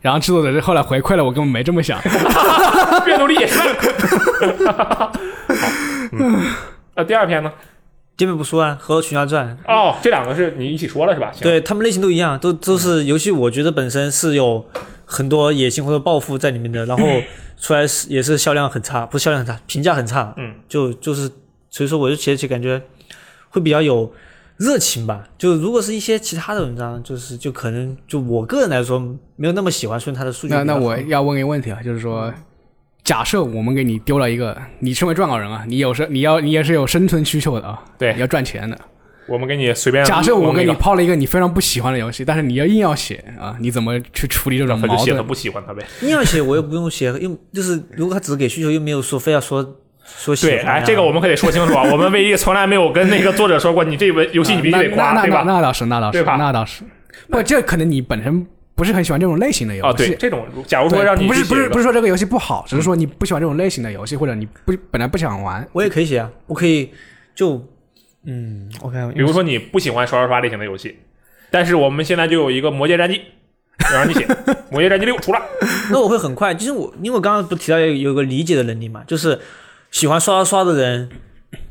Speaker 3: 然后制作者是后来回馈了，我根本没这 么想。
Speaker 2: 阅读理解是。好，嗯，呃，第二篇呢？
Speaker 4: 这边不说啊，《河洛群侠传》
Speaker 2: 哦，这两个是你一起说了是吧？行，
Speaker 4: 对他们类型都一样，都都
Speaker 2: 嗯
Speaker 4: 是游戏。我觉得本身是有很多野心或者抱负在里 面的，然后出来是也是销量很差，不是销量很差，评价很差。
Speaker 2: 嗯，
Speaker 4: 就就是所以说，我就写起感觉会比较有热情吧。就如果是一些其他的文章，就是就可能就我个人来说没有那么喜欢，虽然它的数据
Speaker 3: 那
Speaker 4: 比较
Speaker 3: 那
Speaker 4: 好
Speaker 3: 我要问一个问题啊，就是说，假设我们给你丢了一个，你身为撰稿人啊，你有生你要你也是有生存需求的啊，
Speaker 2: 对
Speaker 3: 你要赚钱的。
Speaker 2: 我们给你随便。
Speaker 3: 假设我给
Speaker 2: 给
Speaker 3: 你抛了一个你非常不喜欢的游戏，但是你要硬要写啊，你怎么去处理这种
Speaker 2: 他就
Speaker 3: 矛
Speaker 2: 写他
Speaker 3: 盾？
Speaker 2: 不喜欢他呗。
Speaker 4: 硬要写，我又不用写，又就是如果他只是给需求，又没有说非要说说喜
Speaker 2: 对，
Speaker 3: 啊
Speaker 4: 欢呀、
Speaker 2: 哎，这个我们可得说清楚啊，我们卫一从来没有跟那个作者说过，你这本游戏你必须得
Speaker 3: 啊
Speaker 2: 夸，
Speaker 3: 那那
Speaker 2: 对
Speaker 3: 那
Speaker 2: 吧？
Speaker 3: 那倒是，那倒是，
Speaker 2: 对吧
Speaker 3: 那倒是。不，这可能你本身不是很喜欢这种类型的游戏。
Speaker 2: 啊，对，这种假如
Speaker 3: 对
Speaker 2: 说让你
Speaker 3: 不是
Speaker 2: 去
Speaker 3: 不
Speaker 2: 写
Speaker 3: 是
Speaker 2: 一个
Speaker 3: 不是说这个游戏不好，只
Speaker 2: 嗯
Speaker 3: 是说你不喜欢这种类型的游戏，或者你不本来不想玩。
Speaker 4: 我也可以写啊，我可以就嗯，OK，
Speaker 2: 比如说你不喜欢刷刷刷类型的游戏，但是我们现在就有一个《魔界战记》，我让你写 《魔界战记六》出了，
Speaker 4: 那我会很快，就是我，因为我刚刚不提到有有个理解的能力嘛，就是喜欢刷刷刷的人，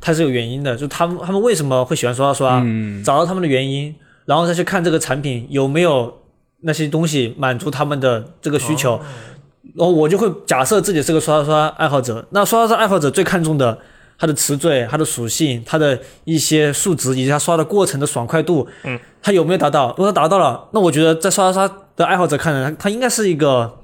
Speaker 4: 他是有原因的，就他们他们为什么会喜欢刷刷刷，找到他们的原因，然后再去看这个产品有没有那些东西满足他们的这个需求，然后我就会假设自己是个刷刷刷爱好者。那刷刷刷爱好者最看重的，它的词缀、它的属性、它的一些数值，以及它刷的过程的爽快度，
Speaker 2: 嗯，
Speaker 4: 它有没有达到？如果它达到了，那我觉得在刷刷刷的爱好者看来，它它应该是一个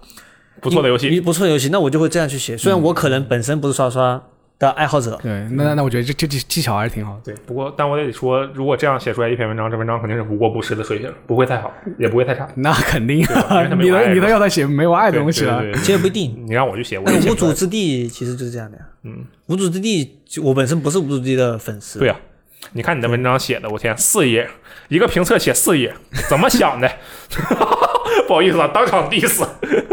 Speaker 2: 不错的游
Speaker 4: 一
Speaker 2: 戏，
Speaker 4: 不错的游戏。那我就会这样去写。虽然我可能本身不是刷刷的爱好者，
Speaker 3: 对，那那我觉得这这技技巧还是挺好的。
Speaker 2: 对。不过，但我得说，如果这样写出来一篇文章，这文章肯定是无过不失的水平，不会太好，也不会太差。
Speaker 3: 那肯定
Speaker 2: 吧因为
Speaker 3: 啊，
Speaker 2: 他没
Speaker 3: 你
Speaker 2: 有爱
Speaker 3: 都你都
Speaker 2: 嘛
Speaker 3: 要他嗯写没有爱的
Speaker 2: 对
Speaker 3: 东西了
Speaker 2: 对，对
Speaker 4: 其
Speaker 2: 对
Speaker 4: 实不一定。
Speaker 2: 你让我去写，我
Speaker 4: 那
Speaker 2: 也写
Speaker 4: 无
Speaker 2: 不出
Speaker 4: 主
Speaker 2: 来。
Speaker 4: 之地其实就是这样的呀。
Speaker 2: 嗯，
Speaker 4: 无主之地，就我本身不是无主之地的粉丝。
Speaker 2: 对啊，你看你的文章写的，我天，四页，一个评测写四页，怎么想的？ 不好意思啊，当场 diss。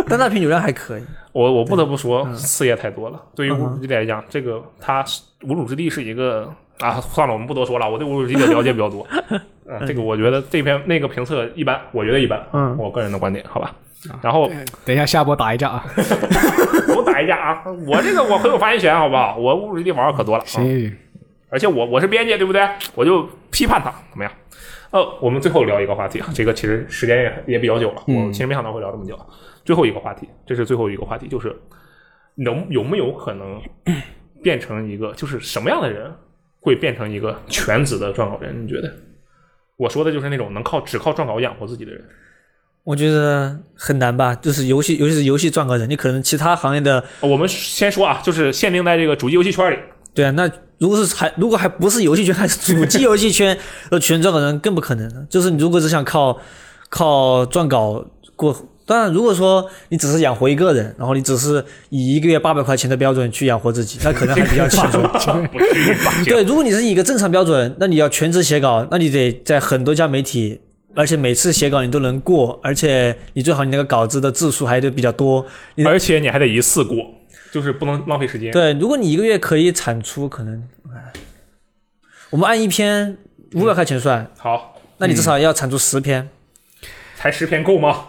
Speaker 4: 但那瓶流量还可以。
Speaker 2: 我我不得不说，
Speaker 3: 嗯
Speaker 2: 四页太多了。对于
Speaker 4: 嗯
Speaker 2: 无
Speaker 4: 哼
Speaker 2: 主之地来讲，这个它是无主之地是一个啊，算了，我们不多说了。我对无主之地的了解比较 多，嗯，这个我觉得这篇那个评测一般，我觉得一般，
Speaker 4: 嗯
Speaker 2: 我个人的观点，好吧。
Speaker 3: 啊
Speaker 2: 然后
Speaker 3: 等一下下播打一架 啊！
Speaker 2: 我打一架啊，我这个我很有发言权，好不好？我无主之地玩儿可多了，啊
Speaker 3: 行，
Speaker 2: 而且我我是编辑，对不对？我就批判他，怎么样？呃，我们最后聊一个话题啊，这个其实时间也也比较久了，我其实没想到会聊这么久。啊最后一个话题，这是最后一个话题，就是能有没有可能变成一个，就是什么样的人会变成一个全职的撰稿人？你觉得？我说的就是那种能靠只靠撰稿养活自己的人。
Speaker 4: 我觉得很难吧，就是游戏，尤其是游戏赚个人，你可能其他行业的，
Speaker 2: 呃我们先说啊，就是限定在这个主机游戏圈里，
Speaker 4: 对啊，那如果是还如果还不是游戏圈，还是主机游戏圈的全赚个人更不可能 了。就是你如果只想靠靠撰稿过，当然如果说你只是养活一个人，然后你只是以一个月八百块钱的标准去养活自己，那可能还比较轻 松。
Speaker 2: 不至于吧？
Speaker 4: 对，如果你是以一个正常标准，那你要全职写稿，那你得在很多家媒体，而且每次写稿你都能过，而且你最好你那个稿子的字数还得比较多。你
Speaker 2: 而且你还得一次过，就是不能浪费时间。
Speaker 4: 对，如果你一个月可以产出，可能，哎我们按一篇五百块钱算，
Speaker 2: 好，
Speaker 4: 那你至少要产出十篇。
Speaker 2: 才十篇够吗？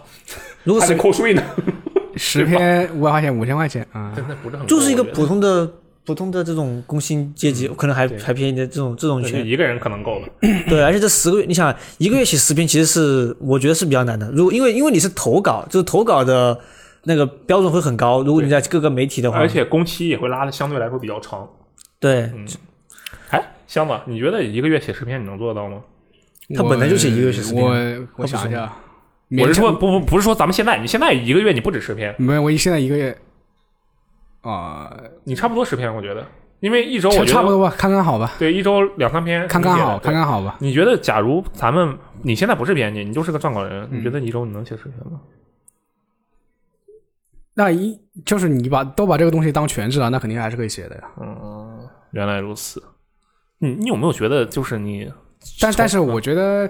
Speaker 4: 如果
Speaker 2: 还得
Speaker 4: 是
Speaker 2: 扣税呢，
Speaker 3: 十篇五百块钱，五千块钱啊，
Speaker 2: 那不是很
Speaker 4: 就是一个
Speaker 2: 够
Speaker 4: 普通的普通的这种工薪阶级，可能还还便宜的这种这种
Speaker 2: 我觉得
Speaker 4: 群
Speaker 2: 嗯对，一个人可能够了。
Speaker 4: 对，而且这十个月，你想一个月写十篇，其实是我觉得是比较难的。如果因为因为你是投稿，就是投稿的那个标准会很高。如果你在各个媒体的话，
Speaker 2: 而且工期也会拉的相对来说比较长。
Speaker 4: 对，
Speaker 2: 哎，箱子，你觉得一个月写十篇你能做得到吗？
Speaker 4: 他本来就写一个月写啊十篇
Speaker 3: 我我想一下，
Speaker 2: 我
Speaker 3: 勉
Speaker 2: 是
Speaker 3: 强
Speaker 2: 说不不不是说咱们现在，你现在一个月你不止十篇，
Speaker 3: 没有，我现在一个月啊，
Speaker 2: 你差不多十篇，我觉得，因为一周
Speaker 3: 差
Speaker 2: 我觉得
Speaker 3: 差不多吧，看看好吧，
Speaker 2: 对一周两三篇，
Speaker 3: 看看好，
Speaker 2: 对
Speaker 3: 看。看好吧。
Speaker 2: 你觉得，假如咱们你现在不是编辑，你就是个撰稿人，你觉得一周你能写十篇
Speaker 3: 嗯
Speaker 2: 吗？
Speaker 3: 那一就是你把都把这个东西当全职了，那肯定还是可以写的呀。
Speaker 2: 嗯，原来如此。你你有没有觉得，就是你
Speaker 3: 但但是我觉得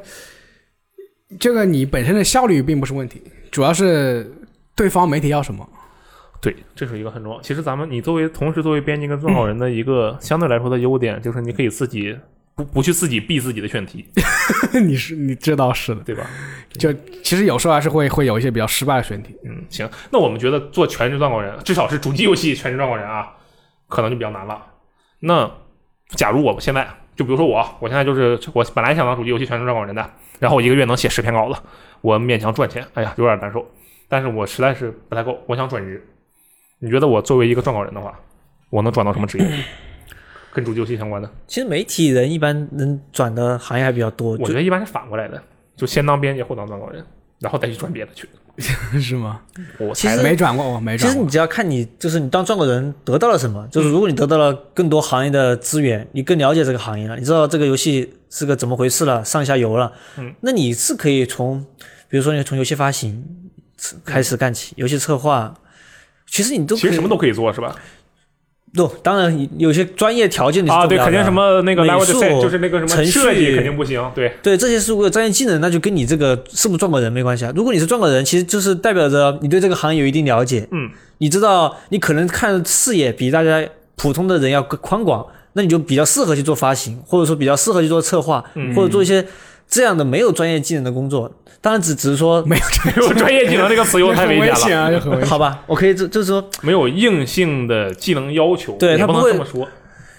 Speaker 3: 这个你本身的效率并不是问题，主要是对方媒体要什么。
Speaker 2: 对，这是一个很重要。其实咱们你作为同时作为编辑跟撰稿人的一个相对来说的优点，就是你可以自己不不去自己避自己的选题，
Speaker 3: 你是你这倒是的，
Speaker 2: 对吧？
Speaker 3: 就其实有时候还是会会有一些比较失败的选题。
Speaker 2: 嗯，行。那我们觉得做全职撰稿人，至少是主机游戏全职撰稿人啊，可能就比较难了。那假如我现在就比如说我，啊我现在就是我本来想当主机游戏全职撰稿人的，然后我一个月能写十篇稿子，我勉强赚钱，哎呀，有点难受，但是我实在是不太够，我想转职。你觉得我作为一个撰稿人的话，我能转到什么职业？跟主机游戏相关的？
Speaker 4: 其实媒体人一般能转的行业还比较多。
Speaker 2: 我
Speaker 4: 就
Speaker 2: 觉得一般是反过来的，就先当编辑后当撰稿人，然后再去转别的去。
Speaker 3: 是吗？
Speaker 2: 我
Speaker 4: 其
Speaker 2: 猜
Speaker 4: 实
Speaker 2: 的，
Speaker 3: 没转过，我没
Speaker 4: 其
Speaker 3: 转
Speaker 4: 实
Speaker 3: 过
Speaker 4: 你。只要看你，就是你当撰稿人得到了什
Speaker 2: 嗯
Speaker 4: 么，就是如果你得到了更多行业的资源，你更了解这个行业了，你知道这个游戏是个怎么回事了，上下游了，
Speaker 2: 嗯，
Speaker 4: 那你是可以从，比如说你从游戏发行开始干起，游戏策划，其实你都
Speaker 2: 嗯其
Speaker 4: 可以
Speaker 2: 实什么都可以做是吧？
Speaker 4: 都，当然有些专业条件你是
Speaker 2: 啊，
Speaker 4: 做不
Speaker 2: 对，
Speaker 4: 了
Speaker 2: 肯定
Speaker 4: 的
Speaker 2: 什么那个
Speaker 4: 美
Speaker 2: level
Speaker 4: 术
Speaker 2: design 就是那个什么
Speaker 4: 程序
Speaker 2: 设计肯定不行，对，
Speaker 4: 对这些是如果有专业技能，那就跟你这个是不是撰稿人没关系啊。如果你是撰稿人，其实就是代表着你对这个行业有一定了解，
Speaker 2: 嗯，
Speaker 4: 你知道你可能看的视野比大家普通的人要更宽广，那你就比较适合去做发行，或者说比较适合去做策划，
Speaker 2: 嗯
Speaker 4: 或者做一些这样的没有专业技能的工作。当然只只是说，
Speaker 3: 没有这
Speaker 2: 没有专业技能这个词又太
Speaker 3: 很
Speaker 2: 危
Speaker 3: 危
Speaker 2: 险了，
Speaker 3: 险啊，就很 危险。
Speaker 4: 好 吧，我可以就就是说，
Speaker 2: 没有硬性的技能要求，
Speaker 4: 对
Speaker 2: 也
Speaker 4: 他
Speaker 2: 不能
Speaker 4: 不会
Speaker 2: 这么说。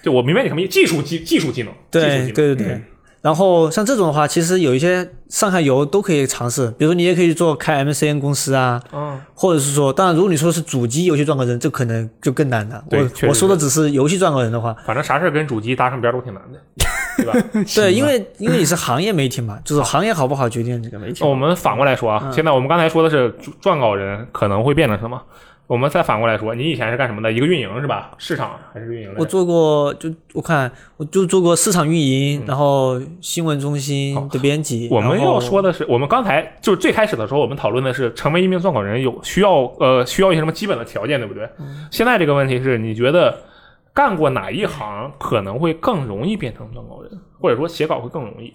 Speaker 2: 就我明白你什么意思，技术技技术技能，技术嗯
Speaker 4: 对
Speaker 2: 技能
Speaker 4: 对对对。然后像这种的话，其实有一些上下游都可以尝试，比如说你也可以做开 MCN 公司啊，
Speaker 2: 嗯，
Speaker 4: 或者是说，当然如果你说是主机游戏赚个人，这可能就更难了。
Speaker 2: 对确实
Speaker 4: 我我说的只是游戏赚个 人的话，
Speaker 2: 反正啥事儿跟主机搭上边儿都挺难的，对吧？
Speaker 4: 对，因为因为你是行业媒体嘛，就是行业好不好嗯决定这个媒体
Speaker 2: 那。我们反过来说啊，现在我们刚才说的是撰撰稿人可能会变成什么？我们再反过来说，你以前是干什么的？一个运营是吧？市场还是运营来着？
Speaker 4: 我做过，就我看，我就做过市场运营，然后新闻中心
Speaker 3: 哦
Speaker 4: 的编辑。
Speaker 2: 我们
Speaker 4: 然后
Speaker 2: 要说的是，我们刚才就是最开始的时候，我们讨论的是成为一名撰稿人有需要呃需要一些什么基本的条件，对不对？
Speaker 3: 嗯
Speaker 2: 现在这个问题是，你觉得干过哪一行可能会更容易变成撰稿人，或者说写稿会更容易？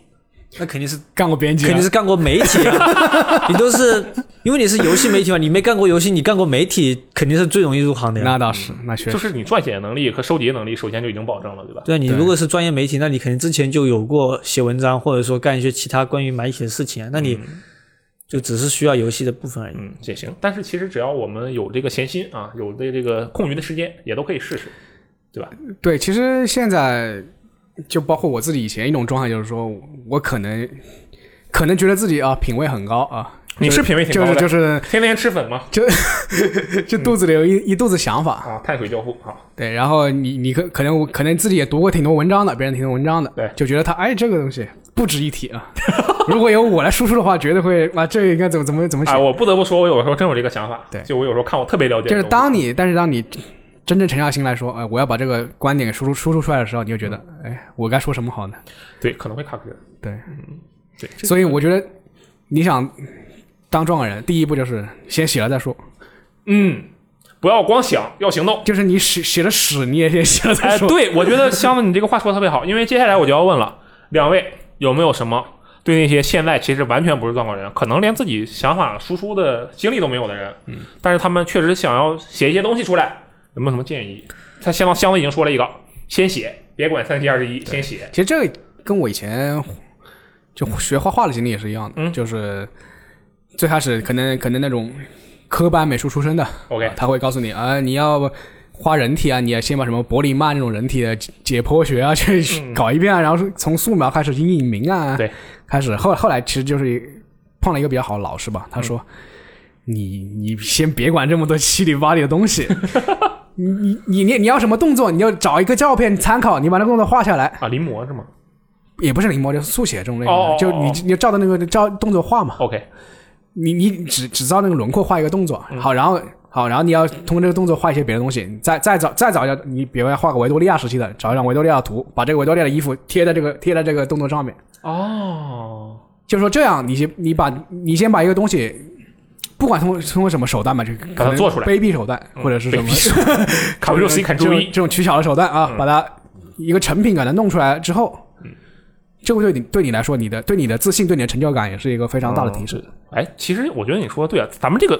Speaker 4: 那肯定是
Speaker 3: 干过编辑啊，
Speaker 4: 肯定是干过媒体 啊，你都是因为你是游戏媒体嘛，你没干过游戏，你干过媒体肯定是最容易入行的呀。
Speaker 3: 那倒是，那确实
Speaker 2: 就是你撰写能力和收集能力，首先就已经保证了，对吧？
Speaker 4: 对啊，你
Speaker 3: 对
Speaker 4: 如果是专业媒体，那你肯定之前就有过写文章，或者说干一些其他关于媒体的事情啊，那
Speaker 3: 嗯
Speaker 4: 你就只是需要游戏的部分而已。
Speaker 2: 嗯，也行。但是其实只要我们有这个闲心啊，有的这个空余的时间，也都可以试试，对吧？
Speaker 3: 对，其实现在就包括我自己以前一种状态，就是说我可能可能觉得自己啊品味很高啊，
Speaker 2: 你是品味挺高的
Speaker 3: 就是 就是
Speaker 2: 天天吃粉嘛，
Speaker 3: 就肚子里有一、一肚子想法，
Speaker 2: 啊，碳水交互啊，
Speaker 3: 对，然后你你可可能我可能自己也读过挺多文章的，别人挺多文章的，
Speaker 2: 对
Speaker 3: 就觉得他哎这个东西不值一提啊， 如果由我来输出的话，绝对会啊这个应该怎么怎么怎么写，
Speaker 2: 啊，我不得不说，我有时候真有这个想法。
Speaker 3: 对
Speaker 2: 就我有时候看我特别了解
Speaker 3: 就
Speaker 2: 的东西，
Speaker 3: 是当你但是当你真正沉下心来说，呃，我要把这个观点给输出输出出来的时候，你就觉得
Speaker 2: 嗯
Speaker 3: 哎我该说什么好呢？
Speaker 2: 对可能会卡壳。
Speaker 3: 对，
Speaker 2: 对
Speaker 3: 所以我觉得你想当状人，第一步就是先写了再说，
Speaker 2: 嗯，不要光想，要行动。
Speaker 3: 就是你写写了屎，你也先写了 再
Speaker 2: 哎，
Speaker 3: 说。
Speaker 2: 对，我觉得箱子你这个话说得特别好，因为接下来我就要问了，两位有没有什么对那些现在其实完全不是撰稿人，可能连自己想法输出的经历都没有的人，嗯，但是他们确实想要写一些东西出来，有没有什么建议？他箱子箱子已经说了一个，先写，别管三七二十一，先写。
Speaker 3: 其实这个跟我以前就学画画的经历也是一样的，
Speaker 2: 嗯
Speaker 3: 就是最开始可能可能那种科班美术出身的
Speaker 2: OK，
Speaker 3: 他会告诉你啊、你要画人体啊，你要先把什么伯里曼那种人体的解解剖学啊去
Speaker 2: 嗯
Speaker 3: 搞一遍啊，然后是从素描开始去印名啊，
Speaker 2: 对，
Speaker 3: 开始后后来其实就是碰了一个比较好的老师
Speaker 2: 嗯
Speaker 3: 吧，他说、你你先别管这么多七里八里的 东西。你你你你你要什么动作，你就找一个照片参考，你把那个动作画下来，
Speaker 2: 啊，临摹是吗
Speaker 3: 也不是临摹，就是速写这种类型的，
Speaker 2: 哦哦哦
Speaker 3: 就你你就照着那个照动作画嘛，
Speaker 2: ？OK，
Speaker 3: 你你只只照那个轮廓画一个动作，
Speaker 2: 嗯
Speaker 3: 好，然后好，然后你要通过这个动作画一些别的东西，再再找再找一下，你比如要画个维多利亚时期的，找一张维多利亚的图，把这个维多利亚的衣服贴在这个贴在这个动作上面，
Speaker 2: 哦，
Speaker 3: 就是说这样，你先你把你先把一个东西。不管通过通过什么手段吧，这个
Speaker 2: 把它
Speaker 3: 可能
Speaker 2: 做出来
Speaker 3: 卑鄙手段
Speaker 2: 嗯
Speaker 3: 或者是什
Speaker 2: 卑
Speaker 3: 么
Speaker 2: 鄙手 Ctrl C
Speaker 3: 这
Speaker 2: Ctrl
Speaker 3: 种
Speaker 2: E，
Speaker 3: 这种取巧的手段啊
Speaker 2: 嗯，
Speaker 3: 把它一个成品给它弄出来之后，这个对你对你来说，你的对你的自信、对你的成就感也是一个非常大的提示。嗯
Speaker 2: 哎，其实我觉得你说的对啊，咱们这个，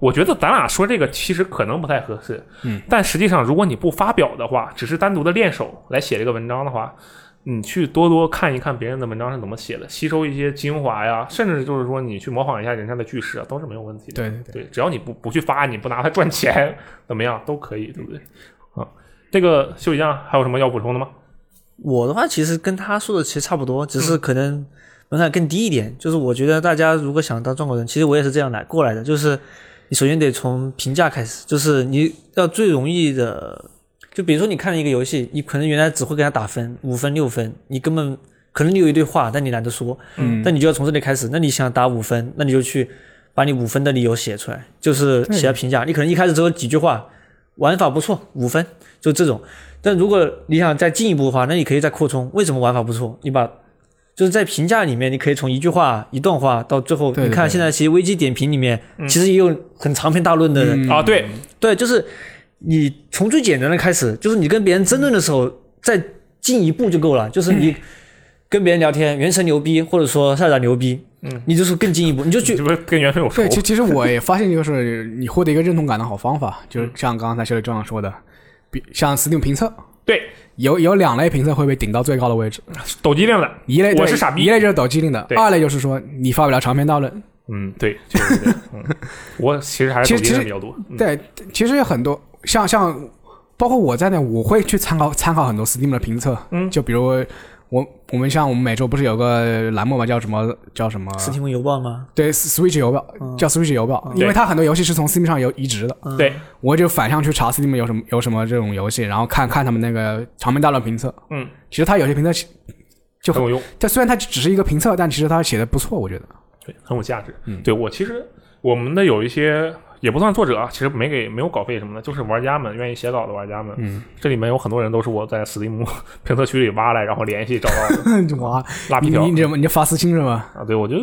Speaker 2: 我觉得咱俩说这个其实可能不太合适，嗯，但实际上如果你不发表的话，只是单独的练手来写这个文章的话，你去多多看一看别人的文章是怎么写的，吸收一些精华呀，甚至就是说你去模仿一下人家的句式啊，都是没有问题的。
Speaker 3: 对对对，
Speaker 2: 对，只要你不不去发，你不拿它赚钱，怎么样都可以，对不对？啊，这个修理匠还有什么要补充的吗？
Speaker 4: 我的话其实跟他说的其实差不多，只是可能门槛更低一点。就是我觉得大家如果想当中国人，其实我也是这样来过来的，就是你首先得从评价开始，就是你要最容易的，就比如说你看了一个游戏，你可能原来只会给他打分五分六分，你根本可能你有一堆话，但你懒得说，嗯，但你就要从这里开始。那你想打五分，那你就去把你五分的理由写出来，就是写下评价。你可能一开始只有几句话，玩法不错，五分，就这种。但如果你想再进一步的话，那你可以再扩充。为什么玩法不错？你把就是在评价里面，你可以从一句话、一段话到最后，
Speaker 3: 对对
Speaker 4: 你看
Speaker 3: 对
Speaker 4: 现在其实危机点评里面、其实也有很长篇大论的人，
Speaker 2: 啊，对，
Speaker 4: 对，就是你从最简单的开始，就是你跟别人争论的时候，再进一步就够了。就是你跟别人聊天，原神牛逼，或者说塞尔达牛逼，嗯，你就是更进一步，你就
Speaker 2: 你
Speaker 4: 去
Speaker 2: 是不是跟原神有仇
Speaker 3: 对，？其其实我也发现，就是你获得一个认同感的好 方法，
Speaker 2: 嗯
Speaker 3: 就是像刚才小李这样说的，比像 Steam 评测，
Speaker 2: 对，
Speaker 3: 有有两类评测会被顶到最高的位置，
Speaker 2: 抖机灵的，
Speaker 3: 一类对
Speaker 2: 我是傻逼
Speaker 3: 一类就是抖机灵的
Speaker 2: 对，
Speaker 3: 二类就是说你发表了长篇大论，
Speaker 2: 嗯，对，确实是这样。嗯，我其实还是
Speaker 3: 其
Speaker 2: 抖音
Speaker 3: 实其
Speaker 2: 上
Speaker 3: 实
Speaker 2: 比较多。嗯
Speaker 3: 对，其实有很多 像像包括我在内，我会去参考参考很多 Steam 的评测，
Speaker 2: 嗯
Speaker 3: 就比如我我们像我们每周不是有个栏目嘛，叫什么叫什么？
Speaker 4: 斯蒂文邮报吗？
Speaker 3: 对，Switch 邮票、
Speaker 2: 嗯
Speaker 3: 叫 Switch 邮票，因为
Speaker 2: 对
Speaker 3: 它很多游戏是从 Steam 上有移植的，
Speaker 2: 对，
Speaker 3: 我就反向去查 Steam 有什么有什么这种游戏，然后看看他们那个长篇大论评测。
Speaker 2: 嗯，
Speaker 3: 其实它有些评测写，就
Speaker 2: 很
Speaker 3: 很
Speaker 2: 有用。
Speaker 3: 它虽然它只是一个评测，但其实它写的不错，我 觉得。
Speaker 2: 对，很有价值。
Speaker 3: 嗯
Speaker 2: 对我其实我们的有一些也不算作者啊，其实没给没有稿费什么的，就是玩家们愿意写稿的玩家们。嗯，这里面有很多人都是我在 Steam 评测区里挖来，然后联系找到的
Speaker 3: 哇，
Speaker 2: 拉皮
Speaker 3: 你
Speaker 2: 条
Speaker 3: 你你就你就发私信是吧？
Speaker 2: 啊。对，我就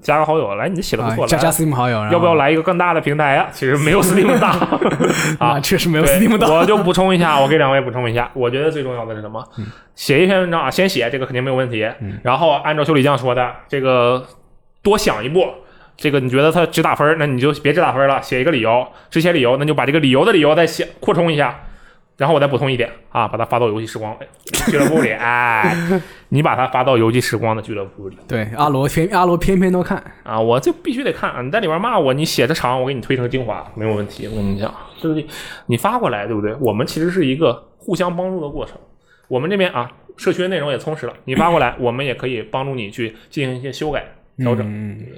Speaker 2: 加个好友，来，你写的不
Speaker 3: 啊
Speaker 2: 错，，
Speaker 3: 加
Speaker 2: 来
Speaker 3: 加 Steam 好友，然后
Speaker 2: 要不要？来一个更大的平台啊？其实没有 Steam 大 啊
Speaker 3: 啊，，确实没有
Speaker 2: 对
Speaker 3: Steam 大。
Speaker 2: 我就补充一下，我给两位补充一下，我觉得最重要的是什么？写一篇文章啊，先写这个肯定没有问题。然后按照修理匠说的，这个多想一步。这个你觉得他只打分儿，那你就别只打分儿了，写一个理由，只写理由，那就把这个理由的理由再写扩充一下，然后我再补充一点啊，把它发到游戏时光哎俱乐部里，哎，你把它发到游戏时光的俱乐部里
Speaker 3: 对，阿罗偏阿罗偏偏都看，
Speaker 2: 啊，我就必须得看，啊你在里边骂我，你写的长，我给你推成精华，没有问题。我跟你讲，就是你发过来，对不对？我们其实是一个互相帮助的过程。我们这边啊，社区的内容也充实了，你发过来，我们也可以帮助你去进行一些修改、调整，
Speaker 3: 嗯，
Speaker 2: 就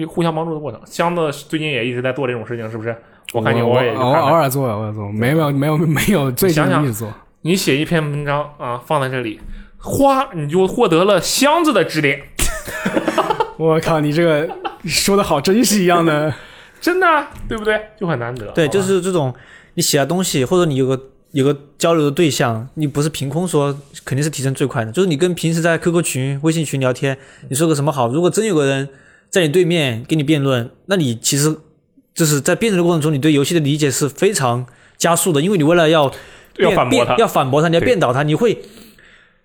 Speaker 2: 是互相帮助的过程。箱子最近也一直在做这种事情，是不是？我
Speaker 3: 我
Speaker 2: 看你偶
Speaker 3: 偶
Speaker 2: 尔也去看看
Speaker 3: 偶尔做，偶尔做，没有没有没有最近
Speaker 2: 想想
Speaker 3: 一直做。
Speaker 2: 你写一篇文章啊，放在这里，哗，你就获得了箱子的指点。
Speaker 3: 我靠，你这个说的好真是一样的。
Speaker 2: 真的啊，对不对？就很难得。
Speaker 4: 对，
Speaker 2: 好吧
Speaker 4: 就是这种你写的东西，或者你有个有个交流的对象，你不是凭空说，肯定是提升最快的。就是你跟平时在 QQ 群、微信群聊天，你说个什么好，如果真有个人在你对面跟你辩论，那你其实就是在辩论的过程中，你对游戏的理解是非常加速的，因为你为了要
Speaker 2: 要
Speaker 4: 辩
Speaker 2: 反驳
Speaker 4: 辩
Speaker 2: 他
Speaker 4: 要反驳他，你要
Speaker 2: 对
Speaker 4: 辩倒他，你会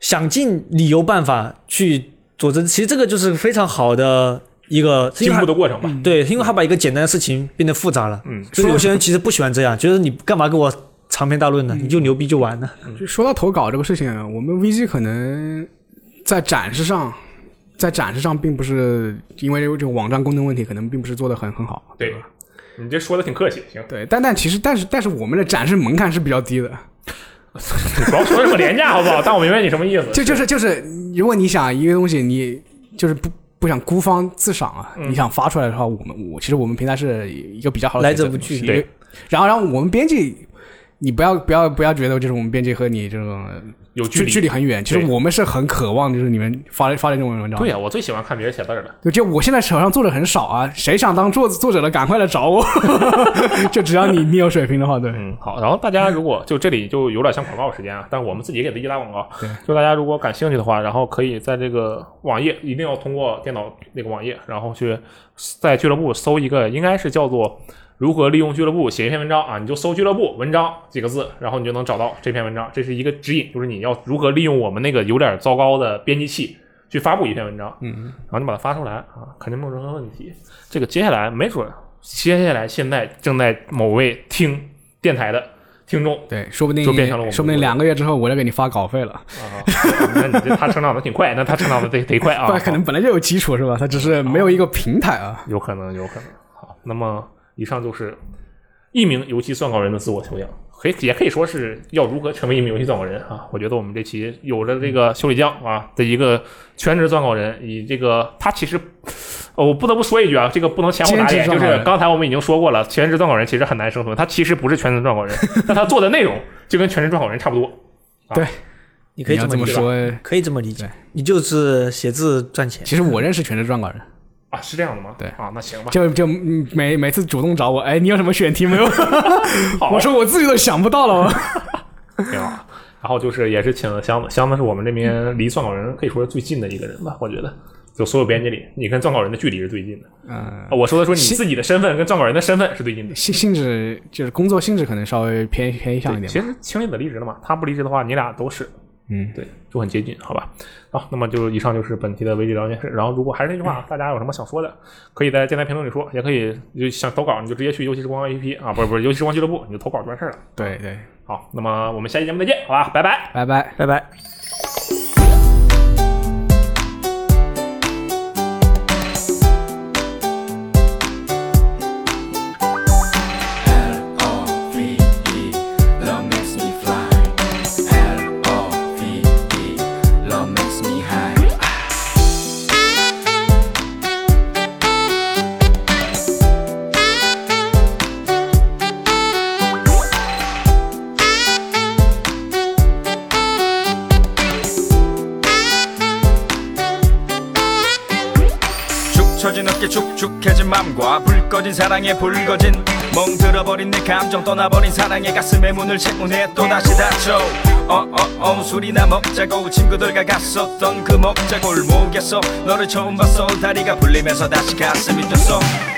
Speaker 4: 想尽理由办法去佐证。其实这个就是非常好的一个
Speaker 2: 进步。
Speaker 4: 因为
Speaker 2: 的过程吧。
Speaker 3: 嗯
Speaker 4: 他对，因为他把一个简单的事情变得复杂了。
Speaker 2: 嗯，
Speaker 4: 所以有些人其实不喜欢这样，觉得你干嘛跟我长篇大论呢？
Speaker 3: 嗯
Speaker 4: 你就牛逼就完了。
Speaker 3: 就说到投稿这个事情，我们 VG 可能在展示上，在展示上并不是因为这个网站功能问题，可能并不是做的很很好。
Speaker 2: 对，你这说的挺客气，行，
Speaker 3: 对，但但其实但是但是我们的展示门槛是比较低的，
Speaker 2: 你不要说这么廉价好不好？但我明白你什么意思。
Speaker 3: 就就是就是，如果你想一个东西，你就是不不想孤芳自赏啊，
Speaker 2: 嗯
Speaker 3: 你想发出来的话，我们我其实我们平台是一个比较好的
Speaker 4: 来
Speaker 3: 选择
Speaker 4: 者不拒
Speaker 2: 对。
Speaker 3: 然后然后我们编辑，你不要不要不要觉得就是我们编辑和你这种
Speaker 2: 有距
Speaker 3: 距
Speaker 2: 离。
Speaker 3: 距离很远，其实
Speaker 2: 对
Speaker 3: 我们是很渴望就是你们发发的这种文章。
Speaker 2: 对呀、啊我最喜欢看别人写字儿了。
Speaker 3: 对，就我现在手上作者很少啊，谁想当作作者的，赶快来找我。 就只要你你有水平的话，对，
Speaker 2: 嗯，好。然后大家如果就这里就有点像广告时间啊，但是我们自己给自己打广告。对，就大家如果感兴趣的话，然后可以在这个网页，一定要通过电脑那个网页，然后去在俱乐部搜一个，应该是叫做“如何利用俱乐部写一篇文章”啊，你就搜“俱乐部文章”几个字，然后你就能找到这篇文章。这是一个指引，就是你要如何利用我们那个有点糟糕的编辑器。去发布一篇文章，嗯，然后你把它发出来啊，肯定没有任何问题。这个接下来没准儿，接下来现在正在某位听电台的听众
Speaker 3: 对，说不定
Speaker 2: 就变成了我们
Speaker 3: 说不定两个月之后我就给你发稿费了，
Speaker 2: 啊，那你这他成长的挺快，那他成长的得得快啊
Speaker 3: 不，然可能本来就有基础是吧？他只是没有一个平台啊。
Speaker 2: 有可能，有可能。好，那么以上就是一名游戏撰稿人的自我修养，可以也可以说是要如何成为一名游戏撰稿人啊。我觉得我们这期有了这个修理匠啊的一个全职撰稿人，以这个他其实。哦我不得不说一句啊，这个不能前后打
Speaker 3: 兼
Speaker 2: 脸，
Speaker 3: 职撰
Speaker 2: 就
Speaker 3: 稿人
Speaker 2: 是刚才我们已经说过了，全职撰稿人其实很难生存，他其实不是全职撰 稿人，但他做的内容就跟全职撰稿人差不多。
Speaker 4: 你可
Speaker 3: 你
Speaker 4: 以
Speaker 3: 要
Speaker 4: 这
Speaker 3: 这
Speaker 4: 么
Speaker 3: 么
Speaker 4: 理解，
Speaker 3: 说，
Speaker 4: 可以这么理解，你就是写字赚钱。
Speaker 3: 其实我认识全职撰稿人，
Speaker 2: 啊，是这样的吗？
Speaker 3: 对
Speaker 2: 啊，那行吧，
Speaker 3: 就就嗯每每次主动找我，哎，你有什么选题没有？
Speaker 2: 好
Speaker 3: 我说我自己都想不到了。
Speaker 2: 挺好。然后就是也是请了箱子，箱子是我们这边离撰稿人可以说是最近的一个人吧，我觉得。就所有编辑里，你跟撰稿人的距离是最近的。
Speaker 3: 嗯，
Speaker 2: 啊我说的说你自己的身份跟撰稿人的身份是最近的。
Speaker 3: 性性质就是工作性质可能稍微偏偏向一
Speaker 2: 对，
Speaker 3: 点
Speaker 2: 其
Speaker 3: 吧。
Speaker 2: 实青林子离职了嘛，他不离职的话，你俩都是，
Speaker 3: 嗯，
Speaker 2: 对，就很接近，好吧？好，那么就以上就是本期的危机聊天室。然后，如果还是那句话，大家有什么想说的，可以在电台评论里说，也可以就想投稿，你就直接去游戏时光 APP 啊，不是不是游戏时光俱乐部，你就投稿就完事儿了。
Speaker 3: 对对，
Speaker 2: 好，那么我们下期节目再见，好吧，拜拜。
Speaker 3: 拜拜。
Speaker 4: 拜拜。
Speaker 5: L-O-V-E, love makes me fly. L-O-V-E, love makes me high. 처진 어깨 축축해진 맘과 불 꺼진 사랑에 불 꺼진 멍들어버린 내 감정 떠나버린 사랑의 가슴에 문을 채우네 또다시 닫혀 어어어 술이나 먹자고 친구들과 갔었던 그 먹자 골목에서 너를 처음 봤어 다리가 풀리면서 다시 가슴이 뛰었어